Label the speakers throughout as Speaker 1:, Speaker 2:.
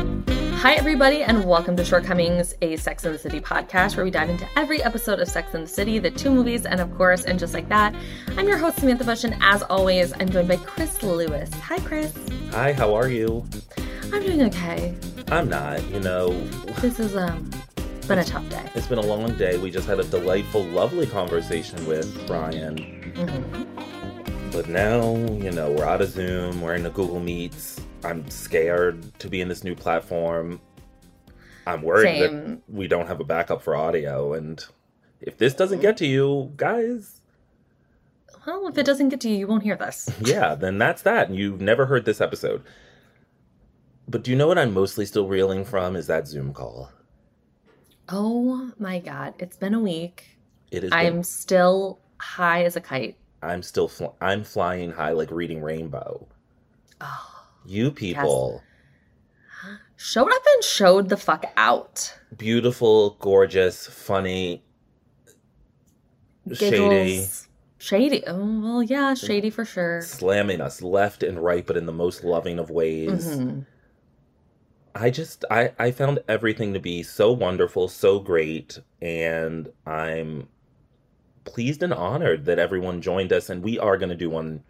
Speaker 1: Hi, everybody, and welcome to Shortcomings, a Sex and the City podcast where we dive into every episode of Sex and the City, the two movies, and of course, and just like that. I'm your host, Samantha Bush, and as always, I'm joined by Chris Lewis. Hi, Chris.
Speaker 2: Hi, how are you?
Speaker 1: I'm doing okay.
Speaker 2: I'm not, you know,
Speaker 1: This is, um, been a tough day.
Speaker 2: it's been a long day. We just had a delightful, lovely conversation with Ryan,
Speaker 1: Mhm.
Speaker 2: but now, you know, we're out of Zoom, we're in the Google Meets. I'm scared to be in this new platform. I'm worried
Speaker 1: Same.
Speaker 2: that we don't have a backup for audio, and if this doesn't get to you, guys,
Speaker 1: Well, if it doesn't get to you, you won't hear this.
Speaker 2: yeah, then that's that. and You've never heard this episode. But do you know what I'm mostly still reeling from is that Zoom call.
Speaker 1: Oh my God, it's been a week.
Speaker 2: It is
Speaker 1: I'm still high as a kite.
Speaker 2: I'm still fl- I'm flying high like reading rainbow.
Speaker 1: Oh.
Speaker 2: You people,
Speaker 1: Showed up and showed the fuck out.
Speaker 2: beautiful, gorgeous, funny, shady,
Speaker 1: Giggles. Shady. Oh, well, yeah, shady for sure.
Speaker 2: slamming us left and right, but in the most loving of ways.
Speaker 1: Mhm.
Speaker 2: I just I I found everything to be so wonderful, so great, and I'm pleased and honored that everyone joined us, and we are going to do one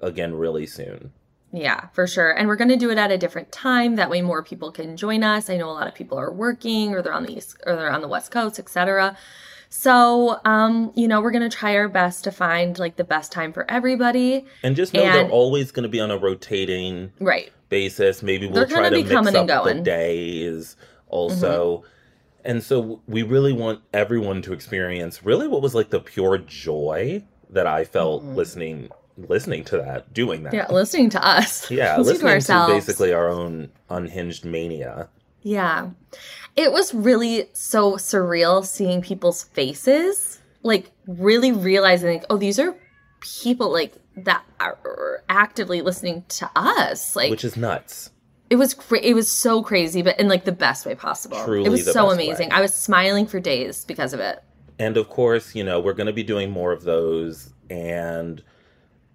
Speaker 2: again really soon.
Speaker 1: Yeah, for sure. And we're going to do it at a different time. That way, more people can join us. I know a lot of people are working, or they're on the east, or they're on the west coast, etc. So, um, you know, we're going to try our best to find like the best time for everybody.
Speaker 2: And just know they're
Speaker 1: And-
Speaker 2: always going to be on a rotating
Speaker 1: Right.
Speaker 2: basis. Maybe
Speaker 1: They're
Speaker 2: we'll try
Speaker 1: gonna
Speaker 2: to
Speaker 1: be
Speaker 2: mix
Speaker 1: coming
Speaker 2: up
Speaker 1: and
Speaker 2: the
Speaker 1: going. Mm-hmm.
Speaker 2: days also. And so we really want everyone to experience really what was like the pure joy that I felt
Speaker 1: Mhm.
Speaker 2: listening listening to that, doing that.
Speaker 1: Yeah, listening to us. listening to
Speaker 2: Yeah, listening to
Speaker 1: ourselves.
Speaker 2: basically our own unhinged mania.
Speaker 1: Yeah. It was really so surreal seeing people's faces, like really realizing like, oh, these are people like that are actively listening to us. Like
Speaker 2: which is nuts.
Speaker 1: it was cra- it was so crazy, but in like the best way possible.
Speaker 2: Truly
Speaker 1: it was
Speaker 2: the
Speaker 1: so
Speaker 2: best
Speaker 1: amazing.
Speaker 2: way.
Speaker 1: I was smiling for days because of it.
Speaker 2: And of course, you know, we're going to be doing more of those. And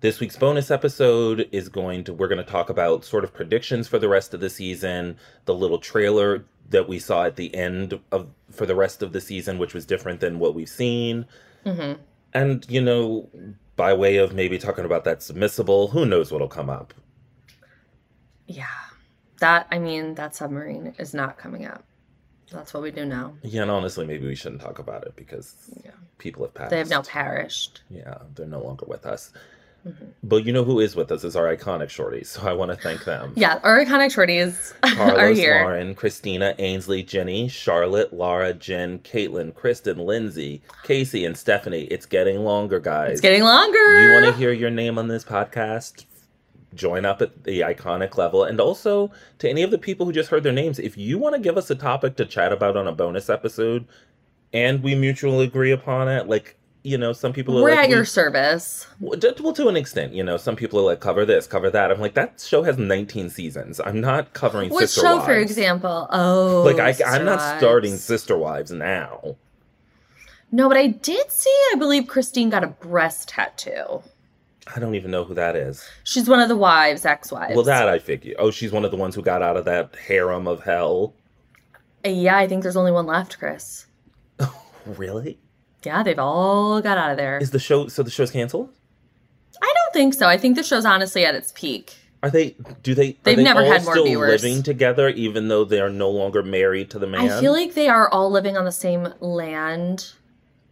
Speaker 2: this week's bonus episode is going to, we're going to talk about sort of predictions for the rest of the season, the little trailer that we saw at the end of, for the rest of the season, which was different than what we've seen.
Speaker 1: hmm
Speaker 2: And, you know, by way of maybe talking about that submissible, who knows what'll come up.
Speaker 1: Yeah. That I mean, that submarine is not coming up. That's what we do now.
Speaker 2: Yeah, and honestly, maybe we shouldn't talk about it because
Speaker 1: Yeah.
Speaker 2: people have passed.
Speaker 1: They have now perished.
Speaker 2: Yeah, they're no longer with us.
Speaker 1: Mhm.
Speaker 2: But you know who is with us is our iconic shorties, so I want to thank them.
Speaker 1: Yeah, our iconic shorties are
Speaker 2: Carlos,
Speaker 1: here.
Speaker 2: Lauren, Christina, Ainsley, Jenny, Charlotte, Laura, Jen, Caitlin, Kristen, Lindsay, Casey, and Stephanie. It's getting longer, guys.
Speaker 1: It's getting longer.
Speaker 2: you want to hear your name on this podcast? Join up at the iconic level. And also to any of the people who just heard their names, if you want to give us a topic to chat about on a bonus episode and we mutually agree upon it, like, you know, some people are
Speaker 1: We're
Speaker 2: like,
Speaker 1: at
Speaker 2: we
Speaker 1: your service.
Speaker 2: Well, to- well, to an extent, you know, some people are like, cover this, cover that. I'm like, that show has 19 seasons. I'm not covering
Speaker 1: What
Speaker 2: Sister
Speaker 1: show,
Speaker 2: Wives.
Speaker 1: for example? Oh,
Speaker 2: Like, I,
Speaker 1: Sister
Speaker 2: I'm not
Speaker 1: Wives.
Speaker 2: starting Sister Wives now.
Speaker 1: No, but I did see. I believe Christine got a breast tattoo.
Speaker 2: I don't even know who that is.
Speaker 1: She's one of the wives, ex-wives.
Speaker 2: Well, that I figure. Oh, she's one of the ones who got out of that harem of hell.
Speaker 1: Uh, Yeah, I think there's only one left, Chris.
Speaker 2: Really?
Speaker 1: Yeah, they've all got out of there.
Speaker 2: Is the show, so the show's canceled?
Speaker 1: I don't think so. I think the show's honestly at its peak.
Speaker 2: Are they, do they,
Speaker 1: They've
Speaker 2: are they
Speaker 1: never
Speaker 2: all
Speaker 1: had more
Speaker 2: still
Speaker 1: viewers.
Speaker 2: living together even though they are no longer married to the man?
Speaker 1: I feel like they are all living on the same land.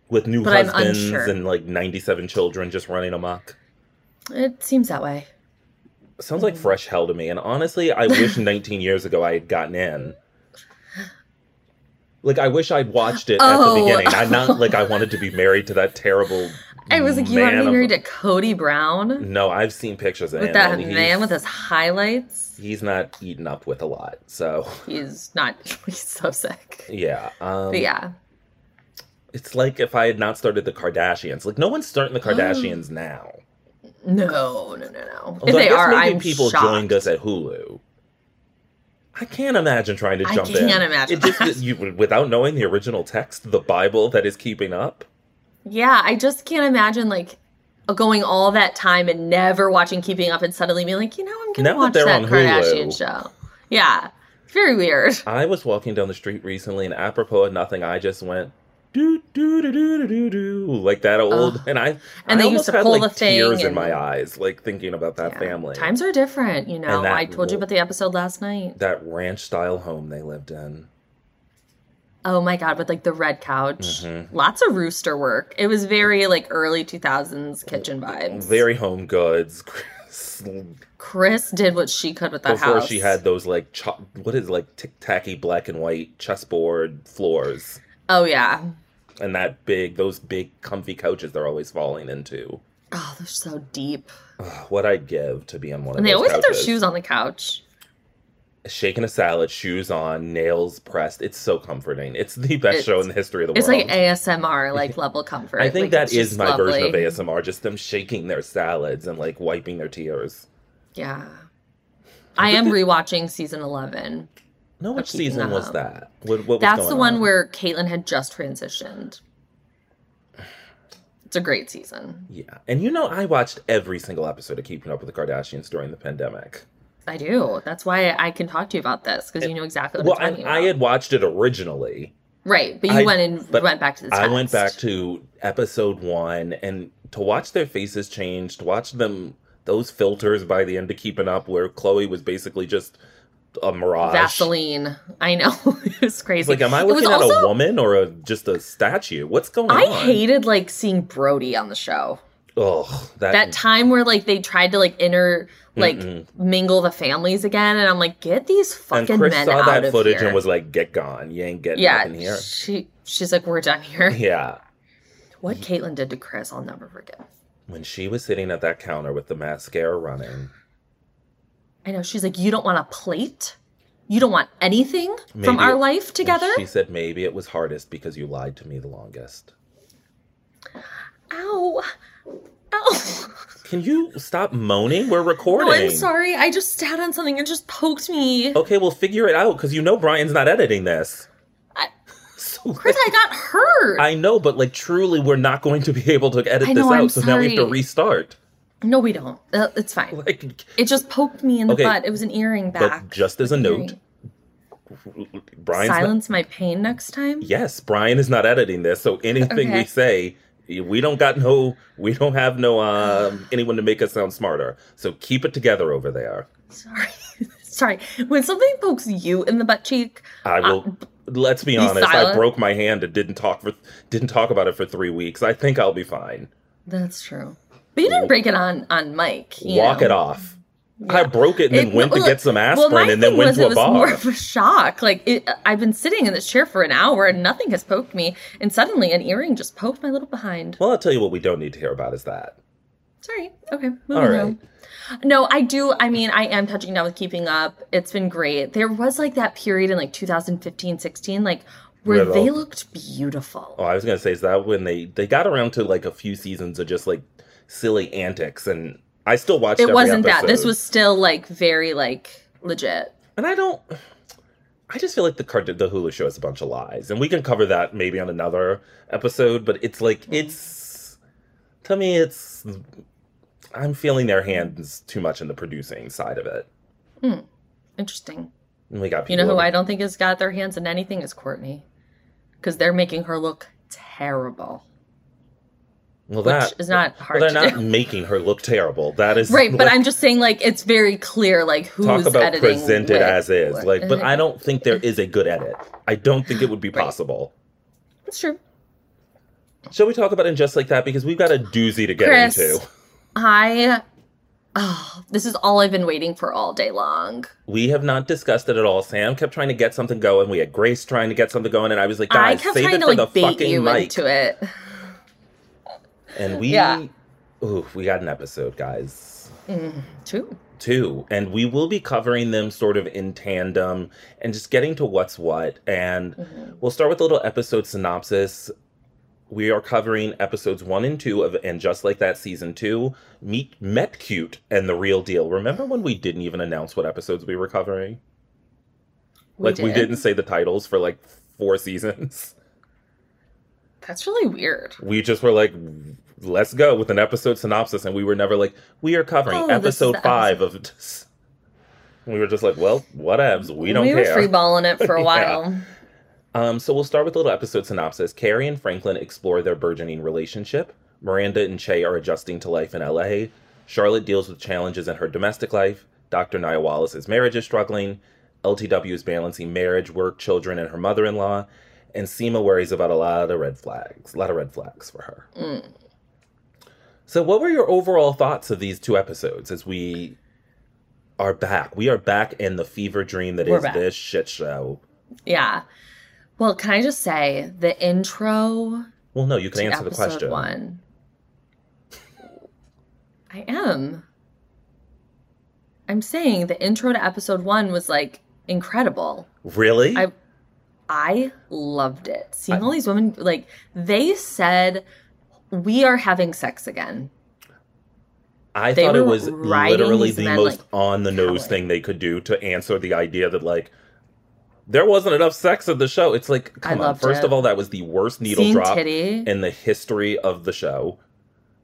Speaker 2: With new
Speaker 1: but I'm
Speaker 2: husbands
Speaker 1: unsure.
Speaker 2: and like 97 children just running amok.
Speaker 1: It seems that way.
Speaker 2: Sounds like fresh hell to me. And honestly, I wish 19 years ago I had gotten in. Like I wish I'd watched it at the
Speaker 1: Oh.
Speaker 2: beginning. I'm not like I wanted to be married to that terrible.
Speaker 1: I was like, you want to
Speaker 2: man
Speaker 1: be
Speaker 2: of-
Speaker 1: married to Cody Brown
Speaker 2: No, I've seen pictures of
Speaker 1: with
Speaker 2: him.
Speaker 1: that
Speaker 2: and he's-
Speaker 1: man with his highlights?
Speaker 2: He's not eaten up with a lot, so
Speaker 1: He's not. He's so sick.
Speaker 2: yeah. Um,
Speaker 1: But yeah,
Speaker 2: it's like if I had not started the Kardashians. Like no one's starting the Kardashians now.
Speaker 1: no, no, no, no. if
Speaker 2: Although I
Speaker 1: Mm. they
Speaker 2: guess
Speaker 1: are,
Speaker 2: maybe
Speaker 1: I'm
Speaker 2: people
Speaker 1: shocked.
Speaker 2: joined us at Hulu. I can't imagine trying to
Speaker 1: I
Speaker 2: jump in.
Speaker 1: can't imagine
Speaker 2: It just
Speaker 1: that.
Speaker 2: you without knowing the original text, the Bible that is keeping up.
Speaker 1: Yeah, I just can't imagine like going all that time and never watching Keeping Up and suddenly being like, you know, I'm gonna
Speaker 2: Now that
Speaker 1: watch
Speaker 2: they're
Speaker 1: that
Speaker 2: on
Speaker 1: Kardashian
Speaker 2: Hulu.
Speaker 1: show. Yeah, Very weird.
Speaker 2: I was walking down the street recently, and apropos of nothing, I just went do do do do do do like that old,
Speaker 1: Ugh.
Speaker 2: and I
Speaker 1: And
Speaker 2: I
Speaker 1: they used
Speaker 2: almost
Speaker 1: to
Speaker 2: had,
Speaker 1: pull
Speaker 2: like,
Speaker 1: the thing
Speaker 2: tears in
Speaker 1: and-
Speaker 2: my eyes, like thinking about that
Speaker 1: Yeah.
Speaker 2: family,
Speaker 1: Times are different, you know.
Speaker 2: And that
Speaker 1: I told you about the episode last night.
Speaker 2: that ranch style home they lived in.
Speaker 1: Oh my god, with like the red couch.
Speaker 2: Mhm.
Speaker 1: Lots of rooster work. It was very like early 2000s kitchen vibes.
Speaker 2: Very home goods.
Speaker 1: Chris did what she could with that
Speaker 2: Before
Speaker 1: house.
Speaker 2: she had those like cho- what is like tick tacky black and white chessboard floors
Speaker 1: Oh yeah.
Speaker 2: and that big those big comfy couches they're always falling into.
Speaker 1: Oh, they're so deep.
Speaker 2: Ugh, what I'd give to be on one of
Speaker 1: And they
Speaker 2: those
Speaker 1: always have their
Speaker 2: couches.
Speaker 1: shoes on the couch.
Speaker 2: shaking a salad, shoes on, nails pressed. It's so comforting. It's the best
Speaker 1: It's-
Speaker 2: show in the history of the
Speaker 1: It's
Speaker 2: world.
Speaker 1: like ASMR, like level comfort.
Speaker 2: I think
Speaker 1: Like,
Speaker 2: that
Speaker 1: it's
Speaker 2: is
Speaker 1: just
Speaker 2: my version of
Speaker 1: lovely.
Speaker 2: ASMR, just them shaking their salads and like wiping their tears.
Speaker 1: Yeah. I am rewatching season 11.
Speaker 2: No, which
Speaker 1: keeping
Speaker 2: season
Speaker 1: that
Speaker 2: was
Speaker 1: up.
Speaker 2: that? What, what was
Speaker 1: That's
Speaker 2: going
Speaker 1: the one
Speaker 2: on?
Speaker 1: where Caitlyn had just transitioned. It's a great season.
Speaker 2: Yeah. And you know, I watched every single episode of Keeping Up with the Kardashians during the pandemic.
Speaker 1: I do. That's why I can talk to you about this because you know exactly what
Speaker 2: Well,
Speaker 1: I'm
Speaker 2: I,
Speaker 1: talking
Speaker 2: I
Speaker 1: about.
Speaker 2: had watched it originally.
Speaker 1: right, but you
Speaker 2: I-
Speaker 1: went and
Speaker 2: but
Speaker 1: went back to the.
Speaker 2: I went back
Speaker 1: text.
Speaker 2: to episode one and to watch their faces change, to watch them those filters by the end of keeping up where Chloe was basically just a mirage.
Speaker 1: Vaseline. I know it was
Speaker 2: It's
Speaker 1: crazy.
Speaker 2: like, am I
Speaker 1: It was
Speaker 2: looking at
Speaker 1: also-
Speaker 2: a woman or a, just a statue? What's going
Speaker 1: I
Speaker 2: on?
Speaker 1: hated like seeing Brody on the show.
Speaker 2: Ugh, that,
Speaker 1: That time where like they tried to like inter like
Speaker 2: Mm-mm.
Speaker 1: mingle the families again, and I'm like, get these
Speaker 2: and
Speaker 1: fucking
Speaker 2: Chris
Speaker 1: men
Speaker 2: saw
Speaker 1: out
Speaker 2: that
Speaker 1: of
Speaker 2: footage
Speaker 1: here.
Speaker 2: and was like, "Get gone! You ain't getting
Speaker 1: yeah,
Speaker 2: nothing here."
Speaker 1: she she's like, we're done here.
Speaker 2: Yeah,
Speaker 1: What Caitlyn did to Chris, I'll never forget.
Speaker 2: when she was sitting at that counter with the mascara running,
Speaker 1: I know. She's like, you don't want a plate. You don't want anything from
Speaker 2: Maybe-
Speaker 1: our life
Speaker 2: and
Speaker 1: together.
Speaker 2: she said, "Maybe it was hardest because you lied to me the longest."
Speaker 1: Ow. Ow.
Speaker 2: Can you stop moaning? We're recording.
Speaker 1: No, Oh, I'm sorry. I just sat on something and just poked me.
Speaker 2: Okay, well, figure it out because you know Brian's not editing this.
Speaker 1: I-
Speaker 2: So,
Speaker 1: Chris, I got hurt.
Speaker 2: I know, but like, truly, we're not going to be able to edit
Speaker 1: I
Speaker 2: this
Speaker 1: know,
Speaker 2: out.
Speaker 1: I'm
Speaker 2: so now we have to
Speaker 1: sorry.
Speaker 2: restart.
Speaker 1: no, we don't. Uh, it's fine.
Speaker 2: Like,
Speaker 1: It just poked me in the
Speaker 2: Okay,
Speaker 1: butt. It was an earring back.
Speaker 2: but just as a note, Brian's not-
Speaker 1: silence my pain next time.
Speaker 2: yes, Brian is not editing this. So anything we
Speaker 1: Okay.
Speaker 2: say, we don't got no, we don't have no um, anyone to make us sound smarter. So keep it together over there.
Speaker 1: Sorry. sorry. When something pokes you in the butt cheek,
Speaker 2: I will. let's be honest. I
Speaker 1: Uh, silent.
Speaker 2: broke my hand and didn't talk for didn't talk about it for three weeks. I think I'll be fine.
Speaker 1: that's true. But you didn't break it on on Mike. you
Speaker 2: Walk
Speaker 1: know?
Speaker 2: it off. I broke it and then
Speaker 1: It-
Speaker 2: went
Speaker 1: well,
Speaker 2: to get some aspirin
Speaker 1: Well, my
Speaker 2: and then
Speaker 1: thing
Speaker 2: went
Speaker 1: was
Speaker 2: to
Speaker 1: it
Speaker 2: a
Speaker 1: was
Speaker 2: bar.
Speaker 1: more of a shock. Like it, I've been sitting in this chair for an hour and nothing has poked me, and suddenly an earring just poked my little behind.
Speaker 2: Well, I'll tell you what we don't need to hear about is that.
Speaker 1: Sorry. Okay, moving
Speaker 2: All right.
Speaker 1: on. No, I do. I mean, I am touching down with keeping up. It's been great. There was like that period in like 2015, 16, like where
Speaker 2: Riddle.
Speaker 1: they looked beautiful.
Speaker 2: Oh, I was gonna say is that when they they got around to like a few seasons of just like silly antics, and I still watched.
Speaker 1: it
Speaker 2: every
Speaker 1: wasn't that. This
Speaker 2: episode.
Speaker 1: was still like very like legit.
Speaker 2: and I don't. I just feel like the card the Hulu show is a bunch of lies, and we can cover that maybe on another episode. But it's like
Speaker 1: Mm-hmm.
Speaker 2: it's to me, it's I'm feeling their hands too much in the producing side of it.
Speaker 1: Interesting.
Speaker 2: And we got
Speaker 1: You
Speaker 2: people
Speaker 1: know who
Speaker 2: over-
Speaker 1: I don't think has got their hands in anything is Courtney, because they're making her look terrible.
Speaker 2: well,
Speaker 1: which
Speaker 2: that
Speaker 1: is not hard
Speaker 2: Well,
Speaker 1: to
Speaker 2: they're not
Speaker 1: do.
Speaker 2: making her look terrible. That is
Speaker 1: Right, but
Speaker 2: like,
Speaker 1: I'm just saying, like, it's very clear, like, who's
Speaker 2: talk about
Speaker 1: editing
Speaker 2: presented
Speaker 1: what-
Speaker 2: as is.
Speaker 1: what-
Speaker 2: Like, but I don't think there is a good edit. I don't think it would be
Speaker 1: Right.
Speaker 2: possible.
Speaker 1: That's true.
Speaker 2: Shall we talk about it just like that? Because we've got a doozy to get
Speaker 1: Chris.
Speaker 2: into.
Speaker 1: I, oh, this is all I've been waiting for all day long.
Speaker 2: We have not discussed it at all. Sam kept trying to get something going. We had Grace trying to get something going, and I was like,
Speaker 1: I
Speaker 2: guys,
Speaker 1: kept
Speaker 2: save
Speaker 1: trying
Speaker 2: it
Speaker 1: to
Speaker 2: for the
Speaker 1: like bait
Speaker 2: fucking
Speaker 1: you
Speaker 2: mic.
Speaker 1: into it.
Speaker 2: And we,
Speaker 1: Yeah.
Speaker 2: ooh, we got an episode, guys.
Speaker 1: Mm, Too.
Speaker 2: Two, and we will be covering them sort of in tandem and just getting to what's what. And
Speaker 1: Mm-hmm.
Speaker 2: we'll start with a little episode synopsis. We are covering episodes one and two of And Just Like That Season Two, Meet Met Cute and The Real Deal. Remember when we didn't even announce what episodes we were covering? like we didn't say the titles for like four seasons.
Speaker 1: That's really weird.
Speaker 2: We just were like, let's go with an episode synopsis, and we were never like, we are covering
Speaker 1: Oh, this is
Speaker 2: episode
Speaker 1: the
Speaker 2: five of. We were just like, well, whatevs. We don't
Speaker 1: we were
Speaker 2: care.
Speaker 1: free balling it for a
Speaker 2: Yeah.
Speaker 1: while.
Speaker 2: Um, so we'll start with a little episode synopsis. Carrie and Franklin explore their burgeoning relationship. Miranda and Che are adjusting to life in LA. Charlotte deals with challenges in her domestic life. Dr. Nia Wallace's marriage is struggling. LTW is balancing marriage, work, children, and her mother in law. And Seema worries about a lot of red flags. A lot of red flags for her.
Speaker 1: Mm.
Speaker 2: So, what were your overall thoughts of these two episodes as we are back? We are back in the fever dream that is
Speaker 1: We're back.
Speaker 2: this shit show.
Speaker 1: Yeah. Well, can I just say the intro
Speaker 2: Well, no, you
Speaker 1: to
Speaker 2: can answer the
Speaker 1: episode
Speaker 2: question.
Speaker 1: one? I am. I'm saying the intro to episode one was like incredible.
Speaker 2: Really?
Speaker 1: I- I loved it. Seeing
Speaker 2: I-
Speaker 1: all these women, like, they said, we are having sex again.
Speaker 2: I
Speaker 1: They
Speaker 2: thought it
Speaker 1: were
Speaker 2: was
Speaker 1: riding
Speaker 2: literally
Speaker 1: these
Speaker 2: the
Speaker 1: men
Speaker 2: most
Speaker 1: like
Speaker 2: on the nose
Speaker 1: hell.
Speaker 2: thing they could do to answer the idea that like there wasn't enough sex in the show. It's like, come on.
Speaker 1: loved
Speaker 2: First
Speaker 1: it.
Speaker 2: of all, that was the worst needle
Speaker 1: Seeing
Speaker 2: drop
Speaker 1: titty.
Speaker 2: in the history of the show.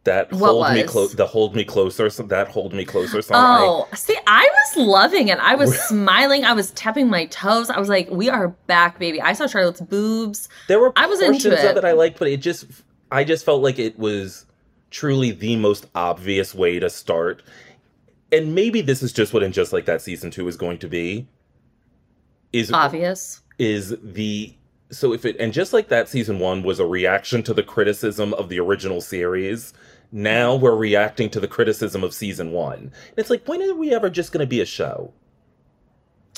Speaker 2: That
Speaker 1: What
Speaker 2: hold me
Speaker 1: was?
Speaker 2: close. The hold me closer. so- That hold me closer song. I-
Speaker 1: Oh, see, I was loving it. I was smiling. I was tapping my toes. I was like, "We are back, baby." I saw Charlotte's boobs.
Speaker 2: there were
Speaker 1: I was into
Speaker 2: portions
Speaker 1: it.
Speaker 2: of it I liked, but it just I just felt like it was truly the most obvious way to start. And maybe this is just what in just like that season two is going to be. Is
Speaker 1: Obvious.
Speaker 2: is the so if it and just like that season one was a reaction to the criticism of the original series now we're reacting to the criticism of season one and it's like when are we ever just going to be a show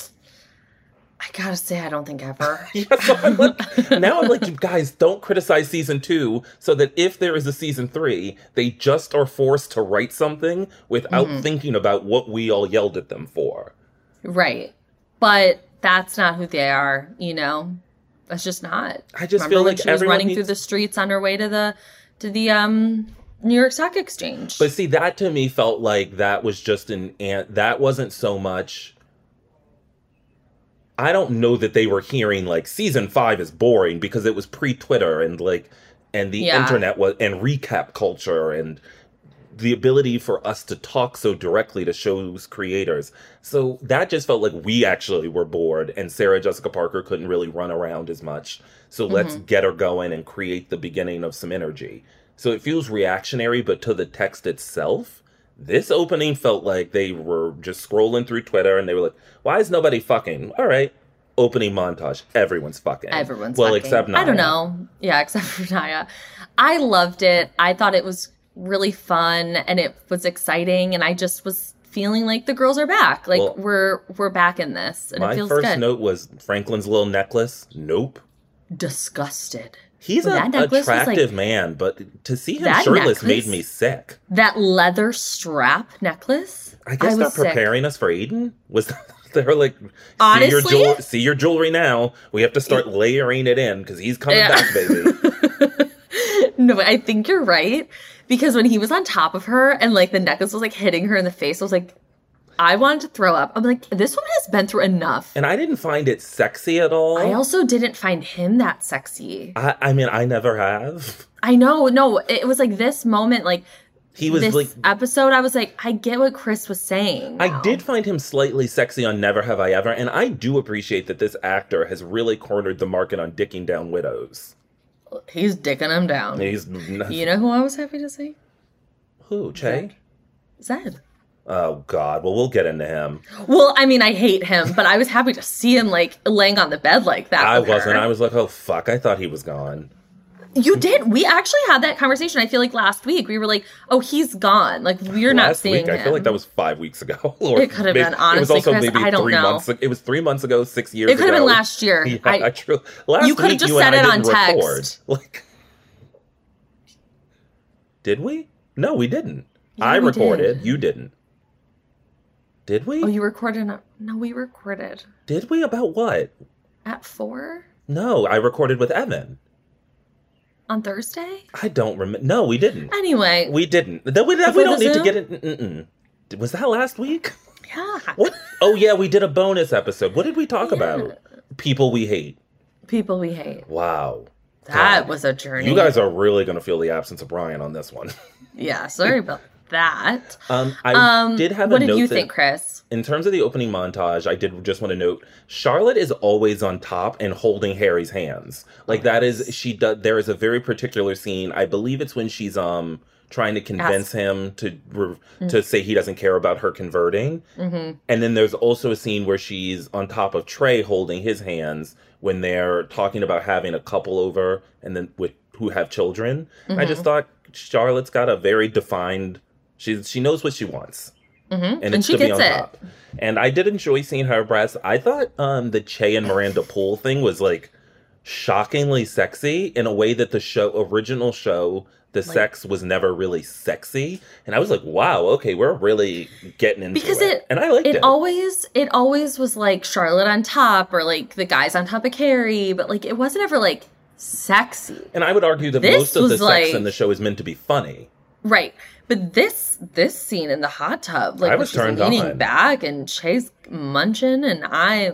Speaker 1: I gotta say, I don't think ever.
Speaker 2: Yeah, so I'm like- now i'm like "You guys don't criticize season two so that if there is a season three they just are forced to write something without
Speaker 1: Mhm.
Speaker 2: thinking about what we all yelled at them for
Speaker 1: right, but that's not who they are. You know, that's just not.
Speaker 2: i just
Speaker 1: Remember
Speaker 2: feel
Speaker 1: when
Speaker 2: like
Speaker 1: she was
Speaker 2: everyone
Speaker 1: running
Speaker 2: needs
Speaker 1: through the streets on her way to the to the um New York Stock Exchange?
Speaker 2: But see, that to me felt like that was just an ant. That wasn't so much. I don't know that they were hearing like season five is boring because it was pre Twitter and like, and the
Speaker 1: Yeah.
Speaker 2: internet was and recap culture and the ability for us to talk so directly to shows creators. So that just felt like we actually were bored and Sarah Jessica Parker couldn't really run around as much. So
Speaker 1: Mm-hmm.
Speaker 2: let's get her going and create the beginning of some energy. So it feels reactionary, but to the text itself, this opening felt like they were just scrolling through Twitter and they were like, why is nobody fucking? All right. Opening montage. Everyone's fucking.
Speaker 1: Everyone's
Speaker 2: Well,
Speaker 1: fucking.
Speaker 2: except
Speaker 1: I don't
Speaker 2: Naya.
Speaker 1: know. Yeah, except for Naya. I loved it. I thought it was really fun and it was exciting and I just was feeling like the girls are back. Like
Speaker 2: Well-
Speaker 1: we're we're back in this and
Speaker 2: My
Speaker 1: it feels
Speaker 2: first
Speaker 1: good.
Speaker 2: note was Franklin's little necklace. Nope.
Speaker 1: Disgusted.
Speaker 2: He's
Speaker 1: Well,
Speaker 2: an
Speaker 1: that necklace was, like-
Speaker 2: attractive man, but to see him
Speaker 1: That
Speaker 2: shirtless made
Speaker 1: necklace?
Speaker 2: me sick.
Speaker 1: That leather strap necklace?
Speaker 2: I guess they're
Speaker 1: was sick.
Speaker 2: preparing us for Aiden. Was they're like, see your,
Speaker 1: Honestly?
Speaker 2: jewel- see your jewelry now. We have to start layering it in because he's coming
Speaker 1: Yeah.
Speaker 2: back, baby.
Speaker 1: no, but I think you're right. Because when he was on top of her and like the necklace was like hitting her in the face, I was like, I wanted to throw up. I'm like, this woman has been through enough.
Speaker 2: And I didn't find it sexy at all.
Speaker 1: I also didn't find him that sexy.
Speaker 2: I, I mean, I never have.
Speaker 1: I know, no, it was like this moment, like
Speaker 2: He was
Speaker 1: this
Speaker 2: like,
Speaker 1: episode. I was like, I get what Chris was saying.
Speaker 2: I
Speaker 1: now.
Speaker 2: did find him slightly sexy on Never Have I Ever, and I do appreciate that this actor has really cornered the market on dicking down widows.
Speaker 1: He's dicking him down.
Speaker 2: He's
Speaker 1: You know who I was happy to see?
Speaker 2: who Che?
Speaker 1: Zed.
Speaker 2: Oh God. Well, we'll get into him.
Speaker 1: Well, I mean, I hate him, but I was happy to see him like laying on the bed like that.
Speaker 2: I
Speaker 1: with her.
Speaker 2: wasn't. I was like, oh fuck. I thought he was gone.
Speaker 1: You did. We actually had that conversation. I feel like last week we were like, "Oh, he's gone. Like we're not
Speaker 2: Last
Speaker 1: seeing
Speaker 2: week,
Speaker 1: him."
Speaker 2: I feel like that was five weeks ago. Or
Speaker 1: It could have
Speaker 2: maybe-
Speaker 1: been, honestly, Chris, I don't
Speaker 2: three
Speaker 1: know.
Speaker 2: months. It was three months ago, six years.
Speaker 1: it could have been
Speaker 2: ago.
Speaker 1: last year.
Speaker 2: Yeah,
Speaker 1: I,
Speaker 2: I, true. Last
Speaker 1: you could have
Speaker 2: week,
Speaker 1: just
Speaker 2: you and
Speaker 1: said
Speaker 2: I
Speaker 1: it on
Speaker 2: didn't record.
Speaker 1: text.
Speaker 2: Like, did we? No, we didn't.
Speaker 1: Yeah,
Speaker 2: I
Speaker 1: we
Speaker 2: recorded.
Speaker 1: did.
Speaker 2: You didn't. Did we?
Speaker 1: oh, you recorded? on- No, we recorded
Speaker 2: Did we about what?
Speaker 1: at four
Speaker 2: No, I recorded with Evan.
Speaker 1: on Thursday.
Speaker 2: I don't remember. No, we didn't.
Speaker 1: Anyway,
Speaker 2: We didn't. That we, that,
Speaker 1: Before
Speaker 2: we
Speaker 1: the
Speaker 2: don't need to
Speaker 1: Zoom?
Speaker 2: get it. Mm-mm. Was that last week?
Speaker 1: yeah.
Speaker 2: What? Oh yeah, we did a bonus episode. What did we talk
Speaker 1: Yeah.
Speaker 2: about? People we hate.
Speaker 1: People we hate.
Speaker 2: Wow.
Speaker 1: That
Speaker 2: God.
Speaker 1: was a journey.
Speaker 2: You guys are really going to feel the absence of Brian on this one.
Speaker 1: Yeah, sorry about that.
Speaker 2: Um, I
Speaker 1: Um,
Speaker 2: did have a
Speaker 1: what did
Speaker 2: note
Speaker 1: you
Speaker 2: that-
Speaker 1: think, Chris?
Speaker 2: in terms of the opening montage, I did just want to note Charlotte is always on top and holding Harry's hands. Like that is she does. There is a very particular scene. I believe it's when she's um trying to convince him to re-
Speaker 1: Mm.
Speaker 2: to say he doesn't care about her converting.
Speaker 1: Mm-hmm.
Speaker 2: And then there's also a scene where she's on top of Trey holding his hands when they're talking about having a couple over and then with who have children. I
Speaker 1: Mm-hmm.
Speaker 2: just thought Charlotte's got a very defined. She she knows what she wants
Speaker 1: hmm
Speaker 2: and it's
Speaker 1: she
Speaker 2: to be
Speaker 1: gets
Speaker 2: on
Speaker 1: it.
Speaker 2: top. And I did enjoy seeing her breasts. I thought um, the Che and Miranda Pool thing was like shockingly sexy in a way that the show original show the
Speaker 1: Like-
Speaker 2: sex was never really sexy. And I was like, wow, okay, we're really getting into
Speaker 1: Because
Speaker 2: it.
Speaker 1: it-
Speaker 2: And I liked it.
Speaker 1: It always it always was like Charlotte on top or like the guys on top of Carrie, but like it wasn't ever like sexy.
Speaker 2: and I would argue that
Speaker 1: This
Speaker 2: most of the
Speaker 1: was
Speaker 2: sex
Speaker 1: like-
Speaker 2: in the show is meant to be funny.
Speaker 1: Right. But this this scene in the hot tub, like
Speaker 2: I
Speaker 1: when
Speaker 2: was
Speaker 1: she's
Speaker 2: turned
Speaker 1: leaning
Speaker 2: on.
Speaker 1: back and Che's munching and I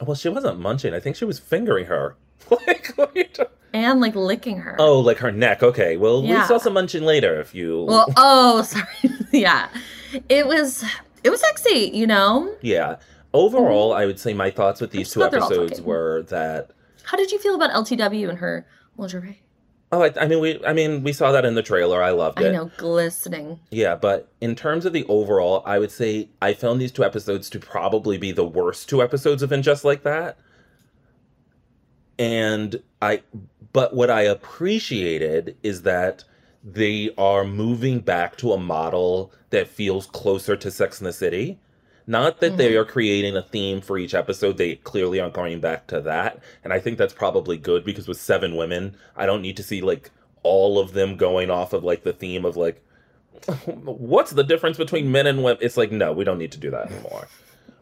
Speaker 2: Well, she wasn't munching. I think she was fingering her. like, what are you talking?
Speaker 1: and like licking her.
Speaker 2: Oh, like her neck. Okay. Well, we
Speaker 1: Yeah.
Speaker 2: saw some munching later if you.
Speaker 1: Well, oh, sorry. yeah. It was it was sexy, you know?
Speaker 2: Yeah. Overall, mm-hmm. I would say my thoughts with these
Speaker 1: just
Speaker 2: two
Speaker 1: glad they're all
Speaker 2: episodes
Speaker 1: talking.
Speaker 2: were that
Speaker 1: How did you feel about LTW and her lingerie?
Speaker 2: oh, I, I mean we I mean we saw that in the trailer. I loved it.
Speaker 1: I know, glistening.
Speaker 2: Yeah, but in terms of the overall, I would say I found these two episodes to probably be the worst two episodes of And Just Like That. And I, but what I appreciated is that they are moving back to a model that feels closer to Sex in the City. Not that they are creating a theme for each episode, they clearly aren't going back to that. And I think that's probably good because with seven women, I don't need to see like all of them going off of like the theme of like, what's the difference between men and women? It's like, no, we don't need to do that anymore.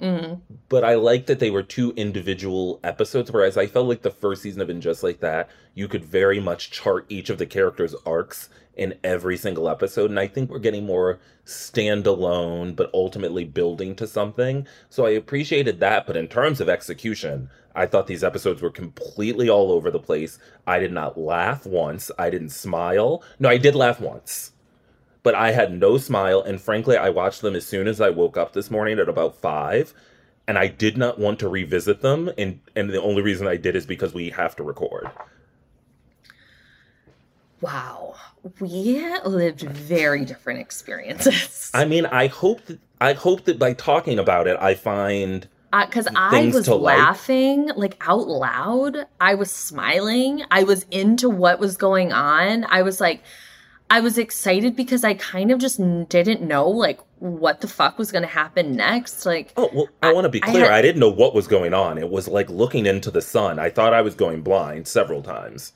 Speaker 1: Mm.
Speaker 2: But I like that they were two individual episodes, whereas I felt like the first season of In Just Like That, you could very much chart each of the characters' arcs in every single episode. And I think we're getting more standalone, but ultimately building to something. So I appreciated that. But in terms of execution, I thought these episodes were completely all over the place. I did not laugh once. I didn't smile. No, I did laugh once but I had no smile. And frankly, I watched them as soon as I woke up this morning at about five, and I did not want to revisit them. And and the only reason I did is because we have to record.
Speaker 1: Wow. We lived very different experiences.
Speaker 2: I mean, I hope that I hope that by talking about it, I find
Speaker 1: because I
Speaker 2: things
Speaker 1: was
Speaker 2: to like.
Speaker 1: laughing like out loud. I was smiling. I was into what was going on. I was like, I was excited because I kind of just n- didn't know like what the fuck was going to happen next. Like,
Speaker 2: Oh well, I, want to be
Speaker 1: I
Speaker 2: clear. I,
Speaker 1: had-
Speaker 2: didn't know what was going on. It was like looking into the sun. I thought I was going blind several times.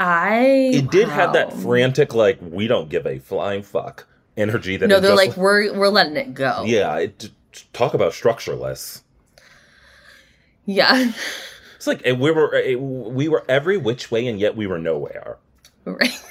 Speaker 1: I um,
Speaker 2: It did have that
Speaker 1: wow.
Speaker 2: frantic, like we don't give a flying fuck energy. That
Speaker 1: No,
Speaker 2: it
Speaker 1: they're
Speaker 2: just-
Speaker 1: like, we're we're letting it go.
Speaker 2: yeah. It, talk about structureless.
Speaker 1: yeah,
Speaker 2: It's like eh, we were eh, we were every which way and yet we were nowhere.
Speaker 1: right.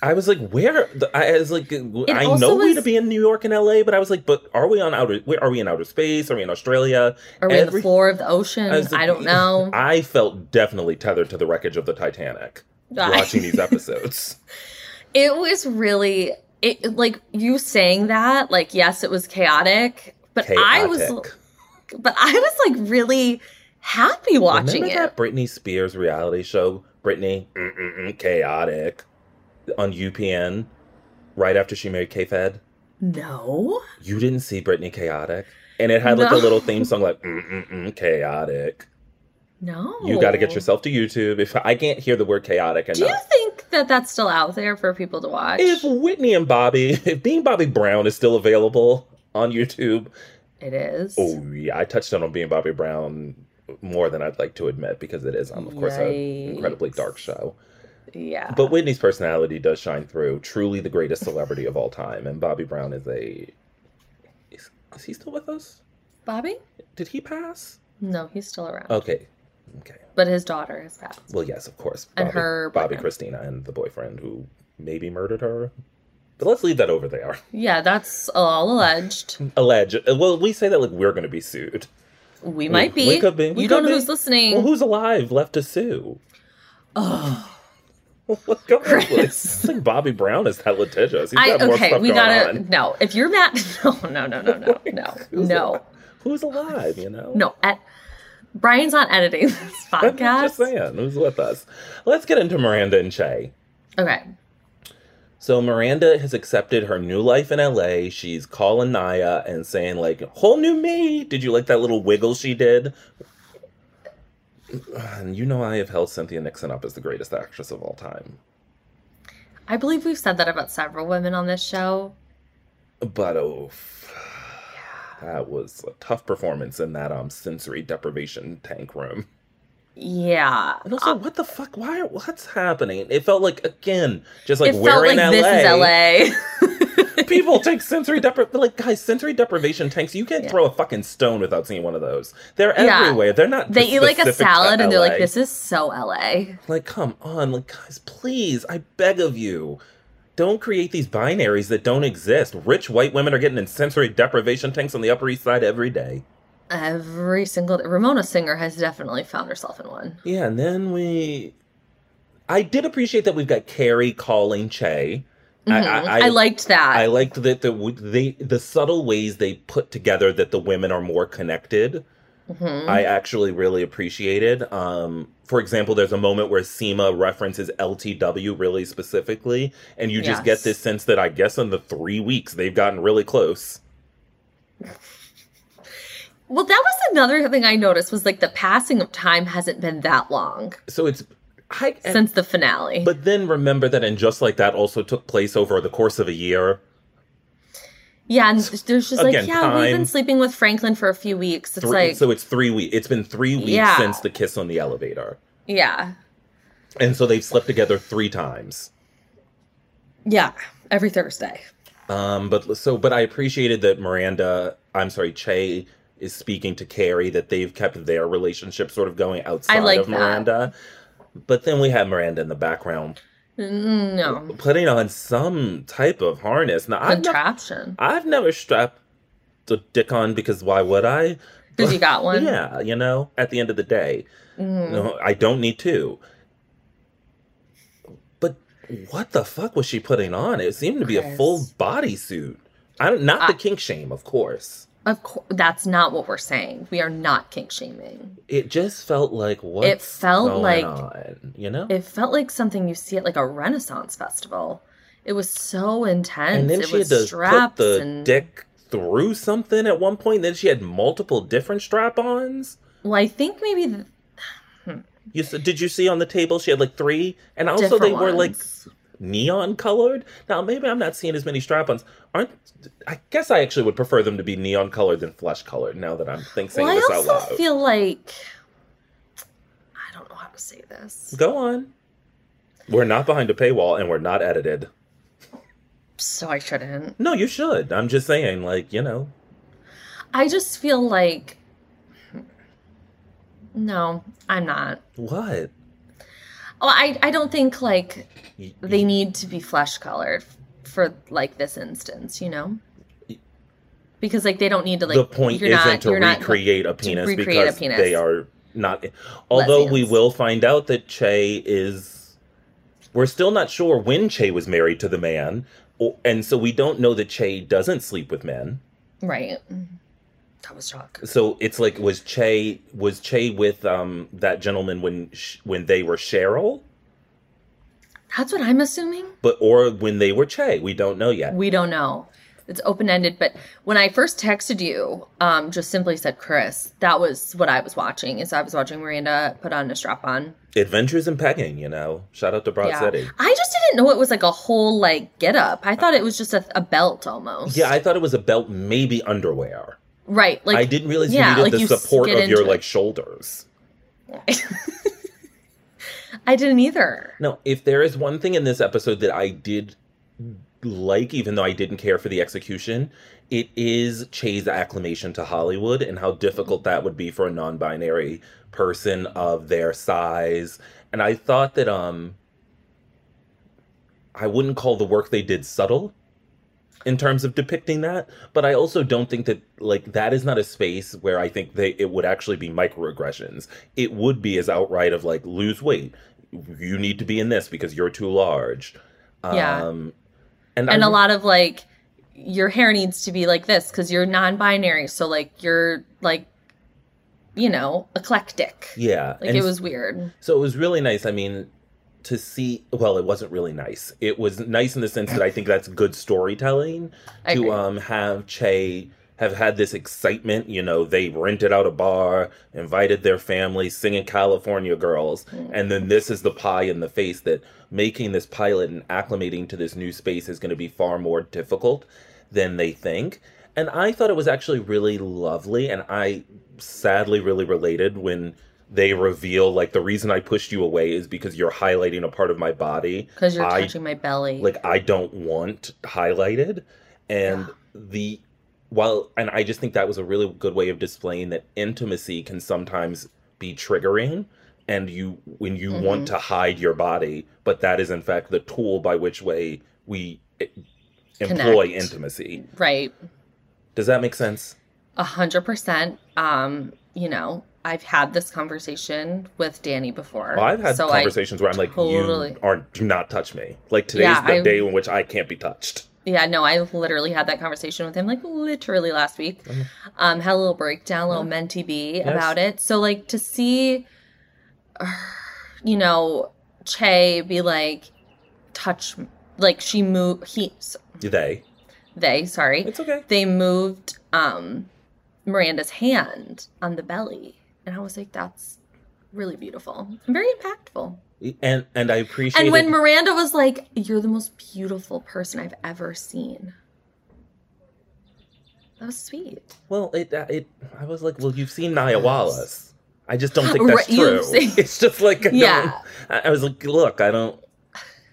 Speaker 2: I was like, where? the- I was like, I
Speaker 1: also
Speaker 2: know we
Speaker 1: was-
Speaker 2: to be in New York and L.A., but I was like, but are we on outer? Where are we in outer space? Are we in Australia?
Speaker 1: Are we in
Speaker 2: Every-
Speaker 1: the floor of the ocean?
Speaker 2: I was
Speaker 1: I,
Speaker 2: like,
Speaker 1: don't know.
Speaker 2: I felt definitely tethered to the wreckage of the Titanic watching these episodes.
Speaker 1: It was really it like you saying that, like yes, it was chaotic, but I was
Speaker 2: Chaotic.
Speaker 1: but I was like really happy watching
Speaker 2: Remember
Speaker 1: it.
Speaker 2: that Britney Spears reality show, Britney Mm-mm-mm, Chaotic, on UPN, right after she married K Fed.
Speaker 1: No.
Speaker 2: You didn't see Britney Chaotic? And it had like
Speaker 1: No.
Speaker 2: a little theme song like mm-mm-mm, chaotic.
Speaker 1: No.
Speaker 2: You got to
Speaker 1: Oh.
Speaker 2: get yourself to YouTube. If I can't hear the word chaotic
Speaker 1: Do you
Speaker 2: enough.
Speaker 1: think that that's still out there for people to watch?
Speaker 2: If Whitney and Bobby, if Being Bobby Brown is still available on YouTube,
Speaker 1: it is.
Speaker 2: oh yeah, I touched on Being Bobby Brown more than I'd like to admit because it is, um, of course, an incredibly
Speaker 1: Yikes.
Speaker 2: dark show.
Speaker 1: Yeah.
Speaker 2: But Whitney's personality does shine through. Truly the greatest celebrity of all time, and Bobby Brown is a. Is, is he still with us?
Speaker 1: Bobby?
Speaker 2: Did he pass?
Speaker 1: No, he's still around.
Speaker 2: Okay. Okay.
Speaker 1: But his daughter has passed.
Speaker 2: Well, yes, of course.
Speaker 1: And her
Speaker 2: Bobby
Speaker 1: boyfriend.
Speaker 2: Christina and the boyfriend who maybe murdered her. But let's leave that over there.
Speaker 1: Yeah, that's all alleged.
Speaker 2: Alleged. Well, we say that like we're going to be sued.
Speaker 1: We might be.
Speaker 2: we could be. We
Speaker 1: you don't know
Speaker 2: could be.
Speaker 1: who's listening.
Speaker 2: Well, who's alive left to sue?
Speaker 1: oh.
Speaker 2: Look, I'm like,
Speaker 1: Chris.
Speaker 2: It's like Bobby Brown is that litigious. He's
Speaker 1: I
Speaker 2: got more
Speaker 1: okay,
Speaker 2: stuff
Speaker 1: we
Speaker 2: going
Speaker 1: gotta
Speaker 2: on.
Speaker 1: no. If you're mad, no, no, no, no, no, no,
Speaker 2: Who's
Speaker 1: no,
Speaker 2: al- Who's alive? You know.
Speaker 1: no. At, Brian's not editing this
Speaker 2: I'm just
Speaker 1: podcast.
Speaker 2: saying, who's with us? Let's get into Miranda and Che.
Speaker 1: Okay,
Speaker 2: So Miranda has accepted her new life in LA. She's calling Naya and saying like, "Whole new me." Did you like that little wiggle she did? And you know I have held Cynthia Nixon up as the greatest actress of all time.
Speaker 1: I believe we've said that about several women on this show.
Speaker 2: But oh, that was a tough performance in that um sensory deprivation tank room.
Speaker 1: Yeah,
Speaker 2: And also, what the fuck? Why? What's happening? It felt like again, just like
Speaker 1: it
Speaker 2: we're
Speaker 1: felt like
Speaker 2: in LA.
Speaker 1: this is LA.
Speaker 2: People take sensory deprivation. Like, guys, sensory deprivation tanks. You can't
Speaker 1: Yeah.
Speaker 2: throw a fucking stone without seeing one of those. They're
Speaker 1: Yeah.
Speaker 2: everywhere. They're not.
Speaker 1: they
Speaker 2: just
Speaker 1: eat like a
Speaker 2: specific to
Speaker 1: salad and they're
Speaker 2: LA.
Speaker 1: like, "This is so LA."
Speaker 2: Like, come on, like, guys, please, I beg of you, don't create these binaries that don't exist. Rich white women are getting in sensory deprivation tanks on the Upper East Side every day.
Speaker 1: Every single Ramona Singer has definitely found herself in one.
Speaker 2: Yeah, and then we. I did appreciate that we've got Carrie calling Che. I-
Speaker 1: Mhm.
Speaker 2: I-
Speaker 1: I,
Speaker 2: I-
Speaker 1: liked that.
Speaker 2: I liked that the they the subtle ways they put together that the women are more connected.
Speaker 1: Mhm.
Speaker 2: I actually really appreciated. Um, for example, there's a moment where Seema references LTW really specifically, and you just
Speaker 1: Yes.
Speaker 2: get this sense that I guess in the three weeks they've gotten really close.
Speaker 1: Well, that was another thing I noticed was like the passing of time hasn't been that long
Speaker 2: So it's I and-
Speaker 1: since the finale.
Speaker 2: but then remember that and just like that also took place over the course of a year.
Speaker 1: yeah, and there's just like,
Speaker 2: Again,
Speaker 1: yeah, we've
Speaker 2: time.
Speaker 1: been sleeping with Franklin for a few weeks. It's
Speaker 2: Three,
Speaker 1: like,
Speaker 2: so it's three weeks. It's been three weeks
Speaker 1: Yeah.
Speaker 2: since the kiss on the elevator,
Speaker 1: yeah,
Speaker 2: and so they've slept together three times.
Speaker 1: yeah, every Thursday.
Speaker 2: Um, but so, but I appreciated that Miranda, I'm sorry, Che is speaking to Carrie that they've kept their relationship sort of going outside
Speaker 1: like
Speaker 2: of
Speaker 1: that.
Speaker 2: Miranda. But then we have Miranda in the background
Speaker 1: Mm, No
Speaker 2: putting on some type of harness. Now I've, nev-
Speaker 1: contraption
Speaker 2: I've never strapped the dick on because why would I?
Speaker 1: because you got one.
Speaker 2: Yeah, you know, at the end of the day,
Speaker 1: Mm.
Speaker 2: no, I don't need two. But what the fuck was she putting on? It seemed to be a
Speaker 1: Chris.
Speaker 2: full bodysuit. I don't, not the
Speaker 1: I-
Speaker 2: kink shame, of course.
Speaker 1: Of course, that's not what we're saying. We are not kink shaming.
Speaker 2: It just felt like what
Speaker 1: It felt like-
Speaker 2: on, you know.
Speaker 1: It felt like something you see at like a Renaissance festival. It was so intense.
Speaker 2: and then
Speaker 1: it
Speaker 2: she had
Speaker 1: was
Speaker 2: to
Speaker 1: straps
Speaker 2: put the
Speaker 1: and
Speaker 2: dick through something at one point. Then she had multiple different strap-ons.
Speaker 1: well, I think maybe th-
Speaker 2: You s- did you see on the table? She had like three, and also
Speaker 1: different
Speaker 2: they were like
Speaker 1: ones.
Speaker 2: neon colored. Now maybe I'm not seeing as many strap-ons. Aren't I guess I actually would prefer them to be neon colored than flesh colored. Now that I'm think saying
Speaker 1: Well, I
Speaker 2: this out
Speaker 1: also
Speaker 2: loud.
Speaker 1: feel like I don't know how to say this.
Speaker 2: Go on. We're not behind a paywall, and we're not edited.
Speaker 1: So I shouldn't.
Speaker 2: No, you should. I'm just saying, like you know,
Speaker 1: I just feel like hmm, no, I'm not.
Speaker 2: what
Speaker 1: Well, I I don't think like
Speaker 2: Y-
Speaker 1: they need to be flesh colored for like this instance, you know? Because like they don't need to like
Speaker 2: the point
Speaker 1: you're
Speaker 2: isn't
Speaker 1: not,
Speaker 2: to
Speaker 1: you're not-
Speaker 2: recreate a penis
Speaker 1: recreate a
Speaker 2: because
Speaker 1: penis.
Speaker 2: they are not. Although we
Speaker 1: Lesbians.
Speaker 2: will find out that Che is, we're still not sure when Che was married to the man, or, and so we don't know that Che doesn't sleep with men.
Speaker 1: Right. That was shock.
Speaker 2: So it's like was Che was Che with um that gentleman when sh- when they were Cheryl,
Speaker 1: That's what I'm assuming.
Speaker 2: but or when they were Che, we don't know yet.
Speaker 1: We don't know. It's open ended, but when I first texted you, um, just simply said Chris. That was what I was watching. Is I was watching Miranda put on a strap on.
Speaker 2: Adventures in Pegging, you know. Shout out to Broad
Speaker 1: Yeah.
Speaker 2: City.
Speaker 1: I just didn't know it was like a whole like get up. I thought it was just a, a belt almost.
Speaker 2: Yeah, I thought it was a belt, maybe underwear.
Speaker 1: right. Like
Speaker 2: I didn't realize
Speaker 1: yeah,
Speaker 2: you
Speaker 1: like
Speaker 2: needed
Speaker 1: you
Speaker 2: the
Speaker 1: s-
Speaker 2: support
Speaker 1: get
Speaker 2: of your
Speaker 1: into it.
Speaker 2: like shoulders.
Speaker 1: I didn't either.
Speaker 2: No, if there is one thing in this episode that I did like, even though I didn't care for the execution, it is Che's acclimation to Hollywood and how difficult that would be for a non-binary person of their size. And I thought that um I wouldn't call the work they did subtle in terms of depicting that, but I also don't think that like that is not a space where I think they it would actually be microaggressions. It would be as outright of like lose weight, you need to be in this because you're too large.
Speaker 1: Yeah.
Speaker 2: Um, and
Speaker 1: and
Speaker 2: I-
Speaker 1: a lot of like your hair needs to be like this because you're non-binary so like you're like you know eclectic
Speaker 2: Yeah.
Speaker 1: like
Speaker 2: and
Speaker 1: it was weird
Speaker 2: So it was really nice. I mean, to see, well, it wasn't really nice. It was nice in the sense that I think that's good storytelling
Speaker 1: I
Speaker 2: to
Speaker 1: agree.
Speaker 2: um have Che have had this excitement. You know, they rented out a bar, invited their family, singing California Girls,
Speaker 1: Mm.
Speaker 2: and then this is the pie in the face that making this pilot and acclimating to this new space is going to be far more difficult than they think. And I thought it was actually really lovely, and I sadly really related when they reveal like the reason I pushed you away is because you're highlighting a part of my body
Speaker 1: because you're
Speaker 2: I-
Speaker 1: touching my belly
Speaker 2: like I don't want highlighted and
Speaker 1: Yeah.
Speaker 2: the while and I just think that was a really good way of displaying that intimacy can sometimes be triggering and you when you
Speaker 1: Mm-hmm.
Speaker 2: want to hide your body but that is in fact the tool by which way we eh, employ
Speaker 1: Connect.
Speaker 2: intimacy
Speaker 1: right
Speaker 2: does that make sense
Speaker 1: a hundred percent um you know i've had this conversation with danny before
Speaker 2: Well, I've had
Speaker 1: so I-
Speaker 2: conversations where I'm like
Speaker 1: totally-
Speaker 2: you are do not touch me like today's
Speaker 1: Yeah,
Speaker 2: the
Speaker 1: I-
Speaker 2: day in which I can't be touched
Speaker 1: Yeah, no, I literally had that conversation with him like literally last week. Um, had a little breakdown, a little mentee bee about it. So like to see, you know, Che be like, touch, like she moved. He,
Speaker 2: they
Speaker 1: they, sorry,
Speaker 2: it's okay
Speaker 1: they moved um Miranda's hand on the belly, and I was like, that's really beautiful and very impactful.
Speaker 2: and and I appreciate
Speaker 1: And when
Speaker 2: it.
Speaker 1: Miranda was like, "You're the most beautiful person I've ever seen," that was sweet.
Speaker 2: Well, it uh, it I was like, well, you've seen Naya Wallace. I just don't think
Speaker 1: Right,
Speaker 2: that's true.
Speaker 1: you've seen-
Speaker 2: It's just like I
Speaker 1: Yeah.
Speaker 2: don't- I I was like, look, I don't.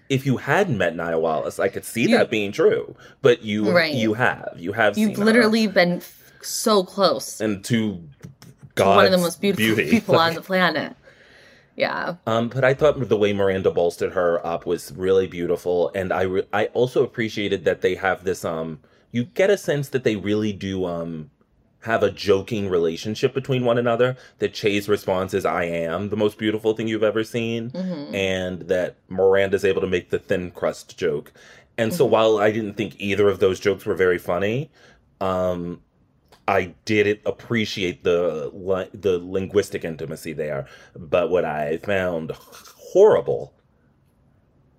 Speaker 2: If you had met Naya Wallace, I could see
Speaker 1: You-
Speaker 2: that being true. But you
Speaker 1: Right.
Speaker 2: you have you have
Speaker 1: You've
Speaker 2: seen her.
Speaker 1: literally been f- so close
Speaker 2: and to
Speaker 1: to
Speaker 2: God's
Speaker 1: one of the most beautiful
Speaker 2: beauty.
Speaker 1: people on the planet. Yeah,
Speaker 2: Um, but I thought the way Miranda bolstered her up was really beautiful, and I re- I also appreciated that they have this um you get a sense that they really do um have a joking relationship between one another. That Che's response is "I am the most beautiful thing you've ever seen,"
Speaker 1: Mm-hmm.
Speaker 2: and that Miranda's able to make the thin crust joke. And so while I didn't think either of those jokes were very funny, um, I did appreciate the li- the linguistic intimacy there, but what I found horrible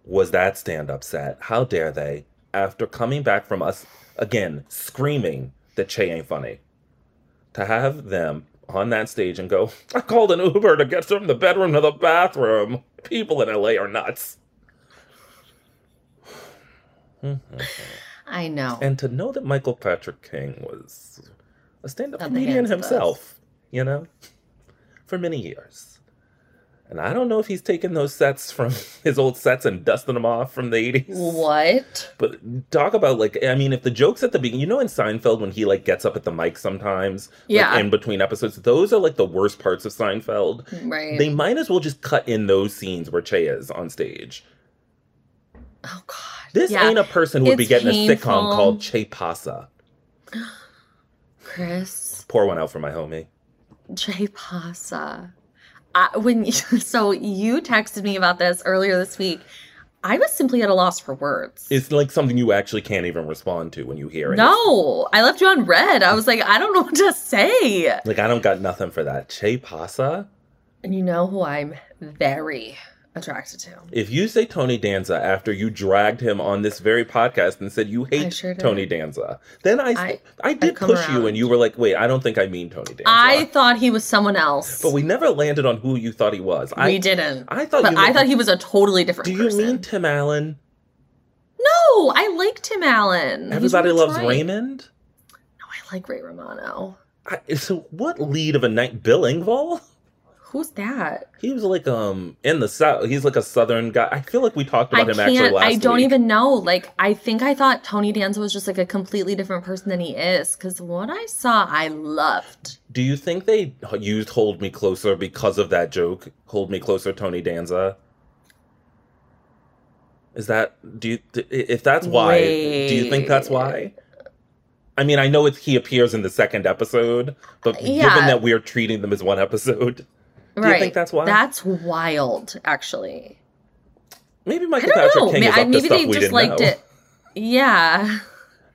Speaker 2: was that stand up set. How dare they? After coming back from us again screaming that Che ain't funny, to have them on that stage and go, I called an Uber to get from the bedroom to the bathroom. People in LA are nuts.
Speaker 1: I know.
Speaker 2: And to know that Michael Patrick King was a stand up
Speaker 1: At the
Speaker 2: comedian
Speaker 1: hands of us.
Speaker 2: himself, you know, for many years. And I don't know if he's taken those sets from his old sets and dusting them off from the 80s.
Speaker 1: what?
Speaker 2: But talk about like I mean, if the jokes at the beginning, you know, in Seinfeld when he like gets up at the mic sometimes, like,
Speaker 1: Yeah.
Speaker 2: in between episodes, those are like the worst parts of Seinfeld.
Speaker 1: Right.
Speaker 2: They might as well just cut in those scenes where Che is on stage.
Speaker 1: oh God.
Speaker 2: This
Speaker 1: Yeah.
Speaker 2: ain't a person who would be
Speaker 1: It's
Speaker 2: getting a
Speaker 1: painful.
Speaker 2: sitcom called Che Pasa.
Speaker 1: Chris
Speaker 2: Pour one out for my homie.
Speaker 1: J Pasa. I, when you, so you texted me about this earlier this week, I was simply at a loss for words.
Speaker 2: It's like something you actually can't even respond to when you hear it.
Speaker 1: No, I left you on red. I was like, I don't know what to say.
Speaker 2: Like I don't got nothing for that. Che Pasa?
Speaker 1: And you know who I'm very attracted to.
Speaker 2: If you say Tony Danza after you dragged him on this very podcast and said you hate
Speaker 1: sure did.
Speaker 2: Tony Danza, then I I,
Speaker 1: I-
Speaker 2: did
Speaker 1: I've come
Speaker 2: push you
Speaker 1: around.
Speaker 2: and you were like, wait, I don't think I mean Tony Danza.
Speaker 1: I thought he was someone else.
Speaker 2: but we never landed on who you thought he was. I,
Speaker 1: we didn't.
Speaker 2: I thought
Speaker 1: but
Speaker 2: you
Speaker 1: I
Speaker 2: were-
Speaker 1: thought he was a totally different
Speaker 2: Do you
Speaker 1: person.
Speaker 2: mean Tim Allen?
Speaker 1: No, I like Tim Allen. He's
Speaker 2: Everybody
Speaker 1: really
Speaker 2: loves
Speaker 1: trying.
Speaker 2: Raymond.
Speaker 1: No, I like Ray Romano.
Speaker 2: I, so what lead of a night? Bill Engvall?
Speaker 1: Who's that?
Speaker 2: He was like um in the south. He's like a southern guy. I feel like we talked about
Speaker 1: I
Speaker 2: him actually
Speaker 1: can't.
Speaker 2: last
Speaker 1: I don't
Speaker 2: week.
Speaker 1: even know. Like, I think I thought Tony Danza was just like a completely different person than he is. Because what I saw, I loved.
Speaker 2: Do you think they used "Hold Me Closer" because of that joke? "Hold Me Closer," Tony Danza. Is that do you th- if that's why? Do you think that's why? I mean, I know it's he appears in the second episode, but
Speaker 1: Uh, Yeah.
Speaker 2: given that we're treating them as one episode, Do you think that's why?
Speaker 1: That's wild, actually.
Speaker 2: maybe Michael
Speaker 1: I don't
Speaker 2: Patrick
Speaker 1: know.
Speaker 2: King
Speaker 1: May-
Speaker 2: is
Speaker 1: I-
Speaker 2: up to
Speaker 1: maybe
Speaker 2: stuff
Speaker 1: they
Speaker 2: we
Speaker 1: just
Speaker 2: didn't
Speaker 1: liked
Speaker 2: know.
Speaker 1: it. Yeah.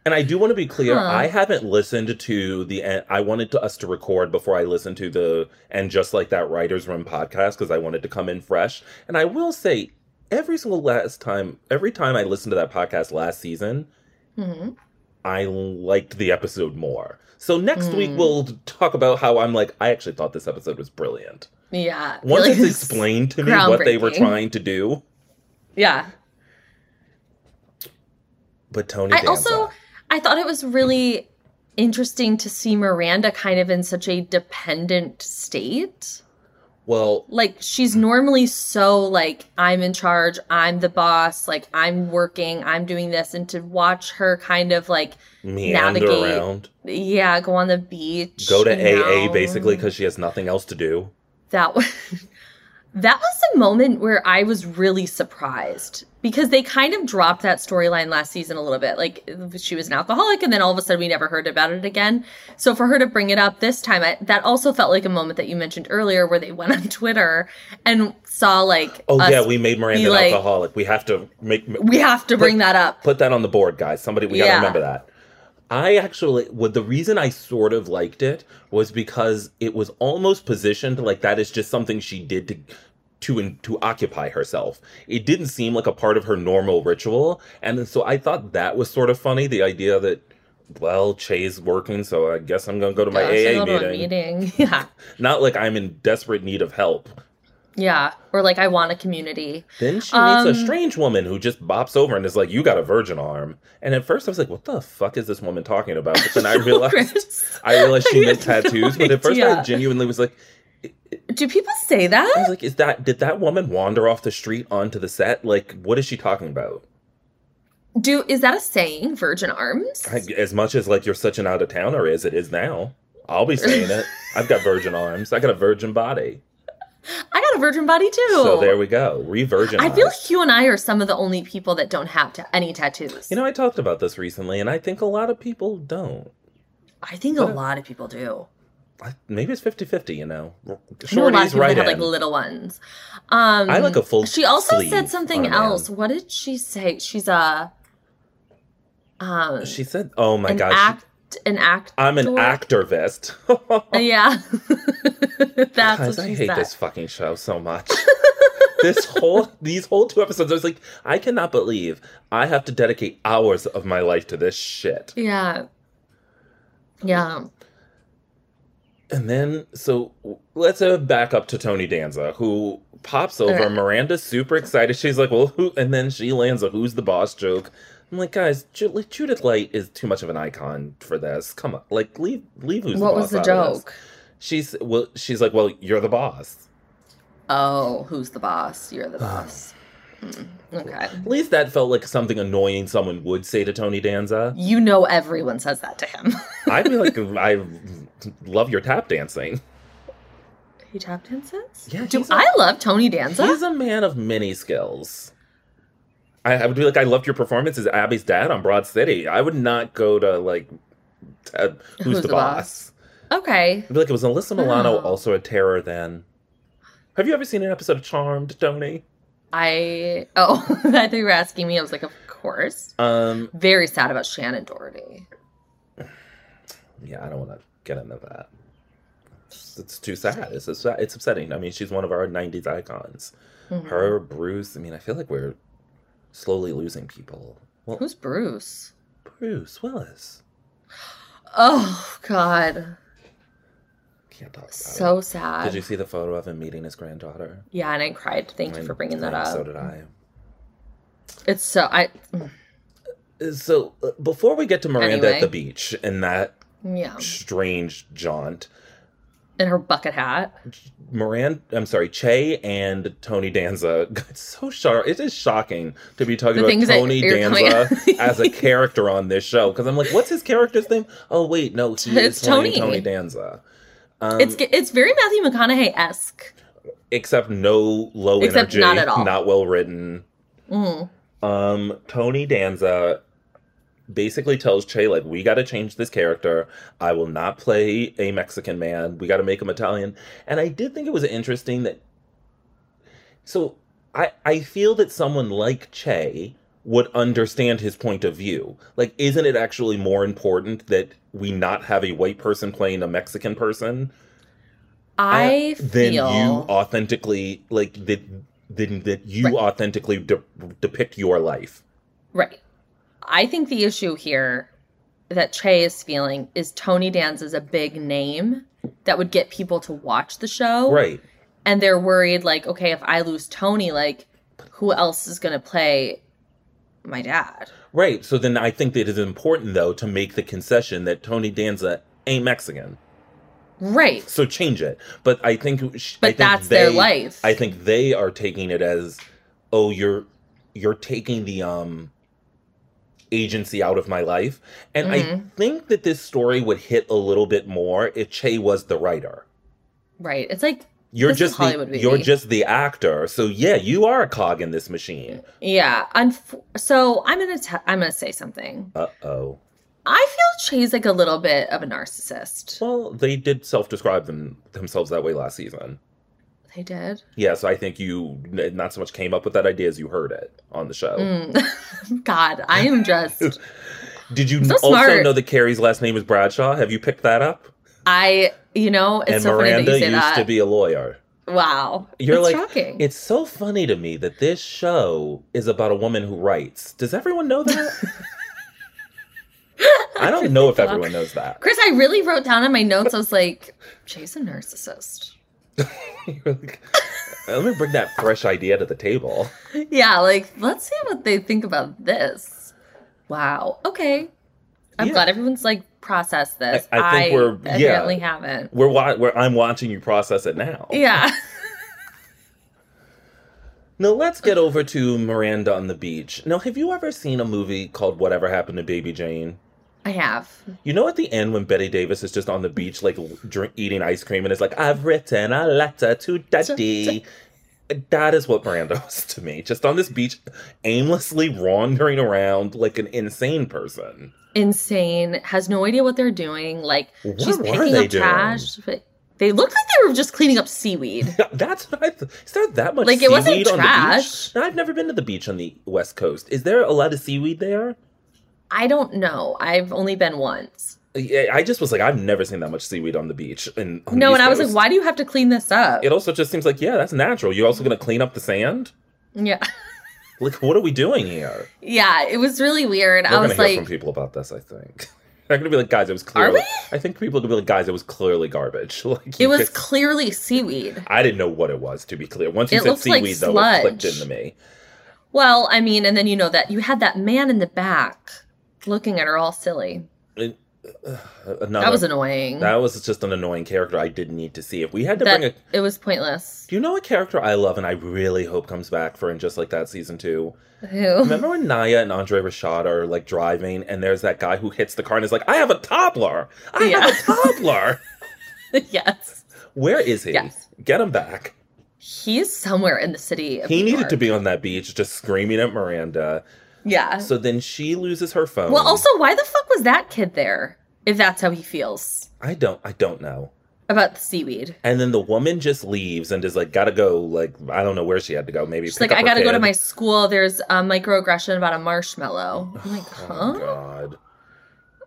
Speaker 2: And I do want to be clear.
Speaker 1: Huh.
Speaker 2: I haven't listened to the. en- I wanted to, us to record before I listened to the and just like that writers room podcast because I wanted to come in fresh. And I will say, every single last time, every time I listened to that podcast last season,
Speaker 1: hmm
Speaker 2: I liked the episode more. So next week
Speaker 1: Mm.
Speaker 2: we'll talk about how I'm like. I actually thought this episode was brilliant.
Speaker 1: Yeah.
Speaker 2: Once
Speaker 1: Like,
Speaker 2: it's explained to me what they were
Speaker 1: groundbreaking.
Speaker 2: trying to do,
Speaker 1: Yeah.
Speaker 2: but Tony.
Speaker 1: I
Speaker 2: Danza.
Speaker 1: also I thought it was really interesting to see Miranda kind of in such a dependent state.
Speaker 2: well,
Speaker 1: Like she's normally so like I'm in charge, I'm the boss, like I'm working, I'm doing this and to watch her kind of like
Speaker 2: meander
Speaker 1: Navigate.
Speaker 2: around,
Speaker 1: yeah, go on the beach.
Speaker 2: go to
Speaker 1: you
Speaker 2: AA
Speaker 1: know.
Speaker 2: basically because she has nothing else to do.
Speaker 1: that was that was a moment where I was really surprised because they kind of dropped that storyline last season a little bit. Like she was an alcoholic, and then all of a sudden we never heard about it again. So for her to bring it up this time, I, that also felt like a moment that you mentioned earlier, where they went on Twitter and saw like,
Speaker 2: Oh
Speaker 1: us-
Speaker 2: yeah, we made Miranda
Speaker 1: be
Speaker 2: an
Speaker 1: like-
Speaker 2: alcoholic. We have to make
Speaker 1: we have to bring that up.
Speaker 2: put that on the board, guys. Somebody we gotta
Speaker 1: Yeah.
Speaker 2: remember that. I actually what the reason I sort of liked it was because it was almost positioned like that is just something she did to to in, to occupy herself. It didn't seem like a part of her normal ritual, and then- so I thought that was sort of funny. The idea that well, Che's working, so I guess I'm gonna go to my
Speaker 1: Gosh, I
Speaker 2: AA
Speaker 1: go to a
Speaker 2: meeting.
Speaker 1: meeting. Yeah,
Speaker 2: Not like I'm in desperate need of help.
Speaker 1: yeah, or like I want a community.
Speaker 2: Then she meets a
Speaker 1: Um,
Speaker 2: strange woman who just bops over and is like, "You got a virgin arm." And at first, I was like, "What the fuck is this woman talking about?" But then I realized,
Speaker 1: Chris,
Speaker 2: I realized she
Speaker 1: I
Speaker 2: meant
Speaker 1: had no
Speaker 2: tattoos. but at first, I
Speaker 1: idea.
Speaker 2: genuinely was like,
Speaker 1: do people say
Speaker 2: "I
Speaker 1: that?
Speaker 2: was like, is that did that woman wander off the street onto the set? Like, what is she talking about?"
Speaker 1: Do is that a saying? Virgin arms?
Speaker 2: I, as much as like you're such an out of towner as it is now, I'll be saying it. I've got virgin arms. I got a virgin body.
Speaker 1: I got a virgin body too.
Speaker 2: So there we go. Re-virgin.
Speaker 1: I feel like you and I are some of the only people that don't have ta- any tattoos.
Speaker 2: You know, I talked about this recently, and I think a lot of people don't.
Speaker 1: I think
Speaker 2: uh,
Speaker 1: a lot of people do.
Speaker 2: I- maybe it's 50 50, you know.
Speaker 1: I know a lot of
Speaker 2: Shorty's
Speaker 1: people
Speaker 2: right
Speaker 1: have like
Speaker 2: in.
Speaker 1: little ones. Um,
Speaker 2: I like a full
Speaker 1: She also
Speaker 2: sleeve
Speaker 1: said something
Speaker 2: on a man.
Speaker 1: else. What did she say? She's a um
Speaker 2: She said, oh my
Speaker 1: an
Speaker 2: gosh,
Speaker 1: act an act.
Speaker 2: I'm an activist. Guys,
Speaker 1: Yeah, that's what
Speaker 2: I
Speaker 1: she
Speaker 2: hate
Speaker 1: said.
Speaker 2: this fucking show so much. this whole, these whole two episodes, I was like, I cannot believe I have to dedicate hours of my life to this shit.
Speaker 1: Yeah, yeah.
Speaker 2: And then, so let's uh, back up to Tony Danza, who pops over.
Speaker 1: Okay.
Speaker 2: Miranda's super excited. She's like, well, who? And then she lands a who's the boss joke. I'm like, guys, Ju- like, Judith Light is too much of an icon for this. Come on. Like, leave, leave who's
Speaker 1: what
Speaker 2: the boss.
Speaker 1: was the
Speaker 2: out of this.
Speaker 1: joke?
Speaker 2: She's, well, she's like, well, you're the boss.
Speaker 1: Oh, who's the boss? You're the boss. Mm, okay.
Speaker 2: At least that felt like something annoying someone would say to Tony Danza.
Speaker 1: You know, everyone says that to him.
Speaker 2: I'd be like, I love your tap dancing.
Speaker 1: He tap dances?
Speaker 2: Yeah,
Speaker 1: Do
Speaker 2: he's a-
Speaker 1: I love Tony Danza?
Speaker 2: He's a man of many skills. I, I would be like, I loved your performance as Abby's dad on Broad City. I would not go to like, uh, who's, the, boss?
Speaker 1: okay.
Speaker 2: I'd be like, was Alyssa Milano
Speaker 1: Oh.
Speaker 2: also a terror then? Have you ever seen an episode of Charmed, Tony?
Speaker 1: I oh, I think you were asking me. I was like, of course.
Speaker 2: Um,
Speaker 1: Very sad about Shannon Doherty.
Speaker 2: yeah, I don't want to get into that. It's, it's too sad. It's upset- it's upsetting. I mean, she's one of our '90s icons.
Speaker 1: Mhm.
Speaker 2: Her, Bruce. I mean, I feel like we're slowly losing people. Well,
Speaker 1: Who's Bruce?
Speaker 2: Bruce Willis.
Speaker 1: Oh God,
Speaker 2: Can't talk about it.
Speaker 1: so sad.
Speaker 2: Did you see the photo of him meeting his granddaughter?
Speaker 1: yeah, and I cried. Thank you
Speaker 2: I
Speaker 1: for bringing that
Speaker 2: think
Speaker 1: up.
Speaker 2: So did I.
Speaker 1: It's so I. mm,
Speaker 2: So uh, before we get to Miranda
Speaker 1: Anyway. Um.
Speaker 2: at the beach and that
Speaker 1: Yeah,
Speaker 2: strange jaunt,
Speaker 1: and her bucket hat.
Speaker 2: Miranda, I'm sorry, Che and Tony Danza. It's so sharp. It is shocking to be talking
Speaker 1: The
Speaker 2: about
Speaker 1: things that
Speaker 2: Tony
Speaker 1: you're coming-
Speaker 2: Danza as a character on this show because I'm like, what's his character's name? Oh wait, no, he
Speaker 1: It's
Speaker 2: is playing
Speaker 1: Tony.
Speaker 2: Tony Danza. Um,
Speaker 1: It's it's very Matthew McConaughey esque.
Speaker 2: except no low
Speaker 1: Except
Speaker 2: energy,
Speaker 1: not at all.
Speaker 2: not well written.
Speaker 1: Mm.
Speaker 2: Um, Tony Danza basically tells Che, like, we got to change this character. I will not play a Mexican man. We got to make him Italian. And I did think it was interesting that. So I, I feel that someone like Che would understand his point of view. Like, isn't it actually more important that we not have a white person playing a Mexican person?
Speaker 1: I
Speaker 2: uh, than
Speaker 1: feel
Speaker 2: you authentically like that than that you
Speaker 1: Right.
Speaker 2: authentically de- depict your life.
Speaker 1: right. I think the issue here that Trey is feeling is Tony Danza's a big name that would get people to watch the show.
Speaker 2: Right.
Speaker 1: and they're worried like okay if i lose tony like who else is going to play my dad
Speaker 2: Right. So then I think that it is important though to make the concession that Tony Danza ain't Mexican.
Speaker 1: right
Speaker 2: So change it. But I think sh- I
Speaker 1: but
Speaker 2: think
Speaker 1: that's their
Speaker 2: they-
Speaker 1: life
Speaker 2: I think they are taking it as oh you're you're taking the um agency out of my life. And I
Speaker 1: Mhm.
Speaker 2: think that this story would hit a little bit more if Che was the writer.
Speaker 1: right it's like
Speaker 2: You're
Speaker 1: This is
Speaker 2: just the,
Speaker 1: Hollywood, baby.
Speaker 2: you're just the actor. So yeah, you are a cog in this machine.
Speaker 1: yeah unf- so i'm going to t- i'm going to say something
Speaker 2: Uh oh.
Speaker 1: i feel Trey's like a little bit of a narcissist
Speaker 2: Well, they did self-describe them themselves that way last season.
Speaker 1: they did
Speaker 2: Yeah, so I think you n- not so much came up with that idea as you heard it on the show.
Speaker 1: Mm. god i am just
Speaker 2: Did you
Speaker 1: I'm so
Speaker 2: also
Speaker 1: smart.
Speaker 2: know that Carrie's last name is Bradshaw? Have you picked that up?
Speaker 1: i you know it's
Speaker 2: and
Speaker 1: so funny
Speaker 2: Miranda
Speaker 1: that you say
Speaker 2: used
Speaker 1: that
Speaker 2: to be a lawyer.
Speaker 1: wow
Speaker 2: You're
Speaker 1: it's
Speaker 2: like,
Speaker 1: shocking
Speaker 2: It's so funny to me that this show is about a woman who writes. Does everyone know that? I don't know if everyone knows that.
Speaker 1: chris i really wrote down in my notes i was like Trey's a narcissist
Speaker 2: You're like, Let me bring that fresh idea to the table.
Speaker 1: Yeah, like let's see what they think about this. Wow. Okay. I'm
Speaker 2: Yeah.
Speaker 1: glad everyone's like processed this.
Speaker 2: I- I think we're- yeah.
Speaker 1: apparently haven't.
Speaker 2: We're, wa- we're I'm watching you process it now.
Speaker 1: Yeah.
Speaker 2: Now let's get over to Miranda on the beach. Now, have you ever seen a movie called Whatever Happened to Baby Jane?
Speaker 1: I have.
Speaker 2: You know, at the end when Betty Davis is just on the beach, like l- drink, eating ice cream, and is like, "I've written a letter to Daddy." That is what Miranda was to me, just on this beach, aimlessly wandering around like an insane person.
Speaker 1: Insane. Has no idea what they're doing. Like
Speaker 2: What
Speaker 1: she's
Speaker 2: were
Speaker 1: picking
Speaker 2: they
Speaker 1: up
Speaker 2: doing?
Speaker 1: trash. But they looked like they were just cleaning up seaweed.
Speaker 2: That's what I th- is there that much
Speaker 1: Like, it wasn't
Speaker 2: seaweed on the beach?
Speaker 1: trash.
Speaker 2: Now, I've never been to the beach on the West Coast. Is there a lot of seaweed there?
Speaker 1: I don't know. I've only been once.
Speaker 2: Yeah, I just was like, I've never seen that much seaweed on the beach. And on the
Speaker 1: no,
Speaker 2: East
Speaker 1: and I was like,
Speaker 2: Coast.
Speaker 1: why do you have to clean this up?
Speaker 2: It also just seems like, yeah, that's natural. You're also going to clean up the sand.
Speaker 1: yeah.
Speaker 2: Like, what are we doing here?
Speaker 1: Yeah, it was really weird.
Speaker 2: We're
Speaker 1: I
Speaker 2: going to
Speaker 1: was
Speaker 2: hear from
Speaker 1: like,
Speaker 2: people about this. I think they're going to be like, guys, it was
Speaker 1: Are
Speaker 2: clearly.
Speaker 1: we?
Speaker 2: I think people are going to be like, guys, it was clearly garbage. Like,
Speaker 1: it
Speaker 2: you
Speaker 1: was
Speaker 2: just-
Speaker 1: clearly seaweed.
Speaker 2: I didn't know what it was to be clear. Once you
Speaker 1: It
Speaker 2: said
Speaker 1: looks like
Speaker 2: seaweed, though, it clicked
Speaker 1: sludge.
Speaker 2: into me.
Speaker 1: Well, I mean, and then you know that you had that man in the back looking at her all silly.
Speaker 2: Another,
Speaker 1: That was annoying.
Speaker 2: Uh, that
Speaker 1: That,
Speaker 2: was just an annoying character. I didn't need to see. If we had to bring a,
Speaker 1: it was pointless.
Speaker 2: do you know a character I love and I really hope comes back for in just like that season two?
Speaker 1: Who?
Speaker 2: Remember when Naya and Andre Rashad are like driving, and there's that guy who hits the car and is like, "I have a toddler! I have
Speaker 1: Yeah.
Speaker 2: a toddler!
Speaker 1: yes.
Speaker 2: Where is he?
Speaker 1: Yes.
Speaker 2: Get him back!"
Speaker 1: He's somewhere in the city. Of
Speaker 2: He
Speaker 1: New
Speaker 2: needed to
Speaker 1: York.
Speaker 2: be on that beach, just screaming at Miranda.
Speaker 1: Yeah.
Speaker 2: So then she loses her phone.
Speaker 1: Uh-huh. well, also, why the fuck was that kid there if that's how he feels
Speaker 2: I don't, I don't know.
Speaker 1: about the seaweed?
Speaker 2: And then the woman just leaves and is like, "Gotta go!" Like I don't know where she had to go. Maybe
Speaker 1: She's
Speaker 2: pick
Speaker 1: like,
Speaker 2: up
Speaker 1: I
Speaker 2: her
Speaker 1: gotta go to
Speaker 2: kid."
Speaker 1: my school. There's a microaggression about a marshmallow. I'm like,
Speaker 2: Oh,
Speaker 1: huh?
Speaker 2: God.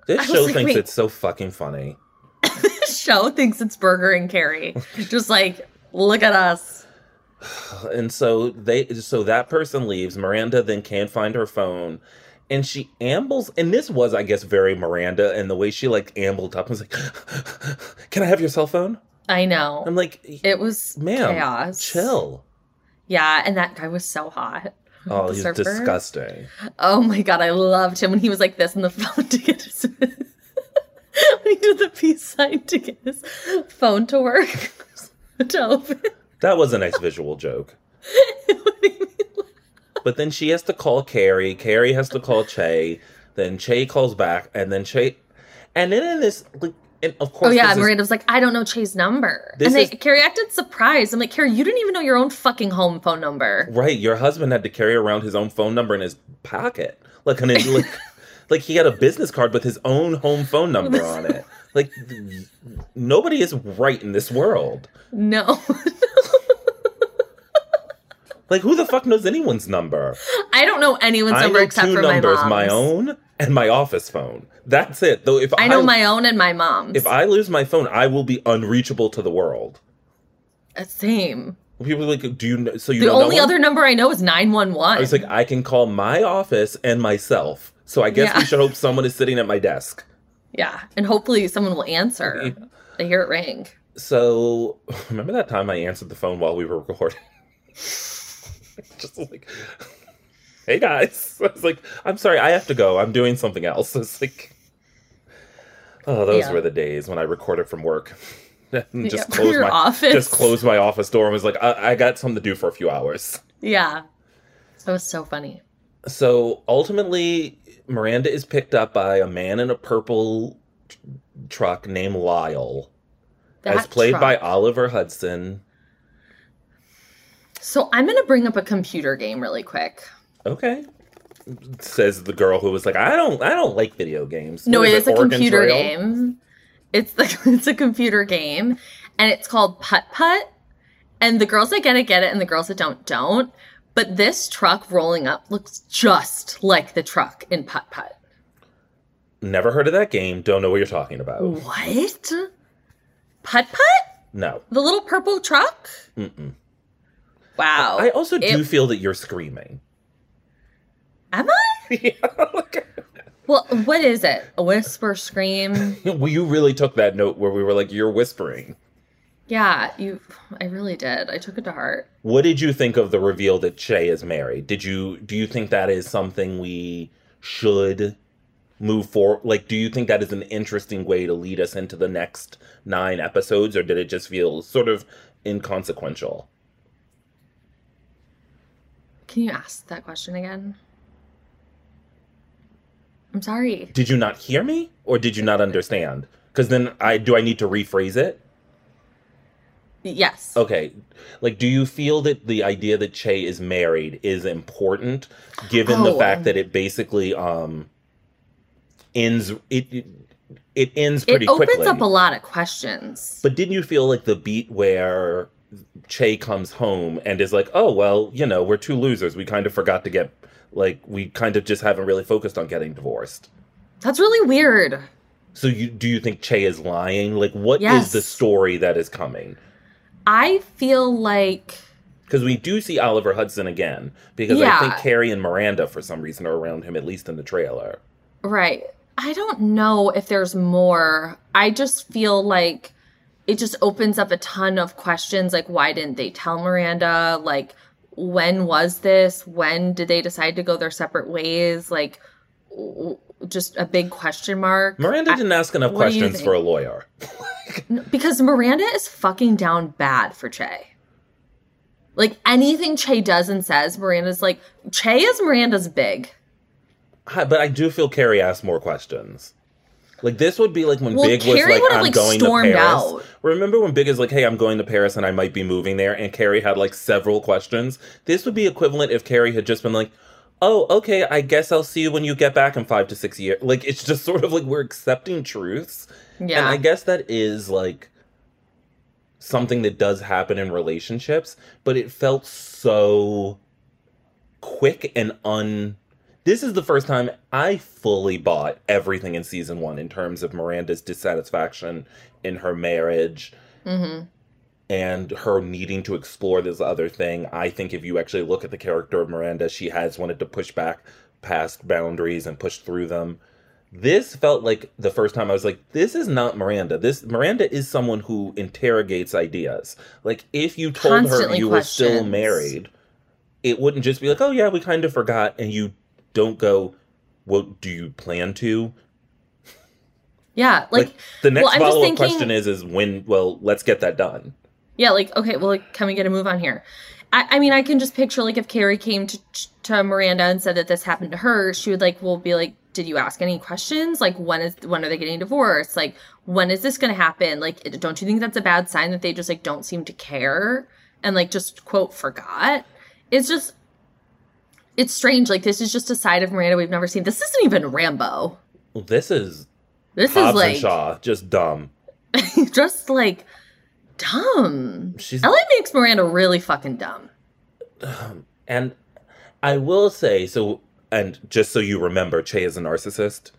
Speaker 2: This
Speaker 1: I was
Speaker 2: show
Speaker 1: like,
Speaker 2: thinks
Speaker 1: wait.
Speaker 2: it's so fucking funny.
Speaker 1: this show thinks it's Burger and Carrie. Just like, look at us.
Speaker 2: and so they so that person leaves miranda then can't find her phone and she ambles and this was i guess very miranda and the way she like ambled up and was like can i have your cell phone
Speaker 1: I know.
Speaker 2: i'm like
Speaker 1: It was
Speaker 2: Um, ma'am
Speaker 1: chaos.
Speaker 2: chill
Speaker 1: Yeah, and that guy was so hot.
Speaker 2: oh
Speaker 1: The
Speaker 2: he's
Speaker 1: surfer?
Speaker 2: disgusting
Speaker 1: Oh my god, I loved him when he was like this on the phone to get his when he did the peace sign to get his phone to work to open.
Speaker 2: that was a nice visual joke but then she has to call carrie carrie has to call che then che calls back and then che and then in this like and of
Speaker 1: Oh
Speaker 2: course
Speaker 1: yeah,
Speaker 2: this is-
Speaker 1: Miranda was like, I don't know Che's number.
Speaker 2: This
Speaker 1: and they,
Speaker 2: is-
Speaker 1: Carrie acted surprised. I'm like, Carrie, you didn't even know your own fucking home phone number.
Speaker 2: Right, your husband had to carry around his own phone number in his pocket, like an like, Like he had a business card with his own home phone number on it. Like nobody is right in this world.
Speaker 1: No.
Speaker 2: Like who the fuck knows anyone's number?
Speaker 1: I don't know anyone's
Speaker 2: I
Speaker 1: number
Speaker 2: know
Speaker 1: except
Speaker 2: two
Speaker 1: for my
Speaker 2: numbers,
Speaker 1: mom's.
Speaker 2: my own and my office phone. That's it. Though if
Speaker 1: I know my own and my mom's.
Speaker 2: if I lose my phone, I will be unreachable to the world.
Speaker 1: Uh, Same.
Speaker 2: People are like, do you know? So you
Speaker 1: The
Speaker 2: don't know
Speaker 1: only
Speaker 2: him?
Speaker 1: other number I know is nine one
Speaker 2: I
Speaker 1: one.
Speaker 2: was like, I can call my office and myself. So I guess
Speaker 1: Yeah.
Speaker 2: we should hope someone is sitting at my desk.
Speaker 1: Yeah, and hopefully someone will answer. I hear it ring.
Speaker 2: So remember that time I answered the phone while we were recording? Just like, hey guys. I was like, I'm sorry, I have to go. I'm doing something else. It's like, oh, those
Speaker 1: Yeah.
Speaker 2: were the days when I recorded from work. And just
Speaker 1: Yeah,
Speaker 2: closed
Speaker 1: your
Speaker 2: my
Speaker 1: office.
Speaker 2: just closed my office door and was like, I, I got something to do for a few hours.
Speaker 1: Yeah, that was so funny.
Speaker 2: So ultimately, Miranda is picked up by a man in a purple tr- truck named Lyle,
Speaker 1: That
Speaker 2: as played
Speaker 1: truck.
Speaker 2: by Oliver Hudson.
Speaker 1: So I'm gonna bring up a computer game really quick.
Speaker 2: Okay. Says the girl who was like, I don't I don't like video games.
Speaker 1: No,
Speaker 2: What
Speaker 1: it is a
Speaker 2: Oregon
Speaker 1: computer
Speaker 2: Trail?
Speaker 1: game. It's the it's a computer game, and it's called Putt Putt. And the girls that get it get it, and the girls that don't don't. But this truck rolling up looks just like the truck in Putt Putt.
Speaker 2: Never heard of that game. Don't know what you're talking about.
Speaker 1: What? Putt Putt?
Speaker 2: No.
Speaker 1: The little purple truck?
Speaker 2: Mm-mm.
Speaker 1: Wow.
Speaker 2: I also do
Speaker 1: Oh, It-
Speaker 2: feel that you're screaming.
Speaker 1: Am I?
Speaker 2: yeah, like-
Speaker 1: Well, what is it? A whisper scream?
Speaker 2: well, you really took that note where we were like, you're whispering.
Speaker 1: Yeah, you. I really did. I took it to heart.
Speaker 2: What did you think of the reveal that Che is married? Did you do you think that is something we should move forward? Like, do you think that is an interesting way to lead us into the next nine episodes, or did it just feel sort of inconsequential?
Speaker 1: Can you ask that question again? I'm sorry.
Speaker 2: Did you not hear me, or did you not understand? Because then I do I need to rephrase it?
Speaker 1: Yes.
Speaker 2: Okay, like, do you feel that the idea that Che is married is important, given the
Speaker 1: Oh.
Speaker 2: fact that it basically um ends it it, it ends
Speaker 1: It
Speaker 2: pretty
Speaker 1: opens
Speaker 2: quickly?
Speaker 1: up a lot of questions.
Speaker 2: But didn't you feel like the beat where Che comes home and is like, "Oh well, you know, we're two losers. We kind of forgot to get like we kind of just haven't really focused on getting divorced."
Speaker 1: That's really weird.
Speaker 2: So you do you think Che is lying? Like, what is
Speaker 1: Yes.
Speaker 2: the story that is coming?
Speaker 1: I feel like
Speaker 2: Because we do see Oliver Hudson again. Because I think
Speaker 1: Yeah.
Speaker 2: Carrie and Miranda, for some reason, are around him at least in the trailer.
Speaker 1: right. I don't know if there's more. I just feel like it just opens up a ton of questions like why didn't they tell Miranda? Like when was this? When did they decide to go their separate ways? Like w- w- just a big question mark.
Speaker 2: Miranda
Speaker 1: I-
Speaker 2: didn't ask enough
Speaker 1: what do you
Speaker 2: questions for a lawyer.
Speaker 1: Because Miranda is fucking down bad for Che. Like anything Che does and says, Miranda's like, Che is Miranda's big.
Speaker 2: I- But I do feel Carrie asked more questions. Like this would be like when
Speaker 1: Well,
Speaker 2: Big
Speaker 1: Carrie
Speaker 2: was like,
Speaker 1: would have,
Speaker 2: "I'm
Speaker 1: like,
Speaker 2: going to
Speaker 1: stormed
Speaker 2: Paris."
Speaker 1: out.
Speaker 2: Remember when Big is like, "Hey, I'm going to Paris and I might be moving there," and Carrie had like several questions. This would be equivalent if Carrie had just been like, "Oh, okay, I guess I'll see you when you get back in five to six years." Like it's just sort of like we're accepting truths, and
Speaker 1: Yeah.
Speaker 2: I guess that is like something that does happen in relationships, but it felt so quick and un. This is the first time I fully bought everything in season one in terms of Miranda's dissatisfaction in her marriage
Speaker 1: hmm
Speaker 2: and her needing to explore this other thing. I think if you actually look at the character of Miranda, she has wanted to push back past boundaries and push through them. This felt like the first time I was like, this is not Miranda. This Miranda is someone who interrogates ideas. Like if you told her
Speaker 1: Constantly
Speaker 2: you were still
Speaker 1: questions.
Speaker 2: married, it wouldn't just be like, oh yeah, we kind of forgot, and you don't go, well, do you plan to?
Speaker 1: Yeah. Like,
Speaker 2: Like, the
Speaker 1: well,
Speaker 2: next
Speaker 1: I'm just
Speaker 2: follow up
Speaker 1: thinking-
Speaker 2: question is, is when? Well, let's get that done.
Speaker 1: yeah, like, okay, well, like, can we get a move on here? I, I mean, I can just picture, like, if Carrie came to, to Miranda and said that this happened to her, she would, like, will be like, did you ask any questions? Like, when is, when are they getting divorced? Like, when is this going to happen? Like, don't you think that's a bad sign that they just, like, don't seem to care and, like, just quote, forgot? It's just, it's strange. Like this is just a side of Miranda we've never seen. This isn't even Rambo.
Speaker 2: This is
Speaker 1: This
Speaker 2: Hobbs and
Speaker 1: is like
Speaker 2: Shaw, just dumb.
Speaker 1: just like dumb.
Speaker 2: She's
Speaker 1: LA makes Miranda really fucking dumb.
Speaker 2: and I will say so. And just so you remember, Che is a narcissist.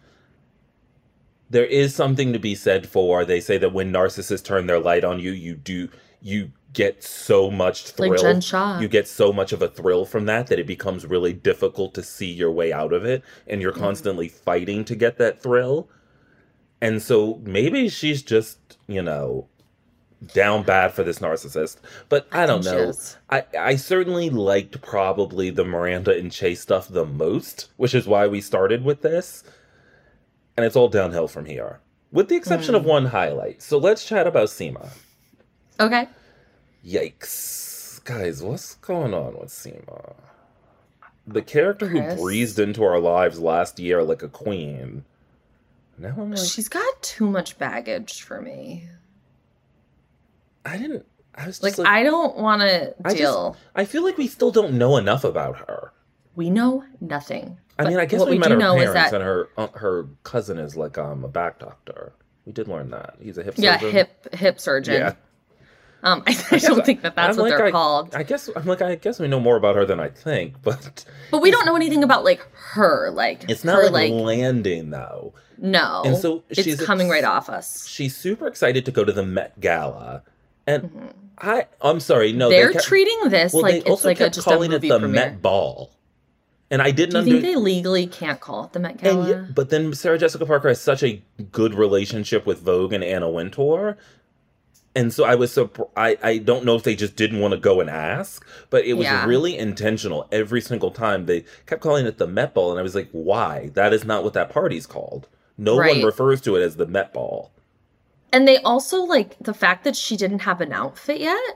Speaker 2: There is something to be said for they say that when narcissists turn their light on you, you do you get so much thrill.
Speaker 1: Like Jen Shaw.
Speaker 2: you get so much of a thrill from that that it becomes really difficult to see your way out of it and you're
Speaker 1: Mhm.
Speaker 2: constantly fighting to get that thrill and so maybe she's just you know down bad for this narcissist but i, don't
Speaker 1: think she
Speaker 2: know
Speaker 1: is.
Speaker 2: I, I certainly liked probably the miranda and chase stuff the most which is why we started with this and it's all downhill from here with the exception of
Speaker 1: Mm.
Speaker 2: one highlight so let's chat about sema
Speaker 1: Okay.
Speaker 2: Yikes. Guys, what's going on with Seema? The character
Speaker 1: Chris?
Speaker 2: who breezed into our lives last year like a queen. Now I'm like,
Speaker 1: She's got too much baggage for me.
Speaker 2: I didn't. I was
Speaker 1: Like,
Speaker 2: just like,
Speaker 1: I don't want to
Speaker 2: I just-
Speaker 1: deal.
Speaker 2: I, feel like we still don't know enough about her.
Speaker 1: we know nothing.
Speaker 2: I
Speaker 1: But
Speaker 2: mean, I guess
Speaker 1: what
Speaker 2: we,
Speaker 1: we
Speaker 2: met
Speaker 1: do
Speaker 2: her
Speaker 1: know is
Speaker 2: parents
Speaker 1: that-
Speaker 2: and her uh, her cousin is like um, a back doctor. We did learn that he's a hip
Speaker 1: Yeah,
Speaker 2: surgeon.
Speaker 1: hip hip surgeon.
Speaker 2: Yeah,
Speaker 1: Um, I,
Speaker 2: I guess
Speaker 1: don't
Speaker 2: I-
Speaker 1: think that that's
Speaker 2: I'm
Speaker 1: what
Speaker 2: like,
Speaker 1: they're
Speaker 2: I-
Speaker 1: called.
Speaker 2: I guess I'm like I guess we know more about her than I think, but
Speaker 1: but we don't know anything about like her. Like
Speaker 2: it's not
Speaker 1: her,
Speaker 2: like landing though.
Speaker 1: no.
Speaker 2: and so she's
Speaker 1: it's coming right
Speaker 2: right off.
Speaker 1: off us.
Speaker 2: she's super excited to go to the Met Gala. And
Speaker 1: Mhm.
Speaker 2: I, I'm sorry, no,
Speaker 1: They're
Speaker 2: Oh, they kept,
Speaker 1: treating this
Speaker 2: well,
Speaker 1: like
Speaker 2: they
Speaker 1: it's
Speaker 2: also
Speaker 1: like a,
Speaker 2: kept
Speaker 1: just a
Speaker 2: calling it
Speaker 1: movie
Speaker 2: the
Speaker 1: premiere.
Speaker 2: Met Ball, and I didn't
Speaker 1: Do you think
Speaker 2: understand.
Speaker 1: they legally can't call it the Met Gala?
Speaker 2: And yet, but then Sarah Jessica Parker has such a good relationship with Vogue and Anna Wintour, and so I was surprised. I, I don't know if they just didn't want to go and ask, but it was
Speaker 1: Yeah.
Speaker 2: really intentional. Every single time they kept calling it the Met Ball, and I was like, why? That is not what that party's called. No
Speaker 1: Right.
Speaker 2: one refers to it as the Met Ball.
Speaker 1: and they also like the fact that she didn't have an outfit yet.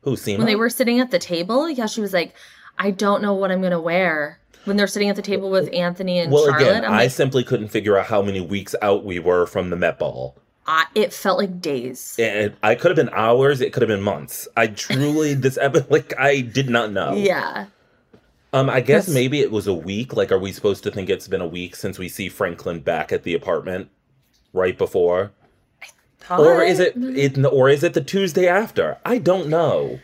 Speaker 2: Who Seema?
Speaker 1: when they were sitting at the table, yeah, she was like, "I don't know what I'm gonna wear." When they're sitting at the table with Anthony and
Speaker 2: well,
Speaker 1: Charlotte,
Speaker 2: again,
Speaker 1: I'm
Speaker 2: I
Speaker 1: like,
Speaker 2: simply couldn't figure out how many weeks out we were from the Met Ball.
Speaker 1: I, it felt like days.
Speaker 2: And I could have been hours. It could have been months. I truly this episode, like I did not know.
Speaker 1: Yeah.
Speaker 2: Um, I guess
Speaker 1: That's-
Speaker 2: maybe it was a week. Like, are we supposed to think it's been a week since we see Franklin back at the apartment right before, or is it, it? Or is it the Tuesday after? I don't know.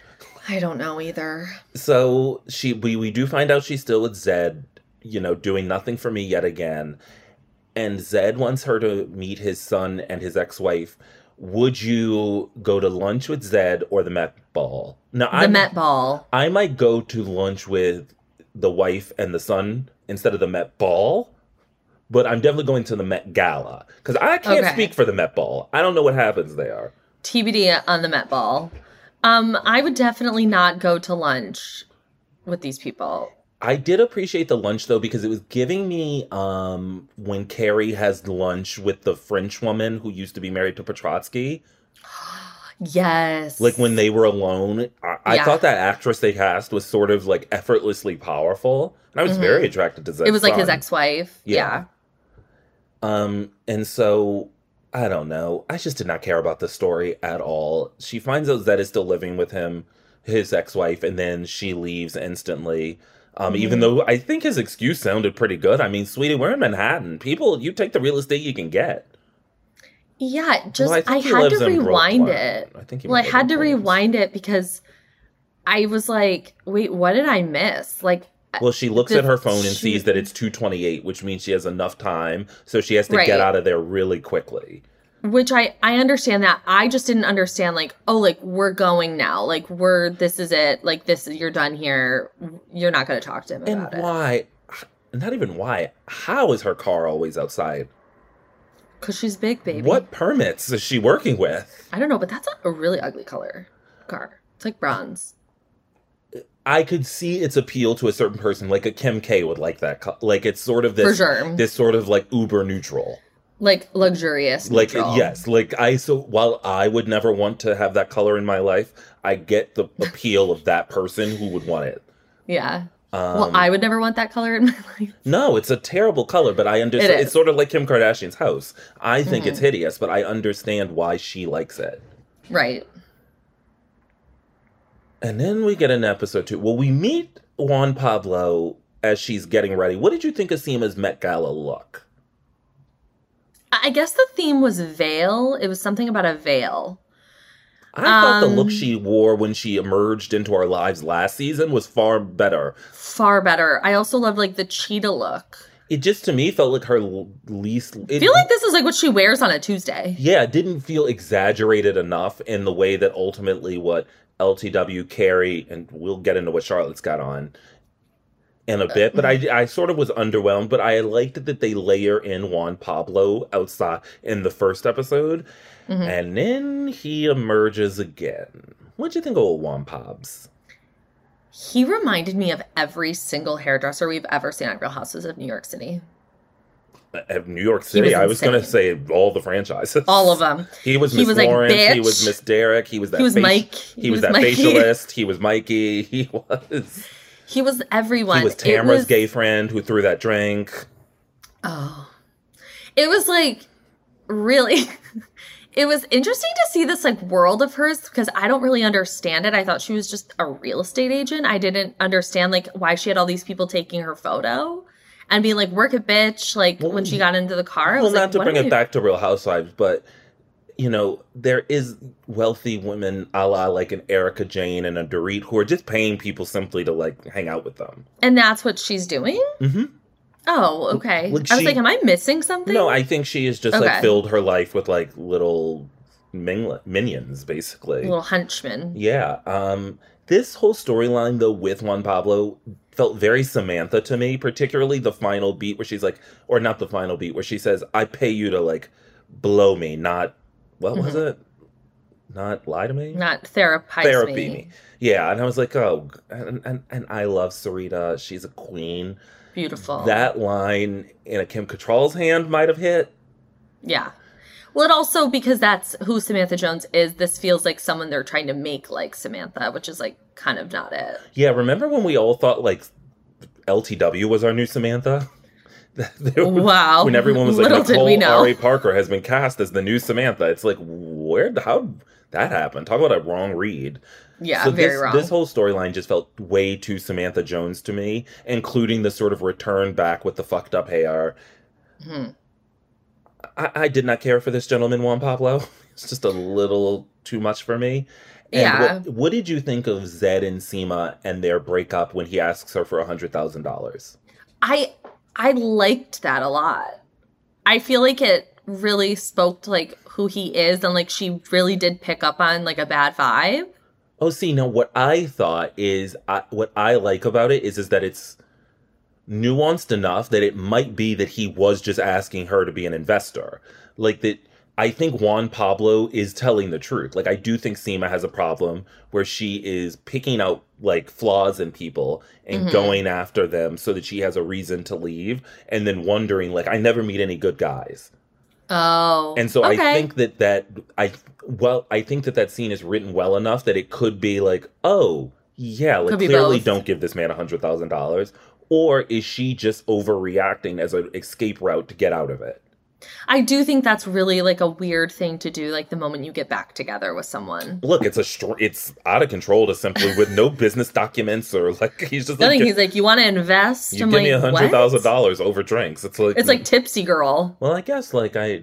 Speaker 1: I don't know either.
Speaker 2: So she we we do find out she's still with Zed, you know, doing nothing for me yet again. And Zed wants her to meet his son and his ex-wife. Would you go to lunch with Zed or the Met Ball? No,
Speaker 1: the
Speaker 2: I
Speaker 1: Met Ball.
Speaker 2: I might go to lunch with the wife and the son instead of the Met Ball. But I'm definitely going to the Met Gala because I can't
Speaker 1: Okay.
Speaker 2: speak for the Met Ball. I don't know what happens there.
Speaker 1: TBD on the Met Ball. Um, I would definitely not go to lunch with these people.
Speaker 2: I did appreciate the lunch though because it was giving me um when Carrie has lunch with the French woman who used to be married to Petrotsky.
Speaker 1: Yes.
Speaker 2: Like when they were alone, I, I
Speaker 1: Yeah.
Speaker 2: thought that actress they cast was sort of like effortlessly powerful, and I was
Speaker 1: Mhm.
Speaker 2: very attracted to Zed's
Speaker 1: It was like his
Speaker 2: son.
Speaker 1: ex-wife.
Speaker 2: Yeah.
Speaker 1: Yeah.
Speaker 2: Um, and so I don't know. I just did not care about the story at all. She finds out Zed is still living with him, his ex-wife, and then she leaves instantly. Um, even
Speaker 1: Mhm.
Speaker 2: though I think his excuse sounded pretty good. I mean, sweetie, we're in Manhattan. People, you take the real estate you can get.
Speaker 1: Yeah. just
Speaker 2: Well,
Speaker 1: I
Speaker 2: think he
Speaker 1: had
Speaker 2: lives
Speaker 1: to
Speaker 2: in
Speaker 1: rewind
Speaker 2: Brooklyn.
Speaker 1: it.
Speaker 2: I think he
Speaker 1: Well, I
Speaker 2: might live
Speaker 1: had
Speaker 2: in
Speaker 1: to
Speaker 2: Queens.
Speaker 1: rewind it because I was like, wait, what did I miss? Like,
Speaker 2: Well, she looks
Speaker 1: the-
Speaker 2: at her phone and
Speaker 1: she-
Speaker 2: sees that it's 228, which means she has enough time, so she has to
Speaker 1: Right.
Speaker 2: get out of there really quickly.
Speaker 1: which I I understand that. I just didn't understand like, oh, like we're going now. Like we're this is it. Like this is you're done here. You're not going to talk to him
Speaker 2: And
Speaker 1: about it
Speaker 2: why? Not even why. How is her car always outside?
Speaker 1: because she's big, baby.
Speaker 2: What permits is she working with?
Speaker 1: I don't know, but that's a really ugly color car. It's like bronze.
Speaker 2: I could see its appeal to a certain person, like a Kim K would like that. co- Like it's sort of this,
Speaker 1: For sure.
Speaker 2: this sort of like uber neutral.
Speaker 1: Like luxurious. neutral.
Speaker 2: Like yes, like I so while I would never want to have that color in my life, I get the appeal of that person who would want it.
Speaker 1: Yeah.
Speaker 2: Um,
Speaker 1: Well, I would never want that color in my life.
Speaker 2: no, it's a terrible color, but I understand.
Speaker 1: It is.
Speaker 2: it's sort of like Kim Kardashian's house. I think
Speaker 1: Mhm.
Speaker 2: it's hideous, but I understand why she likes it.
Speaker 1: Right.
Speaker 2: And then we get an episode two. Well, we meet Juan Pablo as she's getting ready. What did you think of Seema's Met Gala look?
Speaker 1: I guess the theme was veil. It was something about a veil.
Speaker 2: I thought the
Speaker 1: Um,
Speaker 2: look she wore when she emerged into our lives last season was far better.
Speaker 1: Far better. I also loved like the cheetah look.
Speaker 2: It just to me felt like her l- least.
Speaker 1: I
Speaker 2: It,
Speaker 1: feel like this is like what she wears on a Tuesday.
Speaker 2: yeah, it didn't feel exaggerated enough in the way that ultimately what LTW Carrie and we'll get into what Charlotte's got on in a bit, but
Speaker 1: Mm-hmm.
Speaker 2: I I sort of was underwhelmed. But I liked that they layer in Juan Pablo outside in the first episode,
Speaker 1: Mhm.
Speaker 2: and then he emerges again. What'd you think of old Juan Pobs?
Speaker 1: He reminded me of every single hairdresser we've ever seen on Real Houses of New York City.
Speaker 2: Uh, of New York City.
Speaker 1: was
Speaker 2: I was going to say
Speaker 1: insane.
Speaker 2: all the franchises.
Speaker 1: All of them.
Speaker 2: He was
Speaker 1: He
Speaker 2: Miss
Speaker 1: was like,
Speaker 2: Lawrence. he
Speaker 1: "Bitch."
Speaker 2: was Miss Derek. He was that.
Speaker 1: He was
Speaker 2: faci-
Speaker 1: Mike.
Speaker 2: He, was, that
Speaker 1: Mikey.
Speaker 2: facialist. He was Mikey. He was.
Speaker 1: He was everyone.
Speaker 2: He was
Speaker 1: It
Speaker 2: Tamara's
Speaker 1: was-
Speaker 2: gay friend who threw that drink.
Speaker 1: Oh. It was like really it was interesting to see this like world of hers because I don't really understand it. I thought she was just a real estate agent. I didn't understand like why she had all these people taking her photo and being like work it bitch like
Speaker 2: Well,
Speaker 1: when she got into the car. I
Speaker 2: Well,
Speaker 1: was
Speaker 2: not
Speaker 1: like,
Speaker 2: to
Speaker 1: what
Speaker 2: bring
Speaker 1: are
Speaker 2: it
Speaker 1: you-
Speaker 2: back to Real Housewives, but you know there is wealthy women, a la like an Erica Jane and a Dorit, who are just paying people simply to like hang out with them.
Speaker 1: And that's what she's doing?
Speaker 2: Mhm.
Speaker 1: Oh, okay.
Speaker 2: Would
Speaker 1: I was
Speaker 2: she-
Speaker 1: like am I missing something?
Speaker 2: No, I think she has just like
Speaker 1: Okay.
Speaker 2: filled her life with like little mingla- minions, basically.
Speaker 1: little henchman.
Speaker 2: Yeah. Um this whole storyline though with Juan Pablo felt very Samantha to me, particularly the final beat where she's like or not the final beat where she says, I pay you to like blow me, not what was it? Not lie to me?
Speaker 1: Mm-hmm. Not therapize
Speaker 2: Therapy
Speaker 1: me.
Speaker 2: me. Yeah. And I was like, oh g- and and, and I love Sarita. She's a queen.
Speaker 1: Beautiful.
Speaker 2: That line in a Kim Cattrall's hand might have hit.
Speaker 1: Yeah. Well, it also because that's who Samantha Jones is. This feels like someone they're trying to make like Samantha, which is like kind of not it.
Speaker 2: Yeah, remember when we all thought like LTW was our new Samantha? There was-
Speaker 1: Wow.
Speaker 2: when everyone was like,
Speaker 1: Oh, little did we
Speaker 2: Nicole
Speaker 1: know.
Speaker 2: Ari Parker has been cast as the new Samantha. It's like, where, how that happened? Talk about a wrong read.
Speaker 1: yeah,
Speaker 2: So
Speaker 1: very
Speaker 2: this,
Speaker 1: wrong.
Speaker 2: This whole storyline just felt way too Samantha Jones to me, including the sort of return back with the fucked up hair.
Speaker 1: Mhm.
Speaker 2: I, I did not care for this gentleman, Juan Pablo. It's just a little too much for me. And
Speaker 1: Yeah.
Speaker 2: What, what did you think of Zed and Seema and their breakup when he asks her for a hundred thousand dollars?
Speaker 1: I I liked that a lot. I feel like it really spoke to like who he is and like she really did pick up on like a bad vibe.
Speaker 2: Oh, see, now what I thought is I, what I like about it is is that it's nuanced enough that it might be that he was just asking her to be an investor, like that. I think Juan Pablo is telling the truth. Like I do think Seema has a problem where she is picking out like flaws in people and
Speaker 1: Mhm.
Speaker 2: going after them so that she has a reason to leave and then wondering like I never meet any good guys.
Speaker 1: Oh.
Speaker 2: And so
Speaker 1: okay.
Speaker 2: I think that that I well I think that that scene is written well enough that it could be like oh yeah like
Speaker 1: Could be
Speaker 2: clearly
Speaker 1: both.
Speaker 2: don't give this man a hundred thousand dollars or is she just overreacting as an escape route to get out of it?
Speaker 1: I do think that's really like a weird thing to do like the moment you get back together with someone.
Speaker 2: Look, it's a str- it's out of control to simply with no business documents or like he's just
Speaker 1: I
Speaker 2: like
Speaker 1: think
Speaker 2: you
Speaker 1: he's like, you want to invest?
Speaker 2: give me a
Speaker 1: what?
Speaker 2: hundred thousand dollars over drinks. It's like
Speaker 1: It's like tipsy girl.
Speaker 2: well I guess like I.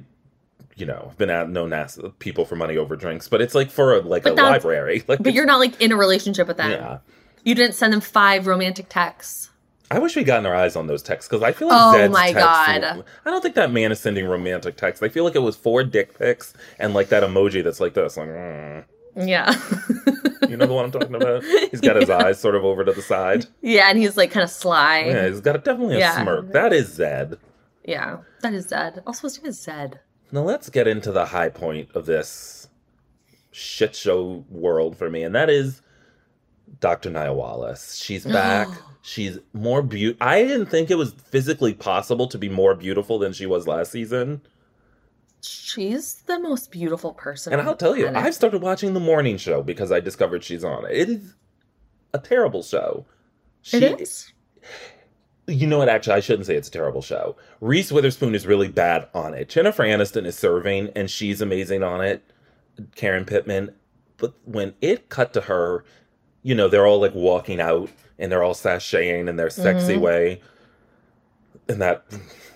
Speaker 2: You know, I've been at known as people for money over drinks, but it's like for a, like
Speaker 1: But
Speaker 2: a
Speaker 1: that's-
Speaker 2: library. Like,
Speaker 1: But you're not like in a relationship with them.
Speaker 2: yeah.
Speaker 1: You didn't send them five romantic texts.
Speaker 2: I wish we'd gotten our eyes on those texts because I feel like
Speaker 1: Oh
Speaker 2: Zed's
Speaker 1: my
Speaker 2: texts
Speaker 1: God.
Speaker 2: were- I don't think that man is sending romantic texts. I feel like it was four dick pics and like that emoji that's like this, like mm.
Speaker 1: Yeah.
Speaker 2: you know the one I'm talking about. He's got his eyes sort of over to the side.
Speaker 1: yeah, and he's like kind of sly.
Speaker 2: Yeah,
Speaker 1: Yeah.
Speaker 2: he's got a, definitely a
Speaker 1: Yeah.
Speaker 2: smirk. That is Zed.
Speaker 1: That is Zed. Also his name is Zed.
Speaker 2: Now let's get into the high point of this shit show world for me, and that is Dr. Nia Wallace. She's back. She's more beautiful. I didn't think it was physically possible to be more beautiful than she was last season.
Speaker 1: She's the most beautiful person.
Speaker 2: And
Speaker 1: on
Speaker 2: I'll
Speaker 1: the
Speaker 2: tell you,
Speaker 1: planet.
Speaker 2: I've started watching the morning show because I discovered she's on it. It is a terrible show. She,
Speaker 1: it is.
Speaker 2: You know what? Actually, I shouldn't say it's a terrible show. Reese Witherspoon is really bad on it. Jennifer Aniston is serving, and she's amazing on it. Karen Pittman. But when it cut to her you know, they're all like walking out and they're all sashaying in their sexy
Speaker 1: Mhm.
Speaker 2: way. And that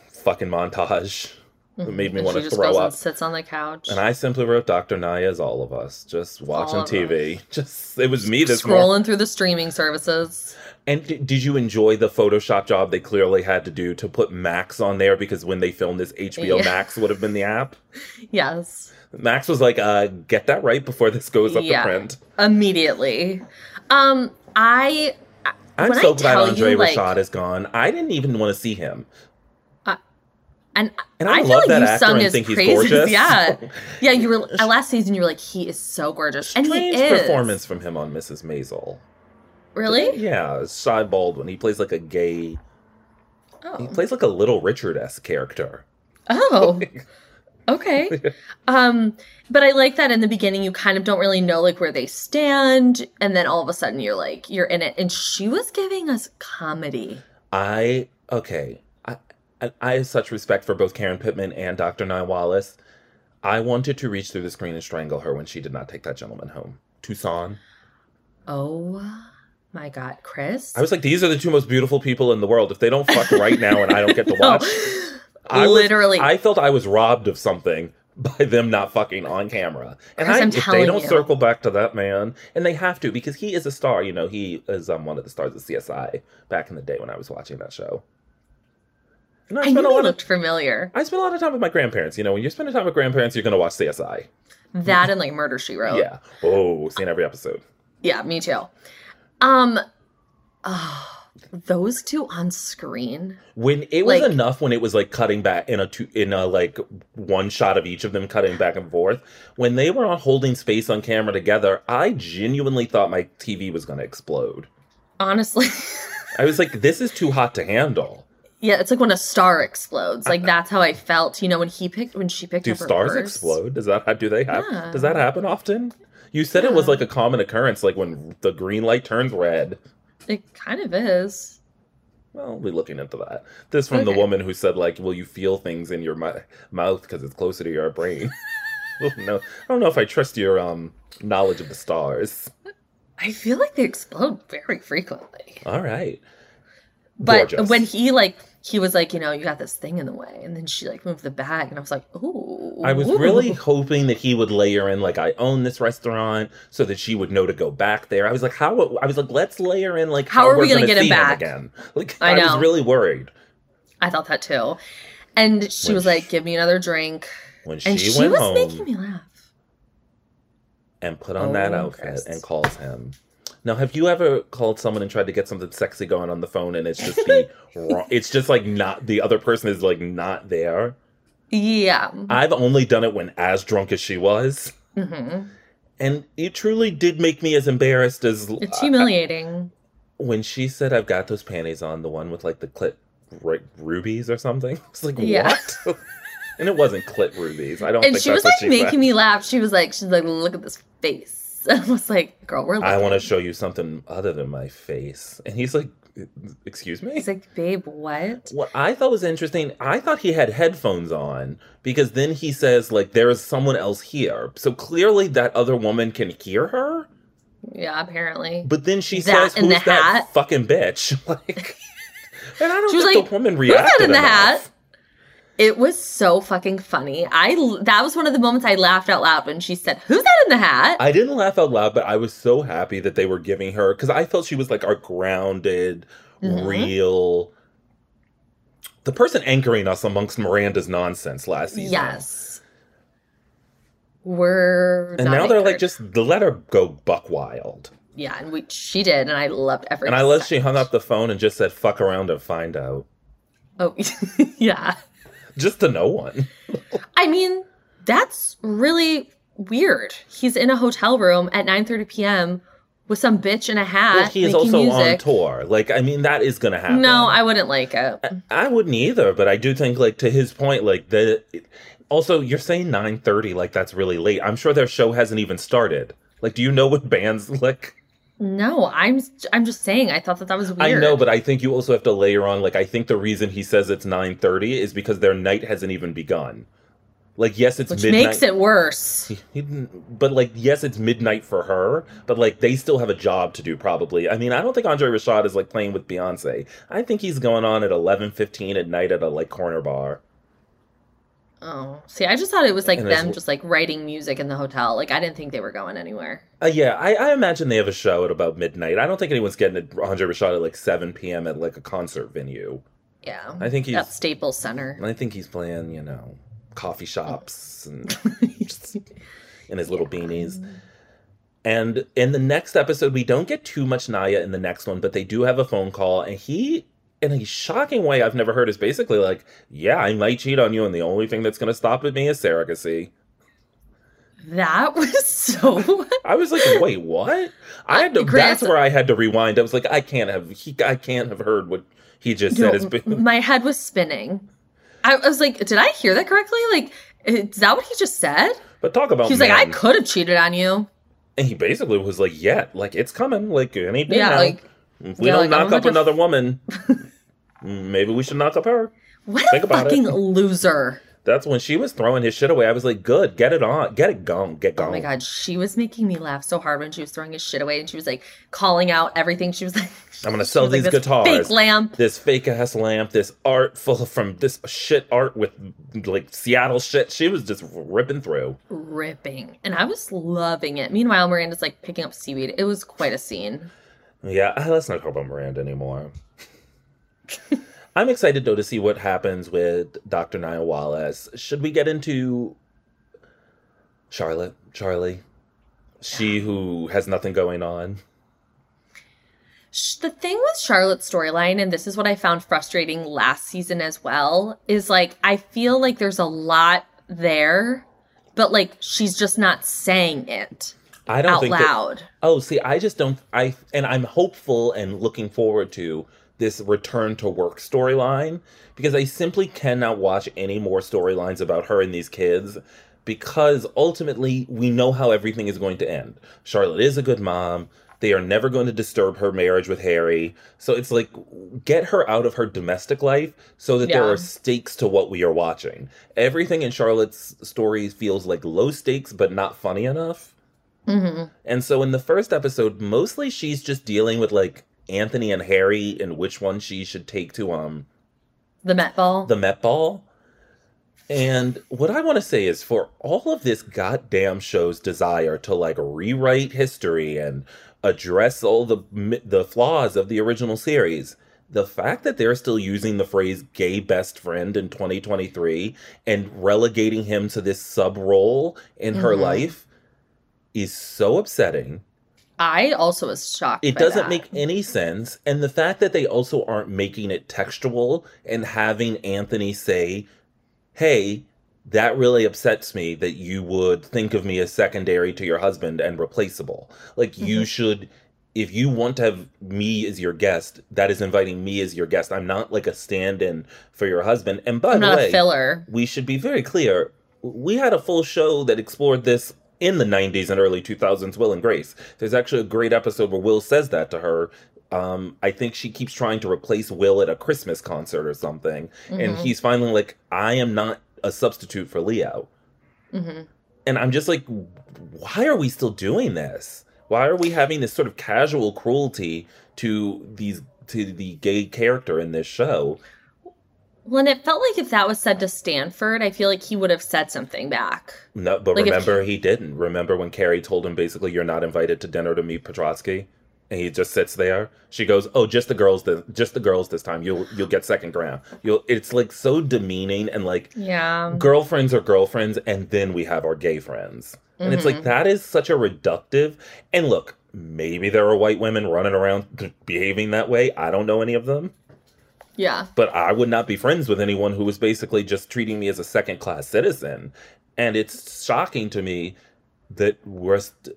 Speaker 2: fucking montage it made me
Speaker 1: Mm-hmm. And
Speaker 2: want
Speaker 1: she
Speaker 2: to
Speaker 1: just
Speaker 2: throw
Speaker 1: goes
Speaker 2: up.
Speaker 1: and sits on the couch.
Speaker 2: And I simply wrote Dr. Naya's all of us, just watching
Speaker 1: all of
Speaker 2: TV. Just it was me this morning.
Speaker 1: scrolling through the streaming services.
Speaker 2: And d- did you enjoy the Photoshop job they clearly had to do to put Max on there because when they filmed this, HBO
Speaker 1: Yeah.
Speaker 2: Max would have been the app.
Speaker 1: Yes.
Speaker 2: Max was like, uh, "Get that right before this goes up
Speaker 1: Yeah.
Speaker 2: to print."
Speaker 1: Immediately. Um I
Speaker 2: I'm
Speaker 1: When I
Speaker 2: so glad
Speaker 1: tell you,
Speaker 2: Andre
Speaker 1: like-
Speaker 2: Rashad is gone. I didn't even want to see him,
Speaker 1: and
Speaker 2: and I,
Speaker 1: I feel
Speaker 2: love
Speaker 1: like
Speaker 2: that
Speaker 1: you
Speaker 2: actor
Speaker 1: sung
Speaker 2: and
Speaker 1: his
Speaker 2: think he's
Speaker 1: praises,
Speaker 2: gorgeous.
Speaker 1: yeah. yeah, you were uh, last season you were like, he is so gorgeous. And
Speaker 2: strange
Speaker 1: he is
Speaker 2: performance from him on Mrs. Maisel.
Speaker 1: Really?
Speaker 2: Yeah, Cy Baldwin. He plays like a gay. He
Speaker 1: Oh.
Speaker 2: plays like a Little Richard esque character.
Speaker 1: Oh. Okay. Um, but I like that in the beginning you kind of don't really know like where they stand, and then all of a sudden you're like, you're in it. And she was giving us comedy.
Speaker 2: I okay. I, I I have such respect for both Karen Pittman and Dr. Nye Wallace. I wanted to reach through the screen and strangle her when she did not take that gentleman home. Tucson.
Speaker 1: Oh my god, Chris.
Speaker 2: I was like, these are the two most beautiful people in the world. If they don't fuck right now and I don't get to
Speaker 1: No.
Speaker 2: watch, I was-
Speaker 1: Literally.
Speaker 2: I felt I was robbed of something by them not fucking on camera. And
Speaker 1: Chris,
Speaker 2: I,
Speaker 1: I'm
Speaker 2: if they
Speaker 1: telling
Speaker 2: don't
Speaker 1: you.
Speaker 2: circle back to that man, and they have to because he is a star. You know, he is um, one of the stars of CSI back in the day when I was watching that show. And I,
Speaker 1: I
Speaker 2: spent
Speaker 1: knew he
Speaker 2: a lot of
Speaker 1: looked familiar.
Speaker 2: I spent a lot of time with my grandparents. You know, when you're spending time with grandparents, you're gonna watch CSI.
Speaker 1: That and like Murder She Wrote.
Speaker 2: Yeah. Oh, seen every episode.
Speaker 1: Yeah, me too. Um oh, those two on screen.
Speaker 2: When it was
Speaker 1: Like-
Speaker 2: enough, when it was like cutting back in a two, in a like one shot of each of them cutting back and forth. When they were on holding space on camera together, I genuinely thought my TV was gonna explode.
Speaker 1: Honestly.
Speaker 2: I was like, this is too hot to handle.
Speaker 1: yeah, it's like when a star explodes. Like that's how I felt. You know, when he picked when she picked
Speaker 2: Do
Speaker 1: up her
Speaker 2: stars
Speaker 1: purse.
Speaker 2: explode? Does that ha- do they have?
Speaker 1: Yeah.
Speaker 2: Does that happen often? You said it was
Speaker 1: Yeah.
Speaker 2: like a common occurrence, like when the green light turns red.
Speaker 1: It kind of is.
Speaker 2: Well, we'll be looking into that. This from the
Speaker 1: Okay.
Speaker 2: woman who said, like, will you feel things in your mou- mouth because it's closer to your brain? Oh, no, I don't know if I trust your um knowledge of the stars.
Speaker 1: I feel like they explode very frequently.
Speaker 2: All right,
Speaker 1: But
Speaker 2: Gorgeous.
Speaker 1: when he like he was like, you know, you got this thing in the way, and then she like moved the bag, and I was like, ooh.
Speaker 2: I was really hoping that he would layer in like I own this restaurant, so that she would know to go back there. I was like, how? I was like, let's layer in like
Speaker 1: How are
Speaker 2: we're
Speaker 1: we gonna
Speaker 2: gonna
Speaker 1: get him
Speaker 2: see
Speaker 1: back?
Speaker 2: again? Like, I,
Speaker 1: I
Speaker 2: was
Speaker 1: know.
Speaker 2: really worried
Speaker 1: I thought that too. And she
Speaker 2: When
Speaker 1: was
Speaker 2: she-
Speaker 1: like, give me another drink.
Speaker 2: when she,
Speaker 1: And she,
Speaker 2: went
Speaker 1: was
Speaker 2: home
Speaker 1: making me laugh.
Speaker 2: and put on
Speaker 1: Oh,
Speaker 2: that outfit
Speaker 1: gross.
Speaker 2: and calls him. Now, have you ever called someone and tried to get something sexy going on the phone and it's just the wrong, it's just like not the other person is like not there?
Speaker 1: Yeah.
Speaker 2: I've only done it when as drunk as she was,
Speaker 1: Mhm.
Speaker 2: and it truly did make me as embarrassed as
Speaker 1: It's humiliating.
Speaker 2: when she said, "I've got those panties on," the one with like the clit ru- rubies or something. It's like
Speaker 1: Yeah.
Speaker 2: what? and it wasn't clit rubies. I don't.
Speaker 1: And
Speaker 2: think
Speaker 1: she was
Speaker 2: that's what
Speaker 1: like
Speaker 2: she
Speaker 1: making
Speaker 2: said.
Speaker 1: me laugh. She was like, she's like, look at this face. I was like, girl, we're
Speaker 2: I
Speaker 1: looking.
Speaker 2: want to show you something other than my face. And he's like, Excuse me?
Speaker 1: He's like, babe, what?
Speaker 2: what I thought was interesting, I thought he had headphones on because then he says, like, there is someone else here. So clearly that other woman can hear her.
Speaker 1: Yeah, apparently.
Speaker 2: But then she
Speaker 1: That
Speaker 2: says,
Speaker 1: and
Speaker 2: Who's
Speaker 1: the
Speaker 2: that
Speaker 1: hat.
Speaker 2: fucking bitch? Like, and I don't
Speaker 1: She was
Speaker 2: think
Speaker 1: like,
Speaker 2: the woman
Speaker 1: Who's that
Speaker 2: reacted.
Speaker 1: in the
Speaker 2: enough.
Speaker 1: hat? It was so fucking funny. I l- that was one of the moments I laughed out loud when she said, "Who's that in the hat?"
Speaker 2: I didn't laugh out loud, but I was so happy that they were giving her because I felt she was like our grounded,
Speaker 1: Mhm.
Speaker 2: real. The person anchoring us amongst Miranda's nonsense last season.
Speaker 1: yes. We're
Speaker 2: And
Speaker 1: not
Speaker 2: now they're like,
Speaker 1: anchored.
Speaker 2: just let her go buck wild.
Speaker 1: yeah, and we she did, and I loved every.
Speaker 2: And I love she
Speaker 1: second.
Speaker 2: hung up the phone and just said, fuck around and find out.
Speaker 1: Oh, yeah.
Speaker 2: Just to no one.
Speaker 1: I mean, that's really weird. He's in a hotel room at 9:30 p.m. with some bitch in a hat.
Speaker 2: Well, he is
Speaker 1: making
Speaker 2: also on
Speaker 1: music.
Speaker 2: tour. Like, I mean, that is going to happen.
Speaker 1: No, I wouldn't like it.
Speaker 2: I wouldn't either, but I do think like to his point, like the also you're saying nine thirty, like that's really late. I'm sure their show hasn't even started. Like, do you know what bands like?
Speaker 1: No, I'm I'm just saying. I thought that that was weird.
Speaker 2: I know, but I think you also have to layer on. Like, I think the reason he says it's nine thirty is because their night hasn't even begun. Like yes, it's
Speaker 1: which
Speaker 2: midnight.
Speaker 1: makes it worse.
Speaker 2: but like yes, it's midnight for her. But like they still have a job to do. Probably. I mean, I don't think Andre Rashad is like playing with Beyonce. I think he's going on at eleven fifteen at night at a like corner bar.
Speaker 1: Oh, see, I just thought it was like
Speaker 2: And
Speaker 1: them
Speaker 2: it's-
Speaker 1: just like writing music in the hotel. Like I didn't think they were going anywhere.
Speaker 2: Uh, yeah, I, I imagine they have a show at about midnight. I don't think anyone's getting a Andre Rashad at like seven p.m. at like a concert venue.
Speaker 1: Yeah,
Speaker 2: I think he's.
Speaker 1: at Staples Center.
Speaker 2: I think he's playing. You know, coffee shops and
Speaker 1: Just-
Speaker 2: in his little beanies. And in the next episode, we don't get too much Naya in the next one, but they do have a phone call, and he, in a shocking way I've never heard, is basically like, "Yeah, I might cheat on you, and the only thing that's going to stop it me is surrogacy."
Speaker 1: that was so.
Speaker 2: I was like, "Wait, what?" I had to.
Speaker 1: Grant-
Speaker 2: That's where I had to rewind. I was like, "I can't have he. I can't have heard what he just
Speaker 1: No,
Speaker 2: said." Is
Speaker 1: m- my head was spinning. I was like, did I hear that correctly? Like, is that what he just said?
Speaker 2: but talk about
Speaker 1: He was like, I
Speaker 2: men.
Speaker 1: could have cheated on you.
Speaker 2: And he basically was like, "Yeah, like it's coming, like any day
Speaker 1: Yeah,
Speaker 2: now.
Speaker 1: like
Speaker 2: if we
Speaker 1: yeah,
Speaker 2: don't
Speaker 1: like, I'm
Speaker 2: knock up
Speaker 1: gonna-
Speaker 2: another woman, maybe we should knock up her."
Speaker 1: what
Speaker 2: Think
Speaker 1: a
Speaker 2: about it.
Speaker 1: fucking loser.
Speaker 2: That's when she was throwing his shit away. I was like, good, get it on, get it gone, get gone.
Speaker 1: Oh my god, she was making me laugh so hard when she was throwing his shit away and she was like calling out everything. She was like,
Speaker 2: I'm gonna
Speaker 1: she
Speaker 2: sell
Speaker 1: was like,
Speaker 2: these
Speaker 1: "This
Speaker 2: guitars."
Speaker 1: fake lamp.
Speaker 2: This fake ass lamp, this art full from this shit art with like Seattle shit. She was just ripping through.
Speaker 1: ripping. And I was loving it. Meanwhile, Miranda's like picking up seaweed. It was quite a scene.
Speaker 2: Yeah, uh, let's not talk about Miranda anymore. I'm excited though to see what happens with Dr. Nia Wallace. Should we get into Charlotte, Charlie? She who has nothing going on.
Speaker 1: Sh- The thing with Charlotte's storyline, and this is what I found frustrating last season as well, is like I feel like there's a lot there, but like she's just not saying it
Speaker 2: I don't
Speaker 1: out
Speaker 2: think that-
Speaker 1: loud.
Speaker 2: Oh, see, I just don't. I and I'm hopeful and looking forward to this return to work storyline because I simply cannot watch any more storylines about her and these kids because ultimately we know how everything is going to end. Charlotte is a good mom. They are never going to disturb her marriage with Harry. So it's like get her out of her domestic life so that there
Speaker 1: Yeah.
Speaker 2: are stakes to what we are watching. Everything in Charlotte's story feels like low stakes but not funny enough.
Speaker 1: hmm
Speaker 2: And so in the first episode, mostly she's just dealing with like Anthony and Harry and which one she should take to um
Speaker 1: The Met Ball.
Speaker 2: the Met Ball. And what I want to say is for all of this goddamn show's desire to like rewrite history and address all the mi- the flaws of the original series, the fact that they're still using the phrase gay best friend in 2023 and relegating him to this sub role in her
Speaker 1: Mhm.
Speaker 2: life is so upsetting.
Speaker 1: I also was shocked.
Speaker 2: It
Speaker 1: by
Speaker 2: doesn't
Speaker 1: that.
Speaker 2: make any sense. And the fact that they also aren't making it textual and having Anthony say, Hey, that really upsets me that you would think of me as secondary to your husband and replaceable. Like,
Speaker 1: Mm-hmm.
Speaker 2: you should, if you want to have me as your guest, that is inviting me as your guest. I'm not like a stand in for your husband. And by
Speaker 1: I'm
Speaker 2: the
Speaker 1: not
Speaker 2: way,
Speaker 1: a filler.
Speaker 2: we should be very clear. We had a full show that explored this in the 90s and early 2000s, Will and Grace. There's actually a great episode where Will says that to her. Um, I think she keeps trying to replace Will at a Christmas concert or something. And
Speaker 1: Mhm.
Speaker 2: he's finally like, I am not a substitute for Leo.
Speaker 1: hmm
Speaker 2: And I'm just like, why are we still doing this? Why are we having this sort of casual cruelty to these to the gay character in this show?
Speaker 1: Well, and it felt like if that was said to Stanford, I feel like he would have said something back.
Speaker 2: No, but
Speaker 1: Like, if
Speaker 2: remember he didn't. Remember when Carrie told him basically you're not invited to dinner to meet Petrotsky, and he just sits there. She goes, "Oh, just the girls, this, just the girls this time. You'll you'll get second ground. You'll." It's like so demeaning and like
Speaker 1: Yeah.
Speaker 2: girlfriends are girlfriends, and then we have our gay friends, and it's
Speaker 1: Mm-hmm.
Speaker 2: like that is such a reductive. And look, maybe there are white women running around behaving that way. I don't know any of them
Speaker 1: Yeah.
Speaker 2: but I would not be friends with anyone who was basically just treating me as a second class citizen. And it's shocking to me that we're st-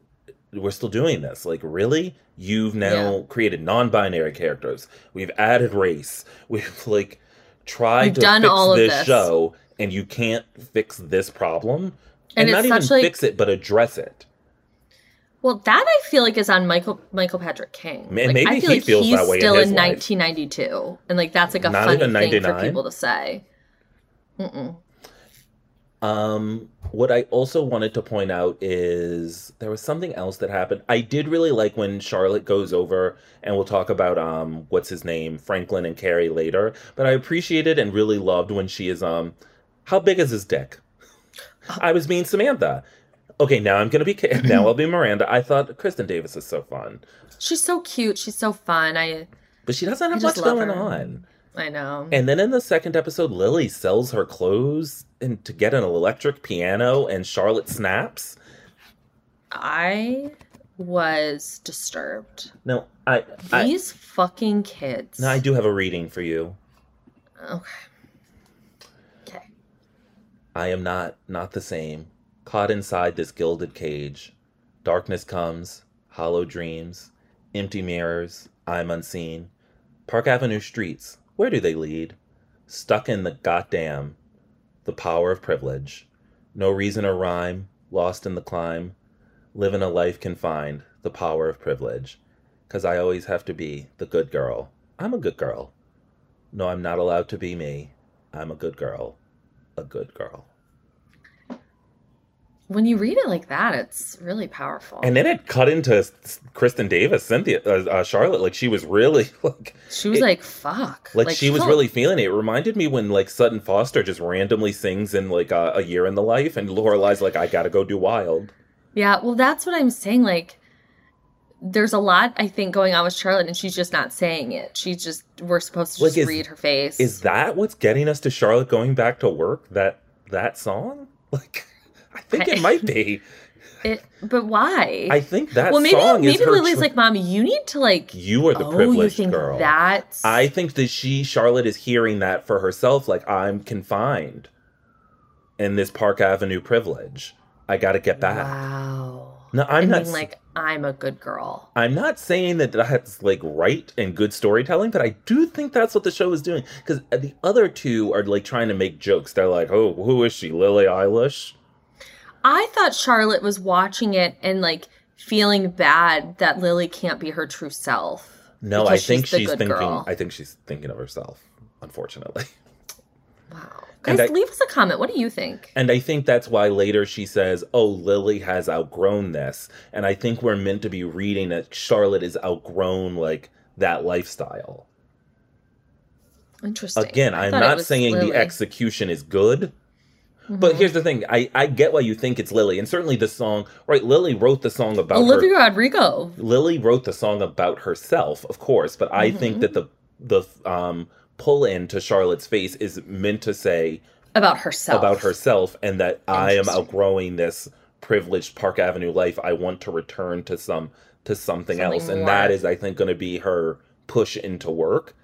Speaker 2: we're still doing this. Like, really? You've now created non-binary characters. We've added race. We've like tried
Speaker 1: You've
Speaker 2: to
Speaker 1: done
Speaker 2: fix
Speaker 1: all of
Speaker 2: this,
Speaker 1: this.
Speaker 2: show, and you can't fix this problem.
Speaker 1: And
Speaker 2: And,
Speaker 1: it's
Speaker 2: not even
Speaker 1: such, like-
Speaker 2: fix it, but address it.
Speaker 1: Well, that I feel like is on Michael Michael Patrick King.
Speaker 2: Ma-
Speaker 1: Like,
Speaker 2: maybe
Speaker 1: I feel
Speaker 2: he
Speaker 1: like
Speaker 2: feels
Speaker 1: he's
Speaker 2: that way in
Speaker 1: still
Speaker 2: his
Speaker 1: in,
Speaker 2: life.
Speaker 1: 1992, and like that's like a
Speaker 2: Not
Speaker 1: funny
Speaker 2: even
Speaker 1: thing for
Speaker 2: 99?
Speaker 1: people to say. Mm-mm.
Speaker 2: Um, what I also wanted to point out is there was something else that happened. I did really like when Charlotte goes over, and we'll talk about um, what's his name, Franklin and Carrie later. But I appreciated and really loved when she is um, how big is his dick?
Speaker 1: Oh.
Speaker 2: I was being Samantha. Okay, now I'm gonna be Ca- now I'll be Miranda. I thought Kristen Davis is so fun,
Speaker 1: She's so cute. She's so fun. I
Speaker 2: but she doesn't have
Speaker 1: just
Speaker 2: much
Speaker 1: love
Speaker 2: going
Speaker 1: her. Mm-hmm.
Speaker 2: on.
Speaker 1: I know.
Speaker 2: And then in the second episode, Lily sells her clothes and to get an electric piano, and Charlotte snaps.
Speaker 1: I was disturbed.
Speaker 2: No, I, I
Speaker 1: These fucking kids.
Speaker 2: no, I do have a reading for you.
Speaker 1: Okay. Okay.
Speaker 2: I am not, not the same. Caught inside this gilded cage. Darkness comes, hollow dreams, empty mirrors, I'm unseen. Park Avenue streets, where do they lead? Stuck in the goddamn, the power of privilege. No reason or rhyme, lost in the climb. Living a life confined, the power of privilege. 'Cause I always have to be the good girl. I'm a good girl. No, I'm not allowed to be me. I'm a good girl. A good girl.
Speaker 1: When you read it like that, it's really powerful.
Speaker 2: And then it cut into S- Kristen Davis, Cynthia, uh, uh, Charlotte. Like she was really like,
Speaker 1: she was
Speaker 2: it-
Speaker 1: like, "Fuck!"
Speaker 2: like, she was
Speaker 1: felt-
Speaker 2: really feeling it. It reminded me when like Sutton Foster just randomly sings in like uh, a, a year in the life, and Lorelai's like, I gotta go do wild.
Speaker 1: Yeah, well, that's what I'm saying. Like, there's a lot I think going on with Charlotte, and she's just not saying it. She's just we're supposed to
Speaker 2: Like,
Speaker 1: just
Speaker 2: is-
Speaker 1: read her face.
Speaker 2: Is that what's getting us to Charlotte going back to work? That that song? Like, I think it
Speaker 1: I-
Speaker 2: might be.
Speaker 1: it, but why?
Speaker 2: I think that
Speaker 1: well, maybe
Speaker 2: song
Speaker 1: maybe
Speaker 2: is her.
Speaker 1: Lily's
Speaker 2: tr-
Speaker 1: like, "Mom, you need to like."
Speaker 2: you are the
Speaker 1: oh, you
Speaker 2: privileged
Speaker 1: think
Speaker 2: girl.
Speaker 1: that's
Speaker 2: I think that she, Charlotte, is hearing that for herself. Like, I'm confined in this Park Avenue privilege. I got to get back.
Speaker 1: Wow.
Speaker 2: No, I'm
Speaker 1: And
Speaker 2: not.
Speaker 1: being
Speaker 2: s-
Speaker 1: like I'm a good girl.
Speaker 2: I'm not saying that that's like right and good storytelling, but I do think that's what the show is doing. Because the other two are like trying to make jokes. They're like, "Oh, who is she, Lily Eilish?"
Speaker 1: I thought Charlotte was watching it and like feeling bad that Lily can't be her true self.
Speaker 2: No,
Speaker 1: Because
Speaker 2: I think
Speaker 1: she's the
Speaker 2: she's,
Speaker 1: good
Speaker 2: thinking.
Speaker 1: girl.
Speaker 2: I think she's thinking of herself, unfortunately.
Speaker 1: Wow.
Speaker 2: And
Speaker 1: Guys,
Speaker 2: I-
Speaker 1: leave us a comment. What do you think?
Speaker 2: And I think that's why later she says, Oh, Lily has outgrown this. And I think we're meant to be reading that Charlotte is outgrown like that lifestyle.
Speaker 1: Interesting.
Speaker 2: Again,
Speaker 1: I
Speaker 2: I'm
Speaker 1: thought it
Speaker 2: not
Speaker 1: was
Speaker 2: saying
Speaker 1: Lily. Mm-hmm.
Speaker 2: the execution is good, but here's the thing. I, I get why you think it's Lily. And certainly the song, right? Lily wrote the song about her-
Speaker 1: Olivia Rodrigo.
Speaker 2: Lily wrote the song about herself, of course, but I think
Speaker 1: Mhm.
Speaker 2: that the the um pull in to Charlotte's face is meant to say
Speaker 1: About herself.
Speaker 2: about herself and that I am
Speaker 1: Interesting.
Speaker 2: outgrowing this privileged Park Avenue life. I want to return to some to something,
Speaker 1: Something
Speaker 2: else.
Speaker 1: more.
Speaker 2: And that is I think going to be her push into work.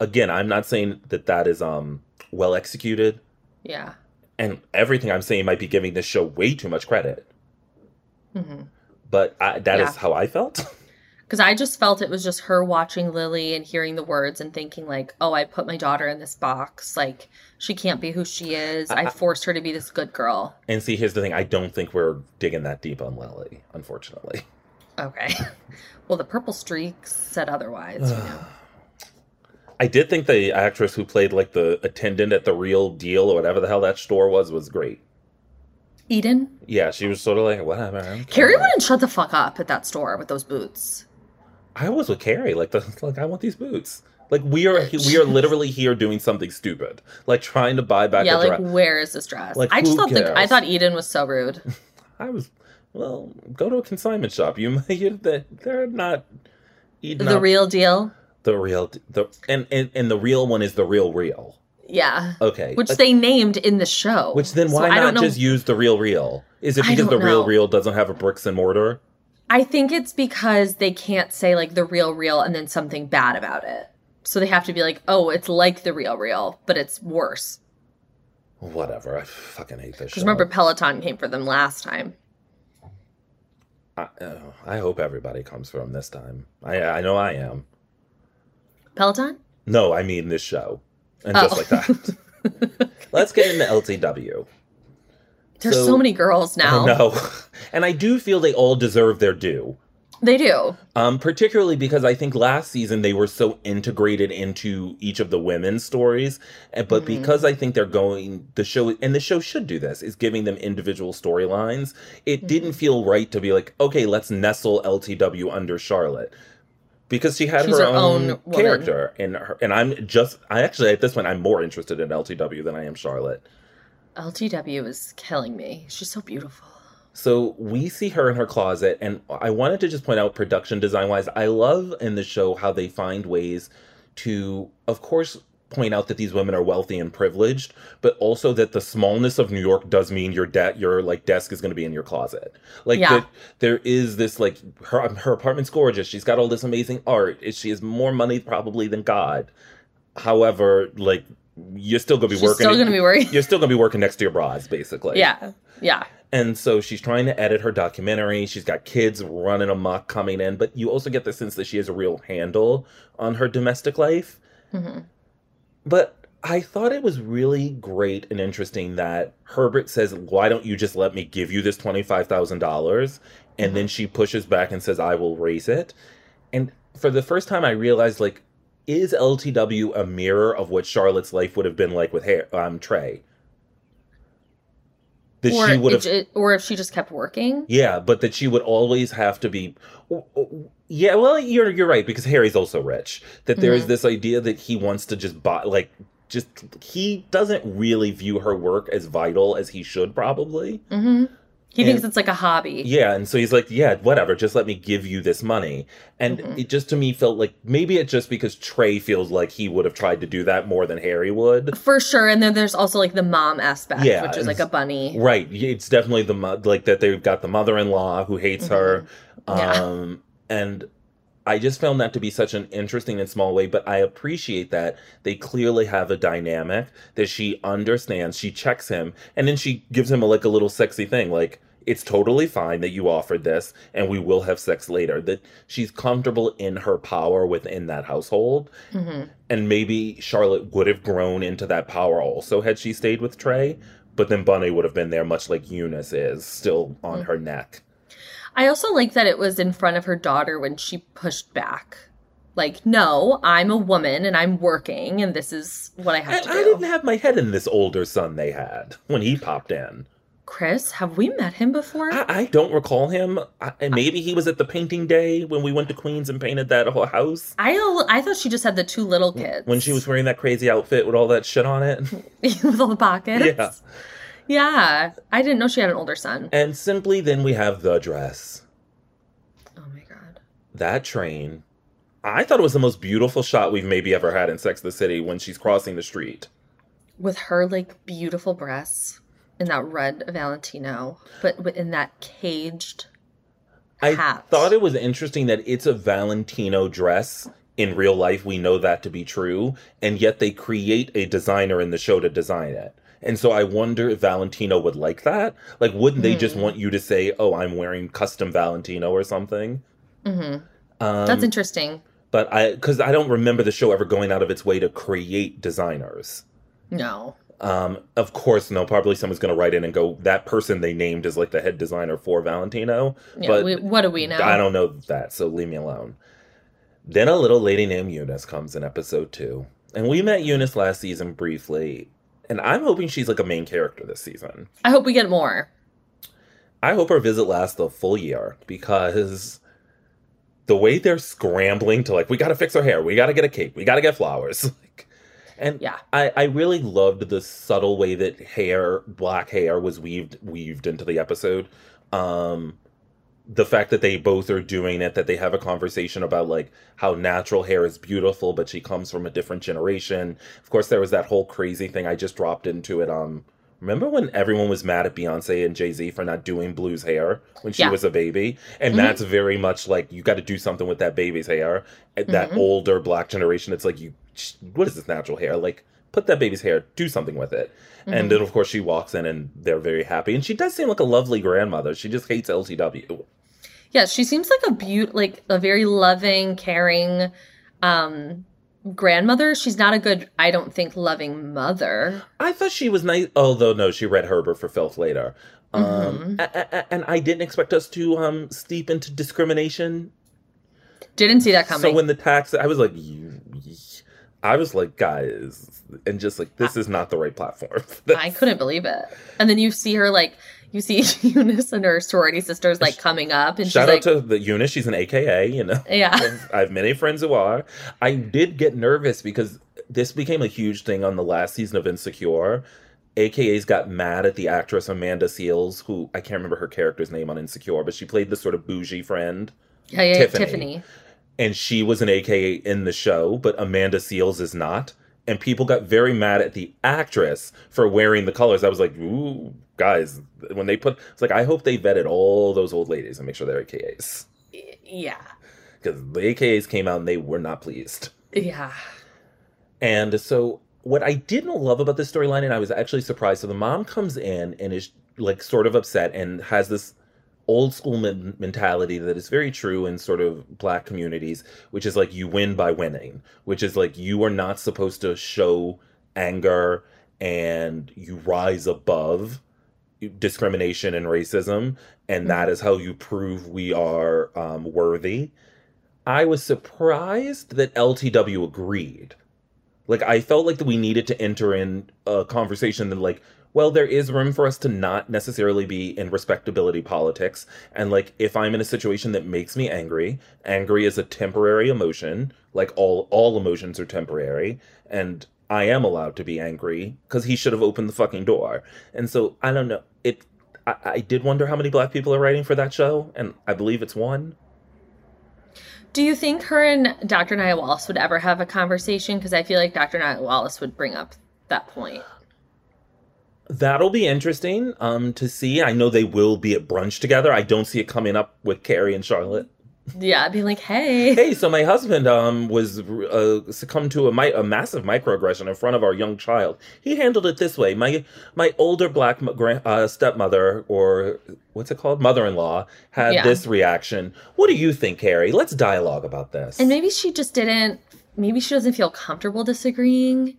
Speaker 2: Again, I'm not saying that that is um well executed
Speaker 1: Yeah.
Speaker 2: and everything I'm saying might be giving this show way too much credit,
Speaker 1: Because
Speaker 2: but I, that is
Speaker 1: Yeah.
Speaker 2: how I felt.
Speaker 1: Mm-hmm. I just felt it was just her watching Lily and hearing the words and thinking, like, oh, I put my daughter in this box. Like, she can't be who she is. I,
Speaker 2: I-
Speaker 1: forced her to be this good girl.
Speaker 2: and see, here's the thing, I don't think we're digging that deep on Lily, unfortunately.
Speaker 1: Okay. well, the purple streak said otherwise. you know.
Speaker 2: I did think the actress who played like the attendant at the real deal or whatever the hell that store was was great.
Speaker 1: Eden?
Speaker 2: Yeah, she was sort of like, whatever. I'm
Speaker 1: Carrie
Speaker 2: fine."
Speaker 1: wouldn't shut the fuck up at that store with those boots.
Speaker 2: I was with Carrie. Like, the, like I want these boots. Like we are we are literally here doing something stupid, like trying to buy back
Speaker 1: yeah,
Speaker 2: a
Speaker 1: like
Speaker 2: dress.
Speaker 1: where is this dress?
Speaker 2: Like,
Speaker 1: I just
Speaker 2: who
Speaker 1: thought the, I
Speaker 2: cares?
Speaker 1: thought Eden was so rude.
Speaker 2: I was, well, go to a consignment shop. You, you, they're not eating
Speaker 1: The
Speaker 2: up
Speaker 1: real deal.
Speaker 2: the real the and, and and the real one is the real real.
Speaker 1: Yeah.
Speaker 2: Okay,
Speaker 1: Which
Speaker 2: Uh,
Speaker 1: they named in the show.
Speaker 2: which then
Speaker 1: So
Speaker 2: why
Speaker 1: I don't
Speaker 2: not
Speaker 1: know-
Speaker 2: just use the real real? Is it
Speaker 1: I
Speaker 2: because the
Speaker 1: don't
Speaker 2: real
Speaker 1: know.
Speaker 2: real doesn't have a bricks and mortar?
Speaker 1: I think it's because they can't say like the real real and then something bad about it. So they have to be like, oh, it's like the real real, but it's worse.
Speaker 2: Whatever. I fucking hate this.
Speaker 1: Because
Speaker 2: Show.
Speaker 1: remember Peloton came for them last time.
Speaker 2: I, oh, I hope everybody comes from this time. I I know I am.
Speaker 1: Peloton?
Speaker 2: No, I mean this show. And
Speaker 1: Oh.
Speaker 2: just like that. Let's get into LTW.
Speaker 1: There's so,
Speaker 2: So-
Speaker 1: many girls now.
Speaker 2: No. And I do feel they all deserve their due.
Speaker 1: They do.
Speaker 2: Um, particularly because I think last season they were so integrated into each of the women's stories, and, but
Speaker 1: Mhm.
Speaker 2: because I think they're going the show, and the show should do this, is giving them individual storylines. It didn't feel right to be like, okay, let's nestle LTW under Charlotte, because she had
Speaker 1: She's
Speaker 2: her,
Speaker 1: her
Speaker 2: own,
Speaker 1: own woman.
Speaker 2: character, and her, and I'm just, I actually at this point I'm more interested in LTW than I am Charlotte.
Speaker 1: LTW is killing me. She's so beautiful.
Speaker 2: So we see her in her closet, and I wanted to just point out production design wise, I love in the show how they find ways to, of course, point out that these women are wealthy and privileged, but also that the smallness of New York does mean your debt, your like desk is going to be in your closet. Like
Speaker 1: Yeah.
Speaker 2: that, there is this like her her apartment's gorgeous. She's got all this amazing art. She has more money probably than God. However, like you're still going to be
Speaker 1: She's
Speaker 2: working.
Speaker 1: still gonna be working.
Speaker 2: You're still going to be working next to your bras, basically.
Speaker 1: Yeah. Yeah.
Speaker 2: And so she's trying to edit her documentary. She's got kids running amok coming in, but you also get the sense that she has a real handle on her domestic life.
Speaker 1: hmm
Speaker 2: But I thought it was really great and interesting that Herbert says, Why don't you just let me give you this $25,000? And then she pushes back and says, I will raise it. And for the first time, I realized, like, is LTW a mirror of what Charlotte's life would have been like with Har- um, Trey? That
Speaker 1: Or,
Speaker 2: she would have
Speaker 1: if, it- or if she just kept working.
Speaker 2: yeah, but that she would always have to be. Yeah, well, you're you're right because Harry's also rich. That there is
Speaker 1: Mhm.
Speaker 2: this idea that he wants to just buy, like, just he doesn't really view her work as vital as he should probably.
Speaker 1: hmm He
Speaker 2: And-
Speaker 1: thinks it's like a hobby.
Speaker 2: Yeah, and so he's like, yeah, whatever, just let me give you this money. And
Speaker 1: Mhm.
Speaker 2: it just to me felt like maybe it's just because Trey feels like he would have tried to do that more than Harry would.
Speaker 1: For sure. And then there's also like the mom aspect,
Speaker 2: Yeah,
Speaker 1: which
Speaker 2: and
Speaker 1: is like a bunny.
Speaker 2: Right. y- It's definitely the mo- like that they've got the mother-in-law who hates her.
Speaker 1: Mhm. Yeah.
Speaker 2: Um and I just found that to be such an interesting and small way, but I appreciate that they clearly have a dynamic that she understands. She checks him and then she gives him a, like a little sexy thing like it's totally fine that you offered this and we will have sex later. That she's comfortable in her power within that household
Speaker 1: hmm
Speaker 2: and maybe Charlotte would have grown into that power also had she stayed with Trey, but then Bunny would have been there much like Eunice is, still on her neck.
Speaker 1: I also like that it was in front of her daughter when she pushed back. Like, no, I'm a woman and I'm working and this is what I have
Speaker 2: And
Speaker 1: to
Speaker 2: I
Speaker 1: do.
Speaker 2: didn't have my head in this older son they had when he popped in.
Speaker 1: Chris, have we met him before?
Speaker 2: I, I don't recall him. I, and maybe he was at the painting day when we went to Queens and painted that whole house
Speaker 1: I al- I thought she just had the two little kids
Speaker 2: when she was wearing that crazy outfit with all that shit on it.
Speaker 1: with all the pockets.
Speaker 2: Yeah.
Speaker 1: Yeah. I didn't know she had an older son.
Speaker 2: And simply then we have the dress.
Speaker 1: Oh my god.
Speaker 2: that train. I thought it was the most beautiful shot we've maybe ever had in Sex the City when she's crossing the street.
Speaker 1: With her like beautiful breasts in that red Valentino, but w- in that caged
Speaker 2: I
Speaker 1: hat.
Speaker 2: thought it was interesting that it's a Valentino dress. In real life, we know that to be true, and yet they create a designer in the show to design it. And so I wonder if Valentino would like that. Like, wouldn't they just
Speaker 1: Hmm.
Speaker 2: want you to say, "Oh, I'm wearing custom Valentino" or something?
Speaker 1: Mhm.
Speaker 2: Um,
Speaker 1: That's interesting.
Speaker 2: but I, because I don't remember the show ever going out of its way to create designers.
Speaker 1: No.
Speaker 2: Um, of course, no, probably someone's going to write in and go, that person they named is like the head designer for Valentino.
Speaker 1: Yeah,
Speaker 2: but
Speaker 1: we, what do we know?
Speaker 2: Mm, I don't know that, so leave me alone. Then a little lady named Eunice comes in episode two. And we met Eunice last season briefly. And I'm hoping she's like a main character this season.
Speaker 1: I hope we get more.
Speaker 2: I hope her visit lasts the full year because the way they're scrambling to like, we got to fix her hair, we got to get a cake, we got to get flowers. Like, and
Speaker 1: Yeah.
Speaker 2: I, I really loved the subtle way that hair, black hair, was weaved weaved into the episode. Um, the fact that they both are doing it, that they have a conversation about like how natural hair is beautiful, but she comes from a different generation. Of course, there was that whole crazy thing. I just dropped into it. Um, remember when everyone was mad at Beyonce and Jay Z for not doing blue's hair when she
Speaker 1: Yeah.
Speaker 2: was a baby, and
Speaker 1: Mhm.
Speaker 2: that's very much like you got to do something with that baby's hair. At That
Speaker 1: Mhm.
Speaker 2: older black generation, it's like you, what is this natural hair? Like put that baby's hair, do something with it. And
Speaker 1: Mhm.
Speaker 2: then of course she walks in and they're very happy, and she does seem like a lovely grandmother. She just hates LTW.
Speaker 1: yeah, she seems like a beaut, like a very loving, caring, um, grandmother. She's not a good, I don't think, loving mother.
Speaker 2: I thought she was nice, although no, she read Herbert for Filth later. Um,
Speaker 1: Mhm.
Speaker 2: a- a- a- and I didn't expect us to um, steep into discrimination.
Speaker 1: Didn't see that coming.
Speaker 2: So when the tax, I was like, "You- I was like, guys, and just like this is not the right platform. for this.
Speaker 1: I couldn't believe it. And then you see her like you see Eunice and her sorority sisters like coming up and
Speaker 2: Shout out
Speaker 1: she's like
Speaker 2: to the Eunice. She's an AKA. You know,
Speaker 1: Yeah.
Speaker 2: friends- I have many friends who are. I did get nervous because this became a huge thing on the last season of Insecure. AKA's got mad at the actress Amanda Seals, who I can't remember her character's name on Insecure, but she played the sort of bougie friend.
Speaker 1: Yeah, yeah,
Speaker 2: Tiffany.
Speaker 1: Tiffany.
Speaker 2: And she was an AKA in the show, but Amanda Seals is not. And people got very mad at the actress for wearing the colors. I was like, ooh, guys, when they put, it's like, I hope they vetted all those old ladies and make sure they're AKAs.
Speaker 1: Y- Yeah.
Speaker 2: Because the AKAs came out and they were not pleased.
Speaker 1: Yeah.
Speaker 2: And so, what I didn't love about this storyline, and I was actually surprised. So, the mom comes in and is like sort of upset and has this old school men- mentality that is very true in sort of black communities, which is like you win by winning, which is like you are not supposed to show anger and you rise above discrimination and racism. And that is how you prove we are um, worthy. I was surprised that LTW agreed. Like I felt like that we needed to enter in a conversation that like, well, there is room for us to not necessarily be in respectability politics. And like if I'm in a situation that makes me angry, angry is a temporary emotion. Like all all emotions are temporary. And I am allowed to be angry because he should have opened the fucking door. And so I don't know. It I, I did wonder how many black people are writing for that show, and I believe it's one.
Speaker 1: Do you think her and Dr. Nia Wallace would ever have a conversation? Because I feel like Dr. Nia Wallace would bring up that point.
Speaker 2: That'll be interesting um, to see. I know they will be at brunch together. I don't see it coming up with Carrie and Charlotte.
Speaker 1: Yeah, being like, hey.
Speaker 2: Hey, so my husband um, was uh, succumbed to a, mi- a massive microaggression in front of our young child. He handled it this way. My my older black m- gran- uh, stepmother, or what's it called, mother-in-law, had
Speaker 1: Yeah.
Speaker 2: this reaction. What do you think, Carrie? Let's dialogue about this.
Speaker 1: And maybe she just didn't maybe she doesn't feel comfortable disagreeing.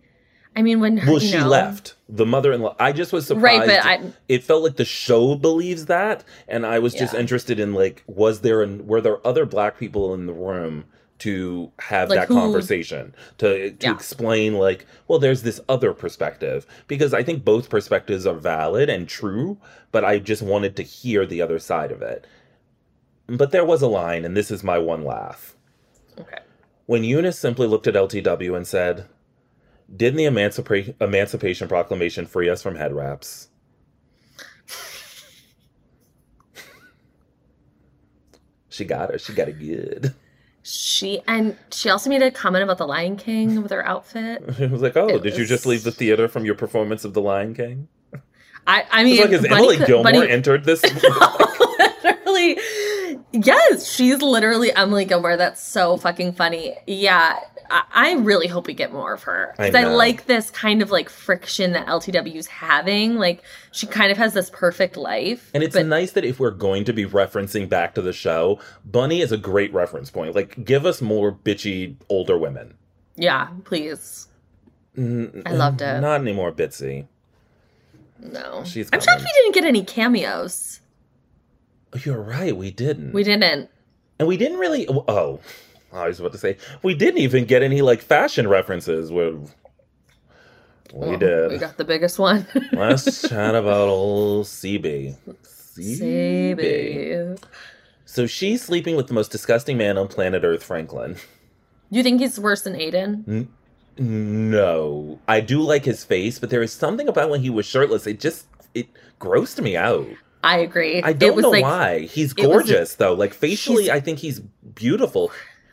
Speaker 1: I mean when her
Speaker 2: well,
Speaker 1: you
Speaker 2: she
Speaker 1: know-
Speaker 2: left. The mother-in-law. I just was surprised.
Speaker 1: Right, but I
Speaker 2: it felt like the show believes that and i was just
Speaker 1: Yeah.
Speaker 2: interested in like was there an were there other black people in the room to have
Speaker 1: Like,
Speaker 2: that
Speaker 1: who-
Speaker 2: conversation to to
Speaker 1: Yeah.
Speaker 2: explain like well there's this other perspective because i think both perspectives are valid and true but i just wanted to hear the other side of it but there was a line and this is my one laugh
Speaker 1: Okay.
Speaker 2: when Eunice simply looked at LTW and said, Didn't the Emancipa- Emancipation Proclamation free us from head wraps? she got her. She got it good.
Speaker 1: She and she also made a comment about the Lion King with her outfit.
Speaker 2: It was like, Oh,
Speaker 1: It
Speaker 2: did you
Speaker 1: was-
Speaker 2: just leave the theater from your performance of The Lion King?
Speaker 1: I I mean,
Speaker 2: It's like, has
Speaker 1: Bunny
Speaker 2: Emily
Speaker 1: could-
Speaker 2: Gilmore
Speaker 1: Bunny-
Speaker 2: entered this?
Speaker 1: literally, yes, she's literally Emily Gilmore. That's so fucking funny. Yeah, I, I really hope we get more of her
Speaker 2: I
Speaker 1: because I,
Speaker 2: know.
Speaker 1: like this kind of like friction that LTW's having. Like she kind of has this perfect life,
Speaker 2: And it's
Speaker 1: but
Speaker 2: nice that if we're going to be referencing back to the show, Bunny is a great reference point. Like, give us more bitchy older women.
Speaker 1: yeah, please.
Speaker 2: N-
Speaker 1: I loved it.
Speaker 2: Not anymore, Bitsy.
Speaker 1: No,
Speaker 2: She's
Speaker 1: I'm shocked
Speaker 2: coming.
Speaker 1: we didn't get any cameos.
Speaker 2: Oh, You're right. We didn't.
Speaker 1: We didn't.
Speaker 2: And we didn't really. Oh, I was about to say we didn't even get any like fashion references. We we
Speaker 1: Well,
Speaker 2: did.
Speaker 1: Oh, We got the biggest one.
Speaker 2: Let's chat about old CB.
Speaker 1: Baby.
Speaker 2: So she's sleeping with the most disgusting man on planet Earth, Franklin.
Speaker 1: You think he's worse than Aiden?
Speaker 2: No, I do like his face, but there is something about when he was shirtless. It just it grossed me out.
Speaker 1: I agree.
Speaker 2: I don't
Speaker 1: it was
Speaker 2: know
Speaker 1: like,
Speaker 2: why. He's
Speaker 1: it was like-
Speaker 2: gorgeous though. Like facially,
Speaker 1: He's-
Speaker 2: I think he's beautiful.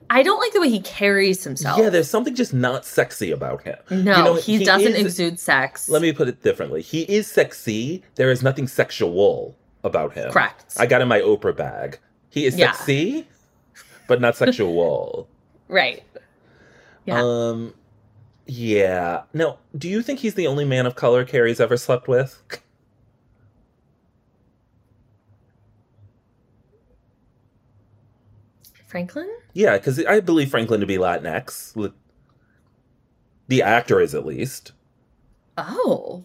Speaker 1: I don't like the way he carries himself.
Speaker 2: Yeah, there's something just not sexy about him.
Speaker 1: no,
Speaker 2: you know,
Speaker 1: he,
Speaker 2: he
Speaker 1: doesn't
Speaker 2: is-
Speaker 1: exude sex.
Speaker 2: Let me put it differently. He is sexy. There is nothing sexual about him.
Speaker 1: correct.
Speaker 2: I got in my Oprah bag. He is
Speaker 1: Yeah.
Speaker 2: sexy, but not sexual.
Speaker 1: right. Yeah.
Speaker 2: Um yeah. Now, do you think he's the only man of color Carrie's ever slept with?
Speaker 1: Franklin?
Speaker 2: Yeah, because I believe Franklin to be Latinx. Li- The actor is at least.
Speaker 1: Oh.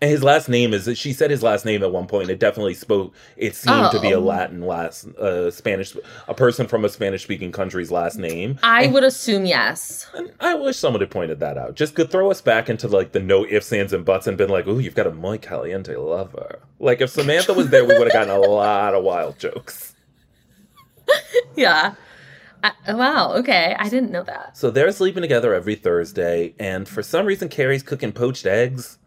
Speaker 2: And his last name is. She said his last name at one point. It definitely spoke. It seemed to be a
Speaker 1: Oh.
Speaker 2: Latin last, uh, Spanish, a person from a Spanish-speaking country's last name.
Speaker 1: I would assume yes.
Speaker 2: And I wish someone had pointed that out. Just could throw us back into like the no ifs, ands, and buts, and been like, "Ooh, you've got a muy caliente lover." Like if Samantha was there, we would have gotten a lot of wild jokes.
Speaker 1: Yeah. I, oh, wow. Okay. I didn't know that.
Speaker 2: So they're sleeping together every Thursday, and for some reason, Carrie's cooking poached eggs.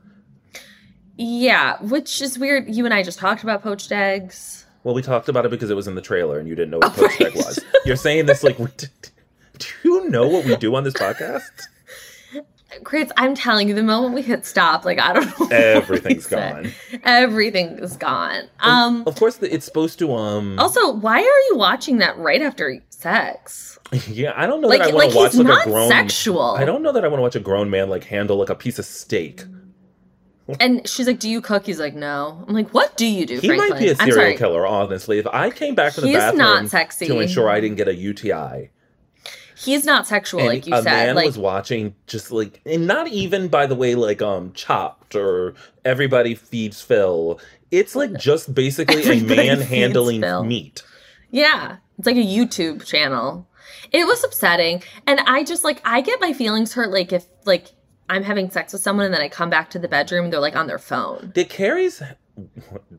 Speaker 1: Yeah. Which is weird. You and I just talked about poached eggs.
Speaker 2: Well, we talked about it because it was in the trailer, and you didn't know what
Speaker 1: Oh,
Speaker 2: poached egg
Speaker 1: right.
Speaker 2: was. You're saying this like, we d- d- do you know what we do on this podcast?
Speaker 1: Chris, I'm telling you, the moment we hit stop, like, I don't know. what
Speaker 2: Everything's
Speaker 1: we said.
Speaker 2: gone. Oh,
Speaker 1: Everything is gone. Um,
Speaker 2: Of course, it's supposed to. Um,
Speaker 1: also, why are you watching that right after sex?
Speaker 2: yeah, I don't know
Speaker 1: Like,
Speaker 2: Oh, that I want
Speaker 1: like
Speaker 2: to watch
Speaker 1: he's
Speaker 2: like
Speaker 1: not
Speaker 2: a grown.
Speaker 1: sexual.
Speaker 2: I don't know that I want to watch a grown man like handle like a piece of steak.
Speaker 1: And she's like, "Do you cook?" He's like, "No." I'm like, "What do you do?"
Speaker 2: He
Speaker 1: Franklin?
Speaker 2: might be a
Speaker 1: I'm sorry.
Speaker 2: serial killer, honestly. If I came back from the
Speaker 1: He's
Speaker 2: bathroom
Speaker 1: not sexy.
Speaker 2: to ensure I didn't get a UTI,
Speaker 1: He's not sexual,
Speaker 2: and
Speaker 1: like you
Speaker 2: a
Speaker 1: said.
Speaker 2: man
Speaker 1: Like,
Speaker 2: was watching, just like, and not even by the way, like um, Chopped or Everybody Feeds Phil. It's like just basically a
Speaker 1: Everybody
Speaker 2: man
Speaker 1: Feeds
Speaker 2: handling
Speaker 1: Phil.
Speaker 2: meat.
Speaker 1: yeah, it's like a YouTube channel. It was upsetting, and I just like I get my feelings hurt. Like if like I'm having sex with someone and then I come back to the bedroom, they're like on their phone.
Speaker 2: Did Carrie's?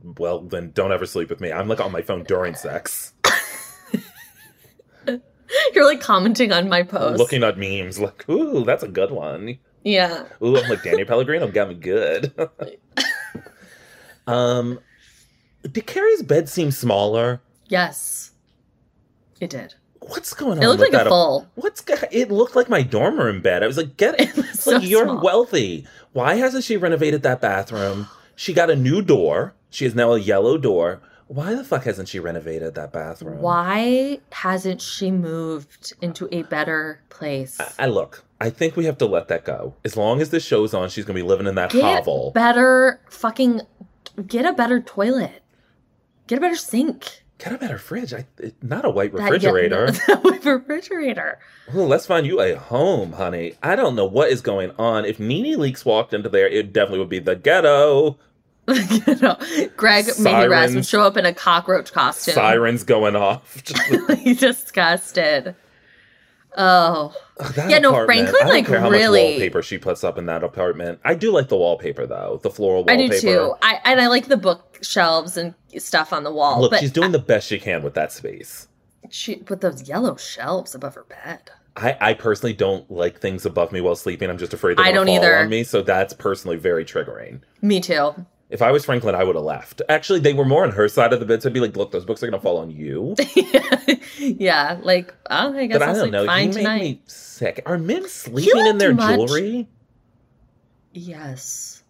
Speaker 2: Well, then don't ever sleep with me. I'm like on my phone during sex,
Speaker 1: You're like commenting on my post.
Speaker 2: looking at memes. Like, ooh, that's a good one.
Speaker 1: yeah,
Speaker 2: Ooh, I'm like Danny Pellegrino got me good. um, did Carrie's bed seem smaller?
Speaker 1: yes, it did.
Speaker 2: What's going on?
Speaker 1: It looked
Speaker 2: with
Speaker 1: like
Speaker 2: that?
Speaker 1: a full.
Speaker 2: What's go- it looked like my dorm room bed? I was like, get it.
Speaker 1: It was
Speaker 2: like
Speaker 1: so
Speaker 2: you're
Speaker 1: small.
Speaker 2: wealthy. Why hasn't she renovated that bathroom? She got a new door. She has now a yellow door. Why the fuck hasn't she renovated that bathroom?
Speaker 1: Why hasn't she moved into a better place?
Speaker 2: I, I look. I think we have to let that go. As long as this show's on, she's gonna be living in that
Speaker 1: Get
Speaker 2: hovel.
Speaker 1: better fucking get a better toilet. Get a better sink.
Speaker 2: Get a better fridge. I, it- not a white
Speaker 1: That-
Speaker 2: refrigerator.
Speaker 1: yeah, with refrigerator.
Speaker 2: Well, let's find you a home, honey. I don't know what is going on. If Nene Leaks walked into there, it definitely would be the ghetto.
Speaker 1: you know, Greg maybe Raz would
Speaker 2: Sirens.
Speaker 1: show up in a cockroach costume.
Speaker 2: Sirens going off. Just
Speaker 1: He's disgusted. Oh.
Speaker 2: that
Speaker 1: Yeah, no,
Speaker 2: apartment.
Speaker 1: Franklin,
Speaker 2: I don't
Speaker 1: like,
Speaker 2: care how
Speaker 1: really-
Speaker 2: much wallpaper she puts up in that apartment. I do like the wallpaper though, the floral
Speaker 1: I
Speaker 2: wallpaper.
Speaker 1: do too. I and I like the bookshelves and stuff on the wall.
Speaker 2: Look,
Speaker 1: Oh, but
Speaker 2: she's doing the best she can with that space.
Speaker 1: she put those yellow shelves above her bed.
Speaker 2: I, I personally don't like things above me while sleeping. I'm just afraid they're
Speaker 1: I
Speaker 2: gonna
Speaker 1: don't
Speaker 2: fall
Speaker 1: either.
Speaker 2: on me. So that's personally very triggering.
Speaker 1: Me too.
Speaker 2: If I was Franklin, I would have left. Actually, they were more on her side of the bed. So I'd be like, look, those books are gonna fall on you.
Speaker 1: yeah, like oh, I guess
Speaker 2: But I
Speaker 1: I'll
Speaker 2: don't
Speaker 1: sleep
Speaker 2: know. You
Speaker 1: fine
Speaker 2: make
Speaker 1: tonight.
Speaker 2: me sick. Are men sleeping in
Speaker 1: looked
Speaker 2: their
Speaker 1: much-
Speaker 2: jewelry?
Speaker 1: Yes.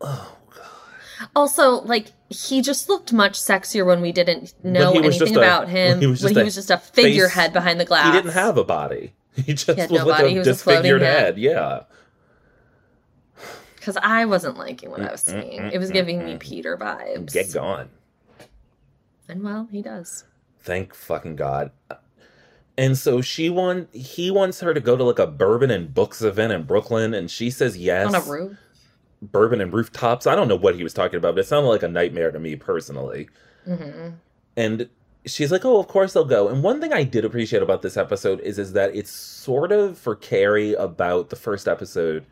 Speaker 2: Oh, God.
Speaker 1: Also, like he just looked much sexier when we didn't know
Speaker 2: he was
Speaker 1: anything
Speaker 2: just a-
Speaker 1: about him.
Speaker 2: when he was just a
Speaker 1: a figurehead behind the glass.
Speaker 2: he didn't have a body. He just
Speaker 1: had
Speaker 2: was
Speaker 1: no
Speaker 2: like
Speaker 1: body.
Speaker 2: a
Speaker 1: He was a floating
Speaker 2: disfigured
Speaker 1: head.
Speaker 2: head. Yeah.
Speaker 1: because I wasn't liking what I was seeing. It was giving me
Speaker 2: Mm-mm-mm-mm.
Speaker 1: Peter vibes.
Speaker 2: Get gone.
Speaker 1: And well, he does.
Speaker 2: Thank fucking God. And so she want he wants her to go to like a bourbon and books event in Brooklyn, and she says yes.
Speaker 1: On a roof.
Speaker 2: Bourbon and rooftops. I don't know what he was talking about, but it sounded like a nightmare to me personally.
Speaker 1: hmm
Speaker 2: and she's like oh of course they'll go and one thing i did appreciate about this episode is is that it's sort of for carrie about the first episode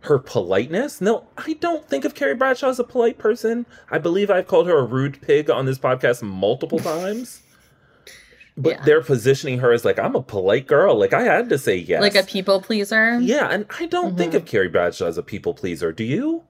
Speaker 2: her politeness no i don't think of carrie bradshaw as a polite person i believe i've called her a rude pig on this podcast multiple times but
Speaker 1: Yeah.
Speaker 2: they're positioning her as like i'm a polite girl like i had to say yes
Speaker 1: Like a people pleaser.
Speaker 2: yeah and i don't think
Speaker 1: Mhm.
Speaker 2: of carrie bradshaw as a people pleaser do you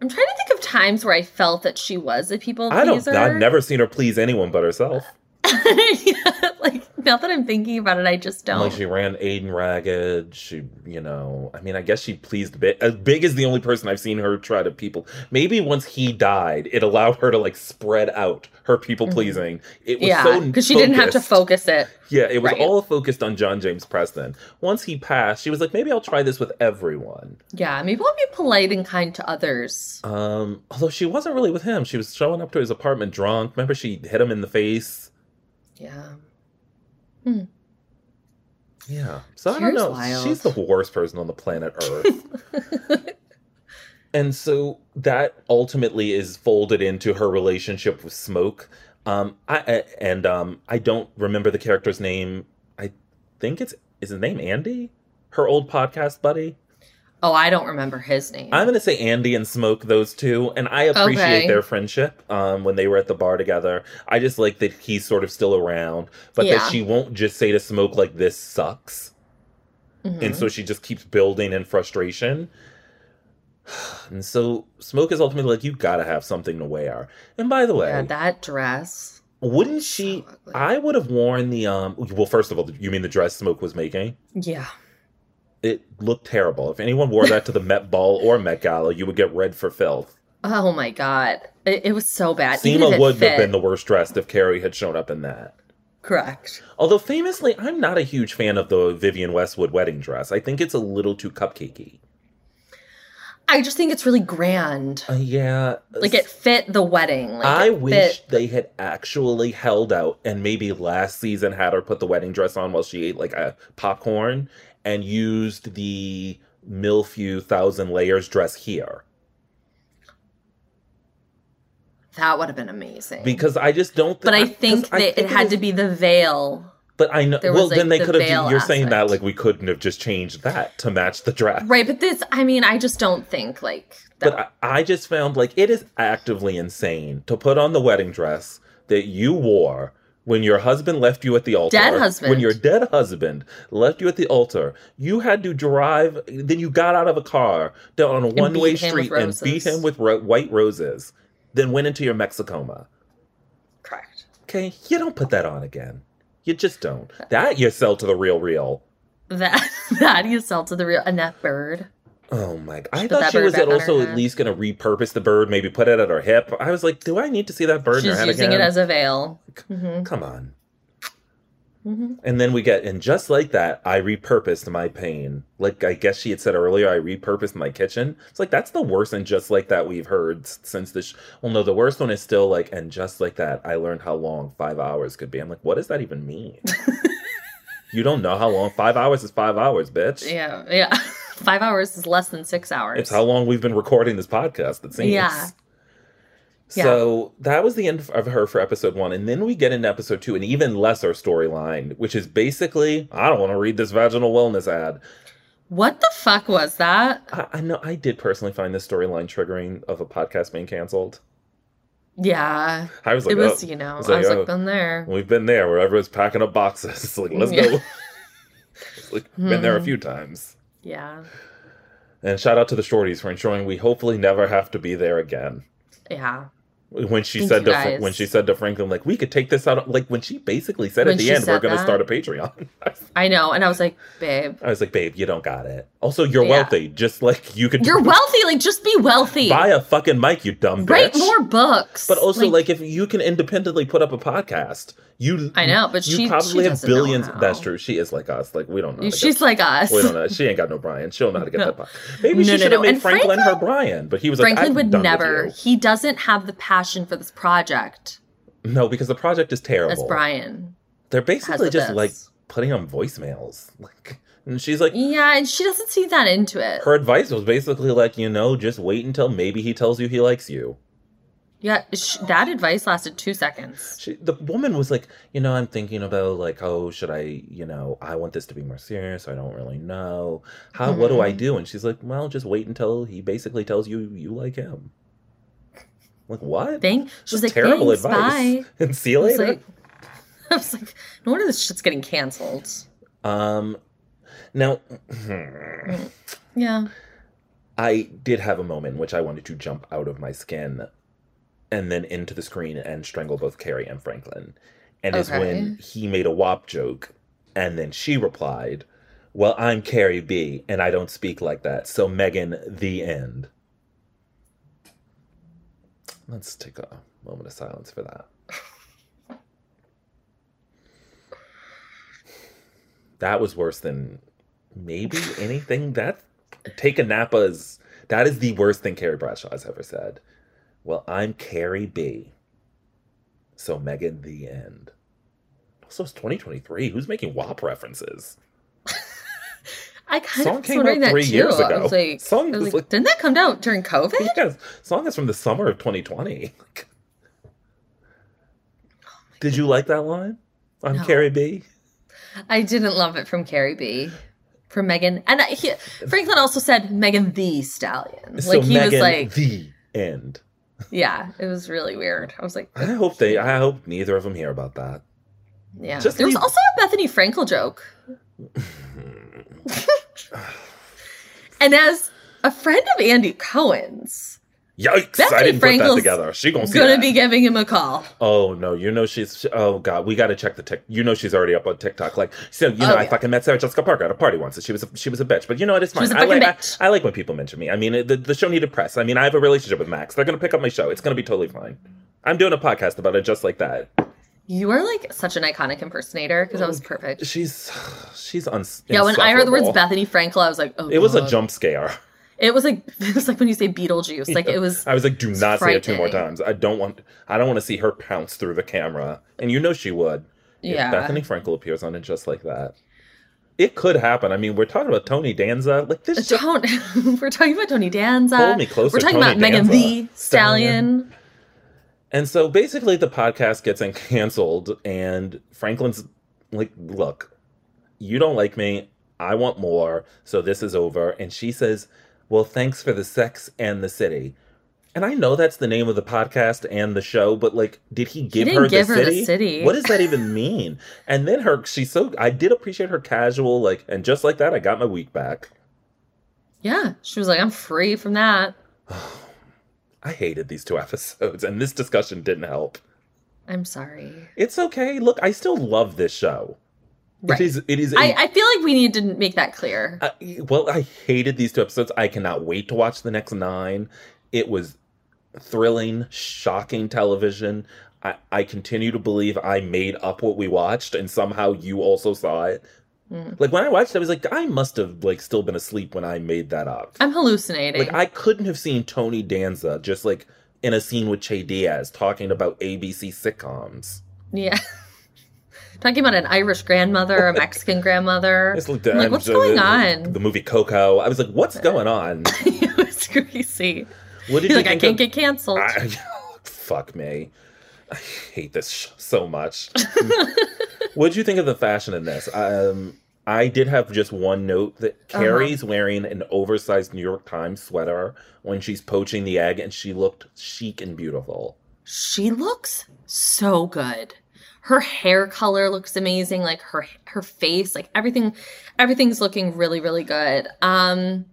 Speaker 1: I'm trying to think of times where I felt that she was a people
Speaker 2: i don't
Speaker 1: pleaser.
Speaker 2: i've never seen her please anyone but herself
Speaker 1: yeah, like now that I'm thinking about it, I just don't.
Speaker 2: Like she ran Aiden ragged. She, you know, I mean, I guess she pleased Big. As Big is the only person I've seen her try to people. Maybe once he died, it allowed her to like spread out her people pleasing. It
Speaker 1: Mm-hmm.
Speaker 2: was
Speaker 1: yeah,
Speaker 2: so
Speaker 1: because she didn't have to
Speaker 2: focus.
Speaker 1: focus it.
Speaker 2: Yeah, it was
Speaker 1: Right.
Speaker 2: all focused on John James Preston. Once he passed, she was like, maybe I'll try this with everyone.
Speaker 1: Yeah, maybe I'll be polite and kind to others.
Speaker 2: Um, although she wasn't really with him. She was showing up to his apartment drunk. Remember, she hit him in the face.
Speaker 1: Yeah.
Speaker 2: Yeah. So I
Speaker 1: Here's
Speaker 2: don't know.
Speaker 1: wild.
Speaker 2: She's the worst person on the planet Earth. and so that ultimately is folded into her relationship with Smoke. Um, I a- and um, I don't remember the character's name. I think it's is his name Andy, her old podcast buddy.
Speaker 1: Oh, I don't remember his name.
Speaker 2: I'm gonna say Andy and Smoke, those two, and I appreciate
Speaker 1: Okay.
Speaker 2: their friendship. Um, when they were at the bar together, I just like that he's sort of still around, but
Speaker 1: Yeah.
Speaker 2: that she won't just say to Smoke like this sucks
Speaker 1: Mhm.
Speaker 2: and so she just keeps building in frustration. And so Smoke is ultimately like, you gotta have something to wear. And by the way,
Speaker 1: yeah, that dress.
Speaker 2: wouldn't
Speaker 1: so
Speaker 2: she?
Speaker 1: ugly.
Speaker 2: I would have worn the um. Well, first of all, you mean the dress Smoke was making?
Speaker 1: yeah.
Speaker 2: It looked terrible. If anyone wore that to the Met Ball or Met Gala, you would get red for filth.
Speaker 1: Oh my god, it, it was so bad. Even if
Speaker 2: Seema
Speaker 1: it
Speaker 2: would
Speaker 1: fit.
Speaker 2: have been the worst dressed if Carrie had shown up in that.
Speaker 1: correct.
Speaker 2: Although famously, I'm not a huge fan of the Vivian Westwood wedding dress. I think it's a little too cupcakey.
Speaker 1: I just think it's really grand.
Speaker 2: Uh, yeah,
Speaker 1: Like it fit the wedding. Like
Speaker 2: I
Speaker 1: it
Speaker 2: wish
Speaker 1: fit-
Speaker 2: they had actually held out and maybe last season had her put the wedding dress on while she ate like a popcorn and used the Milfew Thousand Layers dress here.
Speaker 1: that would have been amazing.
Speaker 2: Because I just don't thi-
Speaker 1: but I think
Speaker 2: 'cause I
Speaker 1: that it had to
Speaker 2: was-
Speaker 1: be the veil.
Speaker 2: But I know.
Speaker 1: there
Speaker 2: Well,
Speaker 1: was, like,
Speaker 2: then they
Speaker 1: the
Speaker 2: could have.
Speaker 1: veil
Speaker 2: You're saying that
Speaker 1: aspect.
Speaker 2: like we couldn't have just changed that to match the dress.
Speaker 1: Right, but this I mean, I just don't think like that
Speaker 2: But I, I just found like it is actively insane to put on the wedding dress that you wore when your husband left you at the altar.
Speaker 1: Dead husband.
Speaker 2: When your dead husband left you at the altar, you had to drive. Then you got out of a car down on a one way
Speaker 1: beat him with
Speaker 2: street and beat
Speaker 1: roses.
Speaker 2: him with ro- white roses. Then went into your Mexicoma.
Speaker 1: correct.
Speaker 2: Okay, you don't put that on again. You just don't. That you sell to the real, real.
Speaker 1: That that you sell to the real and that bird.
Speaker 2: Oh my! g- I
Speaker 1: Put
Speaker 2: thought
Speaker 1: that
Speaker 2: she
Speaker 1: bird
Speaker 2: was
Speaker 1: back
Speaker 2: at
Speaker 1: on her
Speaker 2: also at
Speaker 1: head.
Speaker 2: least going to repurpose the bird, maybe put it at her hip. I was like, do I need to see that bird in her
Speaker 1: She's
Speaker 2: head
Speaker 1: using
Speaker 2: again?
Speaker 1: it as a veil. Mhm.
Speaker 2: Come on.
Speaker 1: Mhm.
Speaker 2: And then we get, and just like that, I repurposed my pain. Like I guess she had said earlier, I repurposed my kitchen. It's like that's the worst, and just like that we've heard s- since this. Sh- well, no, the worst one is still like, and just like that, I learned how long five hours could be. I'm like, what does that even mean? you don't know how long five hours is five hours, bitch.
Speaker 1: Yeah, yeah. Five hours is less than six hours.
Speaker 2: It's how long we've been recording this podcast. It seems.
Speaker 1: Yeah.
Speaker 2: So that was the end of her for episode one. And then we get into episode two, an even lesser storyline, which is basically I don't want to read this vaginal wellness ad.
Speaker 1: What the fuck was that?
Speaker 2: I, I know I did personally find this storyline triggering of a podcast being canceled.
Speaker 1: Yeah,
Speaker 2: I was like,
Speaker 1: it was.
Speaker 2: oh,
Speaker 1: You know,
Speaker 2: it's
Speaker 1: I
Speaker 2: like,
Speaker 1: was like,
Speaker 2: oh.
Speaker 1: been there.
Speaker 2: we've been there where everyone's packing up boxes. It's like, let's
Speaker 1: Yeah.
Speaker 2: go. It's like, Been there a
Speaker 1: Hmm.
Speaker 2: few times.
Speaker 1: Yeah,
Speaker 2: And shout out to the shorties for ensuring we hopefully never have to be there again.
Speaker 1: yeah.
Speaker 2: when she
Speaker 1: Thank
Speaker 2: said
Speaker 1: you,
Speaker 2: to Fra-
Speaker 1: guys.
Speaker 2: when she said to Franklin, like we could take this out, like when she basically said
Speaker 1: When
Speaker 2: at the
Speaker 1: she
Speaker 2: end, we're
Speaker 1: said
Speaker 2: going to
Speaker 1: that?
Speaker 2: start a Patreon.
Speaker 1: I know. And I was like, babe,
Speaker 2: I was like, babe, you don't got it. Also, you're
Speaker 1: Yeah.
Speaker 2: wealthy, just like you could
Speaker 1: you're wealthy. Like, just be wealthy.
Speaker 2: buy a fucking mic, you dumb
Speaker 1: Write
Speaker 2: bitch.
Speaker 1: more books.
Speaker 2: but also, like, if you can independently put up a podcast, you
Speaker 1: I know, but
Speaker 2: you
Speaker 1: she-
Speaker 2: probably
Speaker 1: she
Speaker 2: have
Speaker 1: doesn't know
Speaker 2: billions.
Speaker 1: how.
Speaker 2: That's true. She is like us. Like we don't know. how to get-
Speaker 1: she's like us.
Speaker 2: we don't know. She ain't got no Brian. She'll know how to get
Speaker 1: No.
Speaker 2: that. Podcast. Maybe
Speaker 1: No,
Speaker 2: she
Speaker 1: no,
Speaker 2: should have
Speaker 1: no.
Speaker 2: made
Speaker 1: And
Speaker 2: Franklin, her
Speaker 1: Franklin-
Speaker 2: Brian, but he was like,
Speaker 1: Franklin
Speaker 2: I'm
Speaker 1: would
Speaker 2: done with
Speaker 1: never.
Speaker 2: you.
Speaker 1: He doesn't have the passion for this project
Speaker 2: No, because the project is terrible.
Speaker 1: as Brian.
Speaker 2: They're basically
Speaker 1: with
Speaker 2: just
Speaker 1: this.
Speaker 2: like putting on voicemails. Like, and she's like,
Speaker 1: Yeah, and she doesn't see that into it.
Speaker 2: her advice was basically like, you know, just wait until maybe he tells you he likes you.
Speaker 1: yeah, sh- that advice lasted two seconds.
Speaker 2: She, the woman was like, you know, I'm thinking about like, oh, should I, you know, I want this to be more serious. I don't really know how. What do I
Speaker 1: Mhm.
Speaker 2: do? And she's like, well, just wait until he basically tells you you like him. Like what?
Speaker 1: Thing.
Speaker 2: This
Speaker 1: She's
Speaker 2: is
Speaker 1: like,
Speaker 2: terrible
Speaker 1: Thanks,
Speaker 2: advice.
Speaker 1: Bye.
Speaker 2: And see you
Speaker 1: I was
Speaker 2: later.
Speaker 1: like, I was like, no wonder this shit's getting canceled.
Speaker 2: um, now.
Speaker 1: Yeah.
Speaker 2: I did have a moment in which I wanted to jump out of my skin and then into the screen and strangle both Carrie and Franklin. And it's when he made a WAP joke and then she replied, Well, I'm Carrie B and I don't speak like that. So, Megan, the end. Let's take a moment of silence for that. That was worse than maybe anything. That taking Napa's that is the worst thing Carrie Bradshaw has ever said. Well, I'm Carrie B. So Megan the end. Also it's 2023. Who's making WAP references?
Speaker 1: I kind
Speaker 2: Song
Speaker 1: of was
Speaker 2: came
Speaker 1: wondering
Speaker 2: out
Speaker 1: that
Speaker 2: three
Speaker 1: too.
Speaker 2: years
Speaker 1: I
Speaker 2: ago.
Speaker 1: was like,
Speaker 2: Song
Speaker 1: I was
Speaker 2: was
Speaker 1: like,
Speaker 2: like-
Speaker 1: didn't that come out during COVID?
Speaker 2: You guys, song is from the summer of 2020. Like, did you like that line? I'm
Speaker 1: No.
Speaker 2: Carrie B.
Speaker 1: I didn't love it from Carrie B. From Megan, and I, he, Franklin also said Megan the Stallion.
Speaker 2: So
Speaker 1: Like he
Speaker 2: Megan,
Speaker 1: was like,
Speaker 2: the end.
Speaker 1: yeah, it was really weird. I was like,
Speaker 2: I hope they. I hope neither of them hear about that.
Speaker 1: yeah.
Speaker 2: Just
Speaker 1: there was
Speaker 2: leave-
Speaker 1: also a Bethany Frankel joke, and as a friend of Andy Cohen's,
Speaker 2: Yikes! I
Speaker 1: Bethany
Speaker 2: didn't put that
Speaker 1: Frankel's
Speaker 2: together. She gonna see
Speaker 1: gonna
Speaker 2: that.
Speaker 1: be giving him a call.
Speaker 2: Oh no! You know she's. Oh god, we gotta check the tick. You know she's already up on TikTok. Like so, you know
Speaker 1: Oh,
Speaker 2: I
Speaker 1: yeah.
Speaker 2: fucking met Sarah Jessica Parker at a party once, and she was a, she was a bitch. But you know what? It's fine.
Speaker 1: was a
Speaker 2: I
Speaker 1: fucking
Speaker 2: like I-
Speaker 1: bitch.
Speaker 2: I, like when people mention me. I mean, it- the, the show needed press. I mean, I have a relationship with Max. They're gonna pick up my show. It's gonna be totally fine. I'm doing a podcast about it just like that.
Speaker 1: You are like such an iconic impersonator because that was perfect.
Speaker 2: She's she's uns.
Speaker 1: Yeah, when I heard the words
Speaker 2: Mm. insufferable.
Speaker 1: Bethany Frankel, I was like, oh,
Speaker 2: it was a
Speaker 1: God.
Speaker 2: jump scare.
Speaker 1: It was like it was like when you say Beetlejuice, like it was
Speaker 2: I was like, do not say it two more
Speaker 1: frightening.
Speaker 2: times. I don't want. I don't want to see her pounce through the camera. And you know she would. If
Speaker 1: Yeah.
Speaker 2: Bethany Frankel appears on it just like that. It could happen. I mean, we're talking about Tony Danza. Like this. Just,
Speaker 1: Don't we're talking about Uh, Tony Danza.
Speaker 2: Hold me closer,
Speaker 1: We're talking
Speaker 2: Tony
Speaker 1: about Megan
Speaker 2: Danza.
Speaker 1: the Stallion.
Speaker 2: and so basically, the podcast gets canceled, and Franklin's like, "Look, you don't like me. I want more. So this is over." And she says, "Well, thanks for the sex and the city." And I know that's the name of the podcast and the show, but like, did he give
Speaker 1: didn't
Speaker 2: her,
Speaker 1: give
Speaker 2: the,
Speaker 1: her the
Speaker 2: city?
Speaker 1: city.
Speaker 2: What does that even mean? and then her, she's so. I did appreciate her casual, like, and just like that, I got my week back.
Speaker 1: Yeah, she was like, I'm free from that.
Speaker 2: I hated these two episodes, and this discussion didn't help.
Speaker 1: I'm sorry.
Speaker 2: It's okay. Look, I still love this show.
Speaker 1: Right.
Speaker 2: It is. It is. a-
Speaker 1: I, I feel like we need to make that clear.
Speaker 2: I- well, I hated these two episodes. I cannot wait to watch the next nine. It was thrilling, shocking television. I, I continue to believe I made up what we watched, and somehow you also saw it.
Speaker 1: Mm.
Speaker 2: Like when I watched, it, I was like, I must have like still been asleep when I made that up.
Speaker 1: I'm hallucinating.
Speaker 2: Like I couldn't have seen Tony Danza just like in a scene with Che Diaz talking about ABC sitcoms.
Speaker 1: yeah. talking about an Irish grandmother, a Mexican grandmother.
Speaker 2: It's like,
Speaker 1: I'm like, what's
Speaker 2: the-
Speaker 1: going
Speaker 2: the-
Speaker 1: on?
Speaker 2: The movie Coco. I was like, what's going on?
Speaker 1: it was crazy.
Speaker 2: What did
Speaker 1: He's
Speaker 2: you
Speaker 1: like, I
Speaker 2: think
Speaker 1: can't
Speaker 2: of-
Speaker 1: get canceled.
Speaker 2: I- fuck me. I hate this sh- so much. what did you think of the fashion in this? Um, I did have just one note that
Speaker 1: Uh-huh.
Speaker 2: Carrie's wearing an oversized New York Times sweater when she's poaching the egg, and she looked chic and beautiful.
Speaker 1: she looks so good her hair color looks amazing like her her face like everything everything's looking really really good um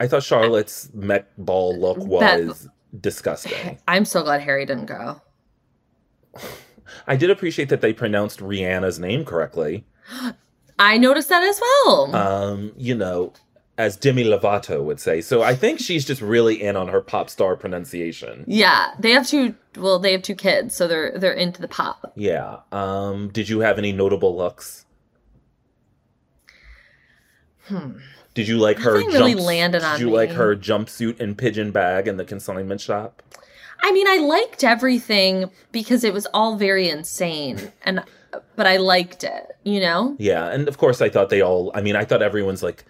Speaker 2: I thought Charlotte's Met Ball look
Speaker 1: That-
Speaker 2: was disgusting.
Speaker 1: i'm so glad harry didn't go
Speaker 2: I did appreciate that they pronounced Rihanna's name correctly.
Speaker 1: i noticed that as well
Speaker 2: um, you know, as Demi Lovato would say. So I think she's just really in on her pop star pronunciation.
Speaker 1: yeah they have two well they have two kids so they're they're into the pop
Speaker 2: Yeah. Um, did you have any notable looks?
Speaker 1: Hmm.
Speaker 2: Did you like her?
Speaker 1: Nothing really
Speaker 2: jumps-
Speaker 1: landed on
Speaker 2: Did you like
Speaker 1: me.
Speaker 2: her jumpsuit and pigeon bag in the consignment shop?
Speaker 1: i mean i liked everything because it was all very insane and but i liked it you know
Speaker 2: Yeah, and of course I thought they all. I mean, I thought everyone's like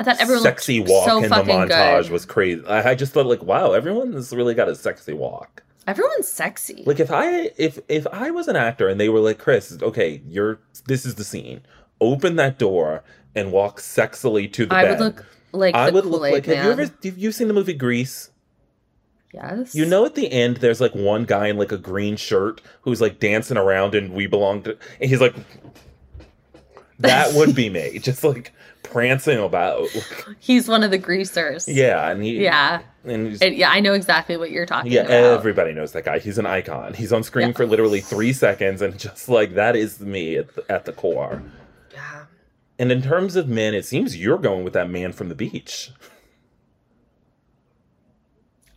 Speaker 1: i thought everyone looked
Speaker 2: sexy walk
Speaker 1: so
Speaker 2: in the
Speaker 1: fucking
Speaker 2: montage
Speaker 1: good.
Speaker 2: was crazy. I, I just thought like, wow, everyone's really got a sexy walk.
Speaker 1: everyone's sexy
Speaker 2: Like if I if if I was an actor and they were like, Chris, okay, you're this is the scene. Open that door and walk sexily to the
Speaker 1: i
Speaker 2: bed.
Speaker 1: would look like
Speaker 2: I
Speaker 1: the
Speaker 2: would look
Speaker 1: Kool-Aid
Speaker 2: like. Have you
Speaker 1: man.
Speaker 2: ever? Have you seen the movie Grease?
Speaker 1: Yes.
Speaker 2: You know, at the end, there's like one guy in like a green shirt who's like dancing around, and we belong to. And he's like, that would be me, just like prancing about.
Speaker 1: he's one of the greasers.
Speaker 2: Yeah, and he.
Speaker 1: Yeah.
Speaker 2: and he's,
Speaker 1: And- yeah, I know exactly what you're talking
Speaker 2: Yeah,
Speaker 1: about.
Speaker 2: everybody knows that guy. He's an icon. He's on screen
Speaker 1: Yeah.
Speaker 2: for literally three seconds, and just like that is me at the, at the core.
Speaker 1: yeah.
Speaker 2: And in terms of men, it seems you're going with that man from the beach.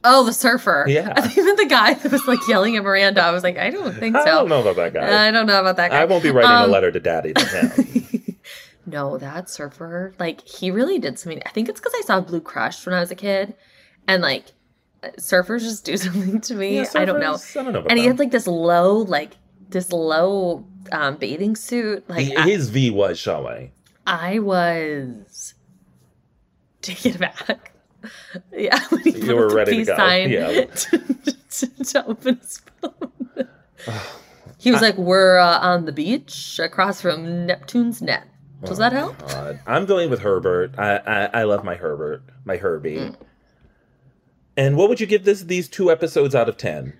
Speaker 1: Oh, the surfer.
Speaker 2: Yeah.
Speaker 1: I think that the guy that was like yelling at Miranda, I was like, I don't think so. Uh,
Speaker 2: I don't know about that guy.
Speaker 1: I don't know about that guy.
Speaker 2: Oh I won't be writing
Speaker 1: Um,
Speaker 2: a letter to daddy to him.
Speaker 1: No, that surfer, like he really did something. I think it's because I saw Blue Crush when I was a kid, and like surfers just do something to me.
Speaker 2: Yeah,
Speaker 1: I don't know.
Speaker 2: surfers, I don't know about
Speaker 1: And he
Speaker 2: them.
Speaker 1: had like this low, like this low um, bathing suit. Like
Speaker 2: He-
Speaker 1: I-
Speaker 2: his V was showing.
Speaker 1: I was take it back. Yeah, when he
Speaker 2: You
Speaker 1: put
Speaker 2: were
Speaker 1: up the
Speaker 2: ready to
Speaker 1: peace
Speaker 2: go.
Speaker 1: sign
Speaker 2: Yeah.
Speaker 1: to, to- to open his phone. he was like, "We're uh, on the beach across from Neptune's net." Does
Speaker 2: Oh.
Speaker 1: that help?
Speaker 2: God. I'm going with Herbert. I, I I love my Herbert, my Herbie.
Speaker 1: Mm.
Speaker 2: And what would you give this these two episodes out of ten?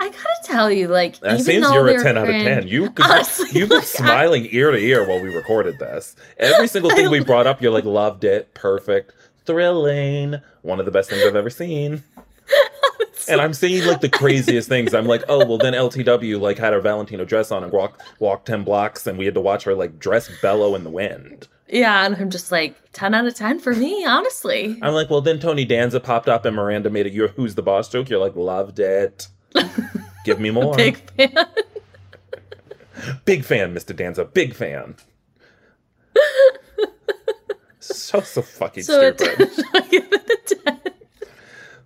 Speaker 1: I gotta tell you, like,
Speaker 2: That
Speaker 1: even
Speaker 2: seems
Speaker 1: though
Speaker 2: you're a
Speaker 1: they're
Speaker 2: ten out of
Speaker 1: cringe-
Speaker 2: ten. You
Speaker 1: Honestly,
Speaker 2: you've been
Speaker 1: like, I-
Speaker 2: smiling ear to ear while we recorded this. Every single thing we brought up, you're like, loved it, perfect, thrilling, one of the best things I've ever seen. And I'm seeing like the craziest things. I'm like, oh well, then LTW like had her Valentino dress on and walked walked ten blocks, and we had to watch her like dress bellow in the wind.
Speaker 1: Yeah, and I'm just like ten out of ten for me, honestly.
Speaker 2: I'm like, well, then Tony Danza popped up and Miranda made a "You're Who's the Boss" joke. You're like, loved it. Give me more.
Speaker 1: Big fan.
Speaker 2: Big fan, Mr. Danza. Big fan. so so fucking
Speaker 1: So it,
Speaker 2: stupid.
Speaker 1: I give it a ten.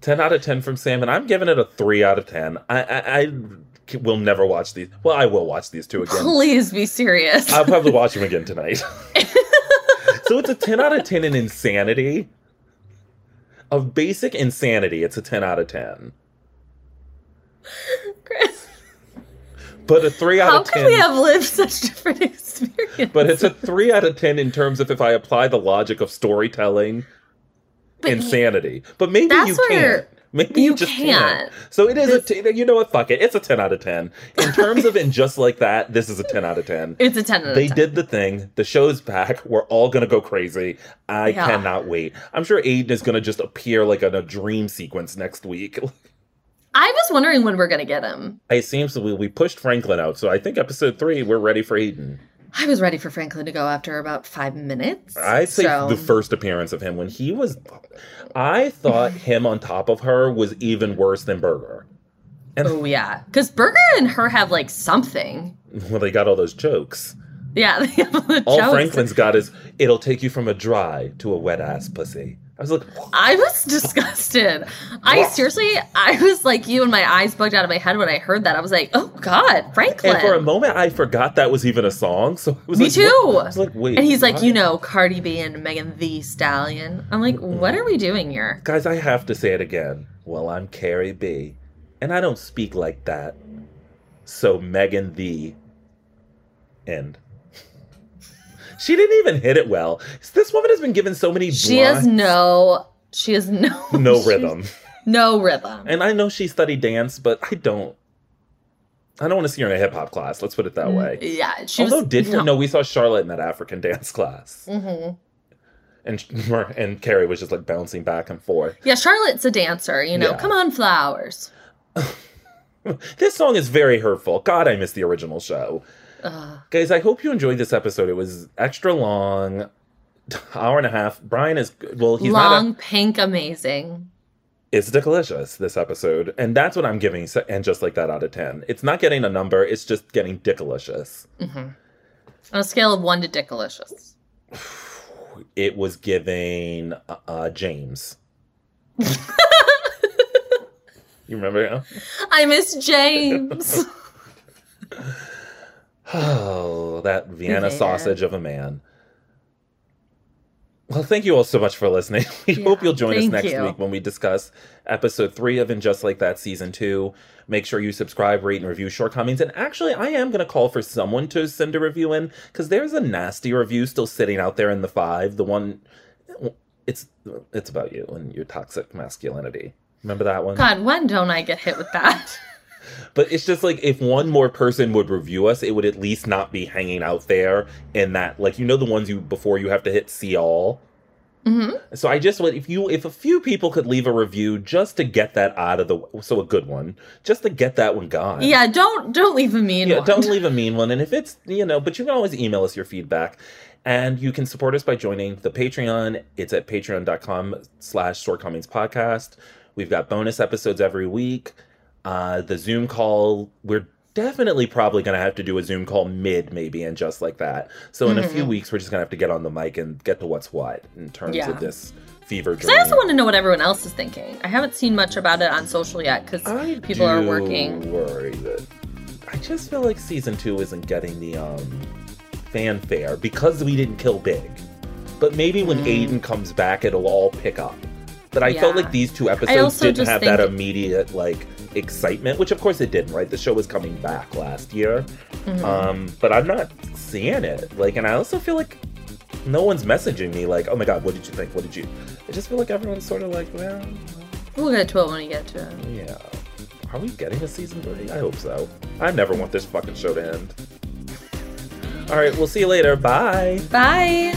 Speaker 2: ten out of ten from Sam, and I'm giving it a three out of ten. I I, I c- will never watch these. Well, I will watch these two again.
Speaker 1: Please be serious.
Speaker 2: I'll probably watch them again tonight. so it's a ten out of ten in insanity. Of basic insanity, it's a ten out of ten.
Speaker 1: Chris,
Speaker 2: But a three out
Speaker 1: how
Speaker 2: of
Speaker 1: could
Speaker 2: ten.
Speaker 1: we have lived such different experiences?
Speaker 2: But it's a three out of ten in terms of if I apply the logic of storytelling
Speaker 1: But
Speaker 2: insanity. But maybe
Speaker 1: That's
Speaker 2: you
Speaker 1: where
Speaker 2: can't. Maybe you,
Speaker 1: you
Speaker 2: just
Speaker 1: can't.
Speaker 2: can't. So it is a t- you know what? Fuck it. It's a ten out of ten in terms of and just like that. This is a ten out of ten.
Speaker 1: It's a ten out of
Speaker 2: They
Speaker 1: ten.
Speaker 2: did the thing. The show's back. We're all gonna go crazy. I
Speaker 1: Yeah.
Speaker 2: cannot wait. I'm sure Aiden is gonna just appear like in a dream sequence next week.
Speaker 1: I was wondering when we're gonna get him.
Speaker 2: It seems that we, we pushed Franklin out, so I think episode three we're ready for Aiden.
Speaker 1: I was ready for Franklin to go after about five minutes.
Speaker 2: I say
Speaker 1: so-
Speaker 2: the first appearance of him when he was. I thought him on top of her was even worse than Burger.
Speaker 1: Oh yeah, because Burger and her have like something.
Speaker 2: Well, they got all those jokes.
Speaker 1: Yeah, they have the
Speaker 2: All
Speaker 1: jokes.
Speaker 2: Franklin's got is it'll take you from a dry to a wet ass pussy. I was like,
Speaker 1: I was disgusted. I seriously, I was like you, and my eyes bugged out of my head when I heard that. I was like, oh God, Franklin.
Speaker 2: and for a moment I forgot that was even a song. So I was
Speaker 1: Me
Speaker 2: like,
Speaker 1: too.
Speaker 2: what? I was like, wait.
Speaker 1: and he's like,
Speaker 2: what?
Speaker 1: you know, Cardi B and Megan the Stallion. I'm like, what are we doing here?
Speaker 2: guys, I have to say it again. Well, I'm Carrie B, and I don't speak like that. So Megan the end. She didn't even hit it well. This woman has been given so many
Speaker 1: She has
Speaker 2: blind-
Speaker 1: no, she has no,
Speaker 2: no
Speaker 1: she's-
Speaker 2: rhythm.
Speaker 1: no rhythm.
Speaker 2: And I know she studied dance, but I don't. I don't want to see her in a hip hop class. Let's put it that way.
Speaker 1: Yeah, Mm, she
Speaker 2: Although,
Speaker 1: was.
Speaker 2: did
Speaker 1: no.
Speaker 2: we know we saw Charlotte in that African dance class?
Speaker 1: Mhm.
Speaker 2: And and Carrie was just like bouncing back and forth.
Speaker 1: Yeah, Charlotte's a dancer. You know,
Speaker 2: Yeah.
Speaker 1: come on, flowers.
Speaker 2: This song is very hurtful. God, I miss the original show.
Speaker 1: Ugh.
Speaker 2: Guys, I hope you enjoyed this episode. It was extra long, hour and a half. Brian is well, he's not.
Speaker 1: Long,
Speaker 2: A,
Speaker 1: pink, amazing.
Speaker 2: it's delicious this episode, and that's what I'm giving. se- And just like that, out of ten, it's not getting a number. It's just getting delicious.
Speaker 1: Mm-hmm. On a scale of one to dickalicious.
Speaker 2: It was giving uh, uh, James. you remember? him?
Speaker 1: I miss James.
Speaker 2: Oh, that Vienna
Speaker 1: Vienna.
Speaker 2: sausage of a man. Well, thank you all so much for listening. We
Speaker 1: Yeah,
Speaker 2: hope you'll join us
Speaker 1: thank
Speaker 2: next
Speaker 1: you.
Speaker 2: week when we discuss episode three of In Just Like That season two. Make sure you subscribe, rate, and review shortcomings. And actually, I am going to call for someone to send a review in because there's a nasty review still sitting out there in the five. The one, it's it's about you and your toxic masculinity. Remember that one?
Speaker 1: God, when don't I get hit with that?
Speaker 2: But it's just like if one more person would review us, it would at least not be hanging out there in that like you know the ones you before you have to hit see all.
Speaker 1: Mhm.
Speaker 2: So I just would if you if a few people could leave a review just to get that out of the so a good one just to get that one gone.
Speaker 1: Yeah, don't don't leave a mean
Speaker 2: Yeah,
Speaker 1: one.
Speaker 2: don't leave a mean one. And if it's, you know, but you can always email us your feedback. And you can support us by joining the Patreon. It's at patreon.com slash shortcomings podcast. We've got bonus episodes every week. Uh, the Zoom call, we're definitely probably going to have to do a Zoom call mid, maybe, and just like that. So in a
Speaker 1: Mm-hmm.
Speaker 2: few weeks, we're just going to have to get on the mic and get to what's what in terms
Speaker 1: Yeah.
Speaker 2: of this fever dream.
Speaker 1: I also want to know what everyone else is thinking. I haven't seen much about it on social yet because
Speaker 2: I
Speaker 1: people are
Speaker 2: do
Speaker 1: working.
Speaker 2: Worry that I just feel like season two isn't getting the um fanfare because we didn't kill big. But maybe
Speaker 1: Hmm.
Speaker 2: when Aiden comes back, it'll all pick up. But I felt
Speaker 1: Yeah.
Speaker 2: like these two episodes
Speaker 1: also
Speaker 2: didn't
Speaker 1: just
Speaker 2: have
Speaker 1: think-
Speaker 2: that immediate like excitement, which of course it didn't, right? The show was coming back last year,
Speaker 1: Mhm.
Speaker 2: um, but I'm not seeing it. Like, and I also feel like no one's messaging me like, "Oh my god, what did you think? What did you?" I just feel like everyone's sort of like, "Well,
Speaker 1: We'll get to it when we get to it.
Speaker 2: yeah." Are we getting a season three? I hope so. I never want this fucking show to end. All right, we'll see you later. Bye.
Speaker 1: Bye.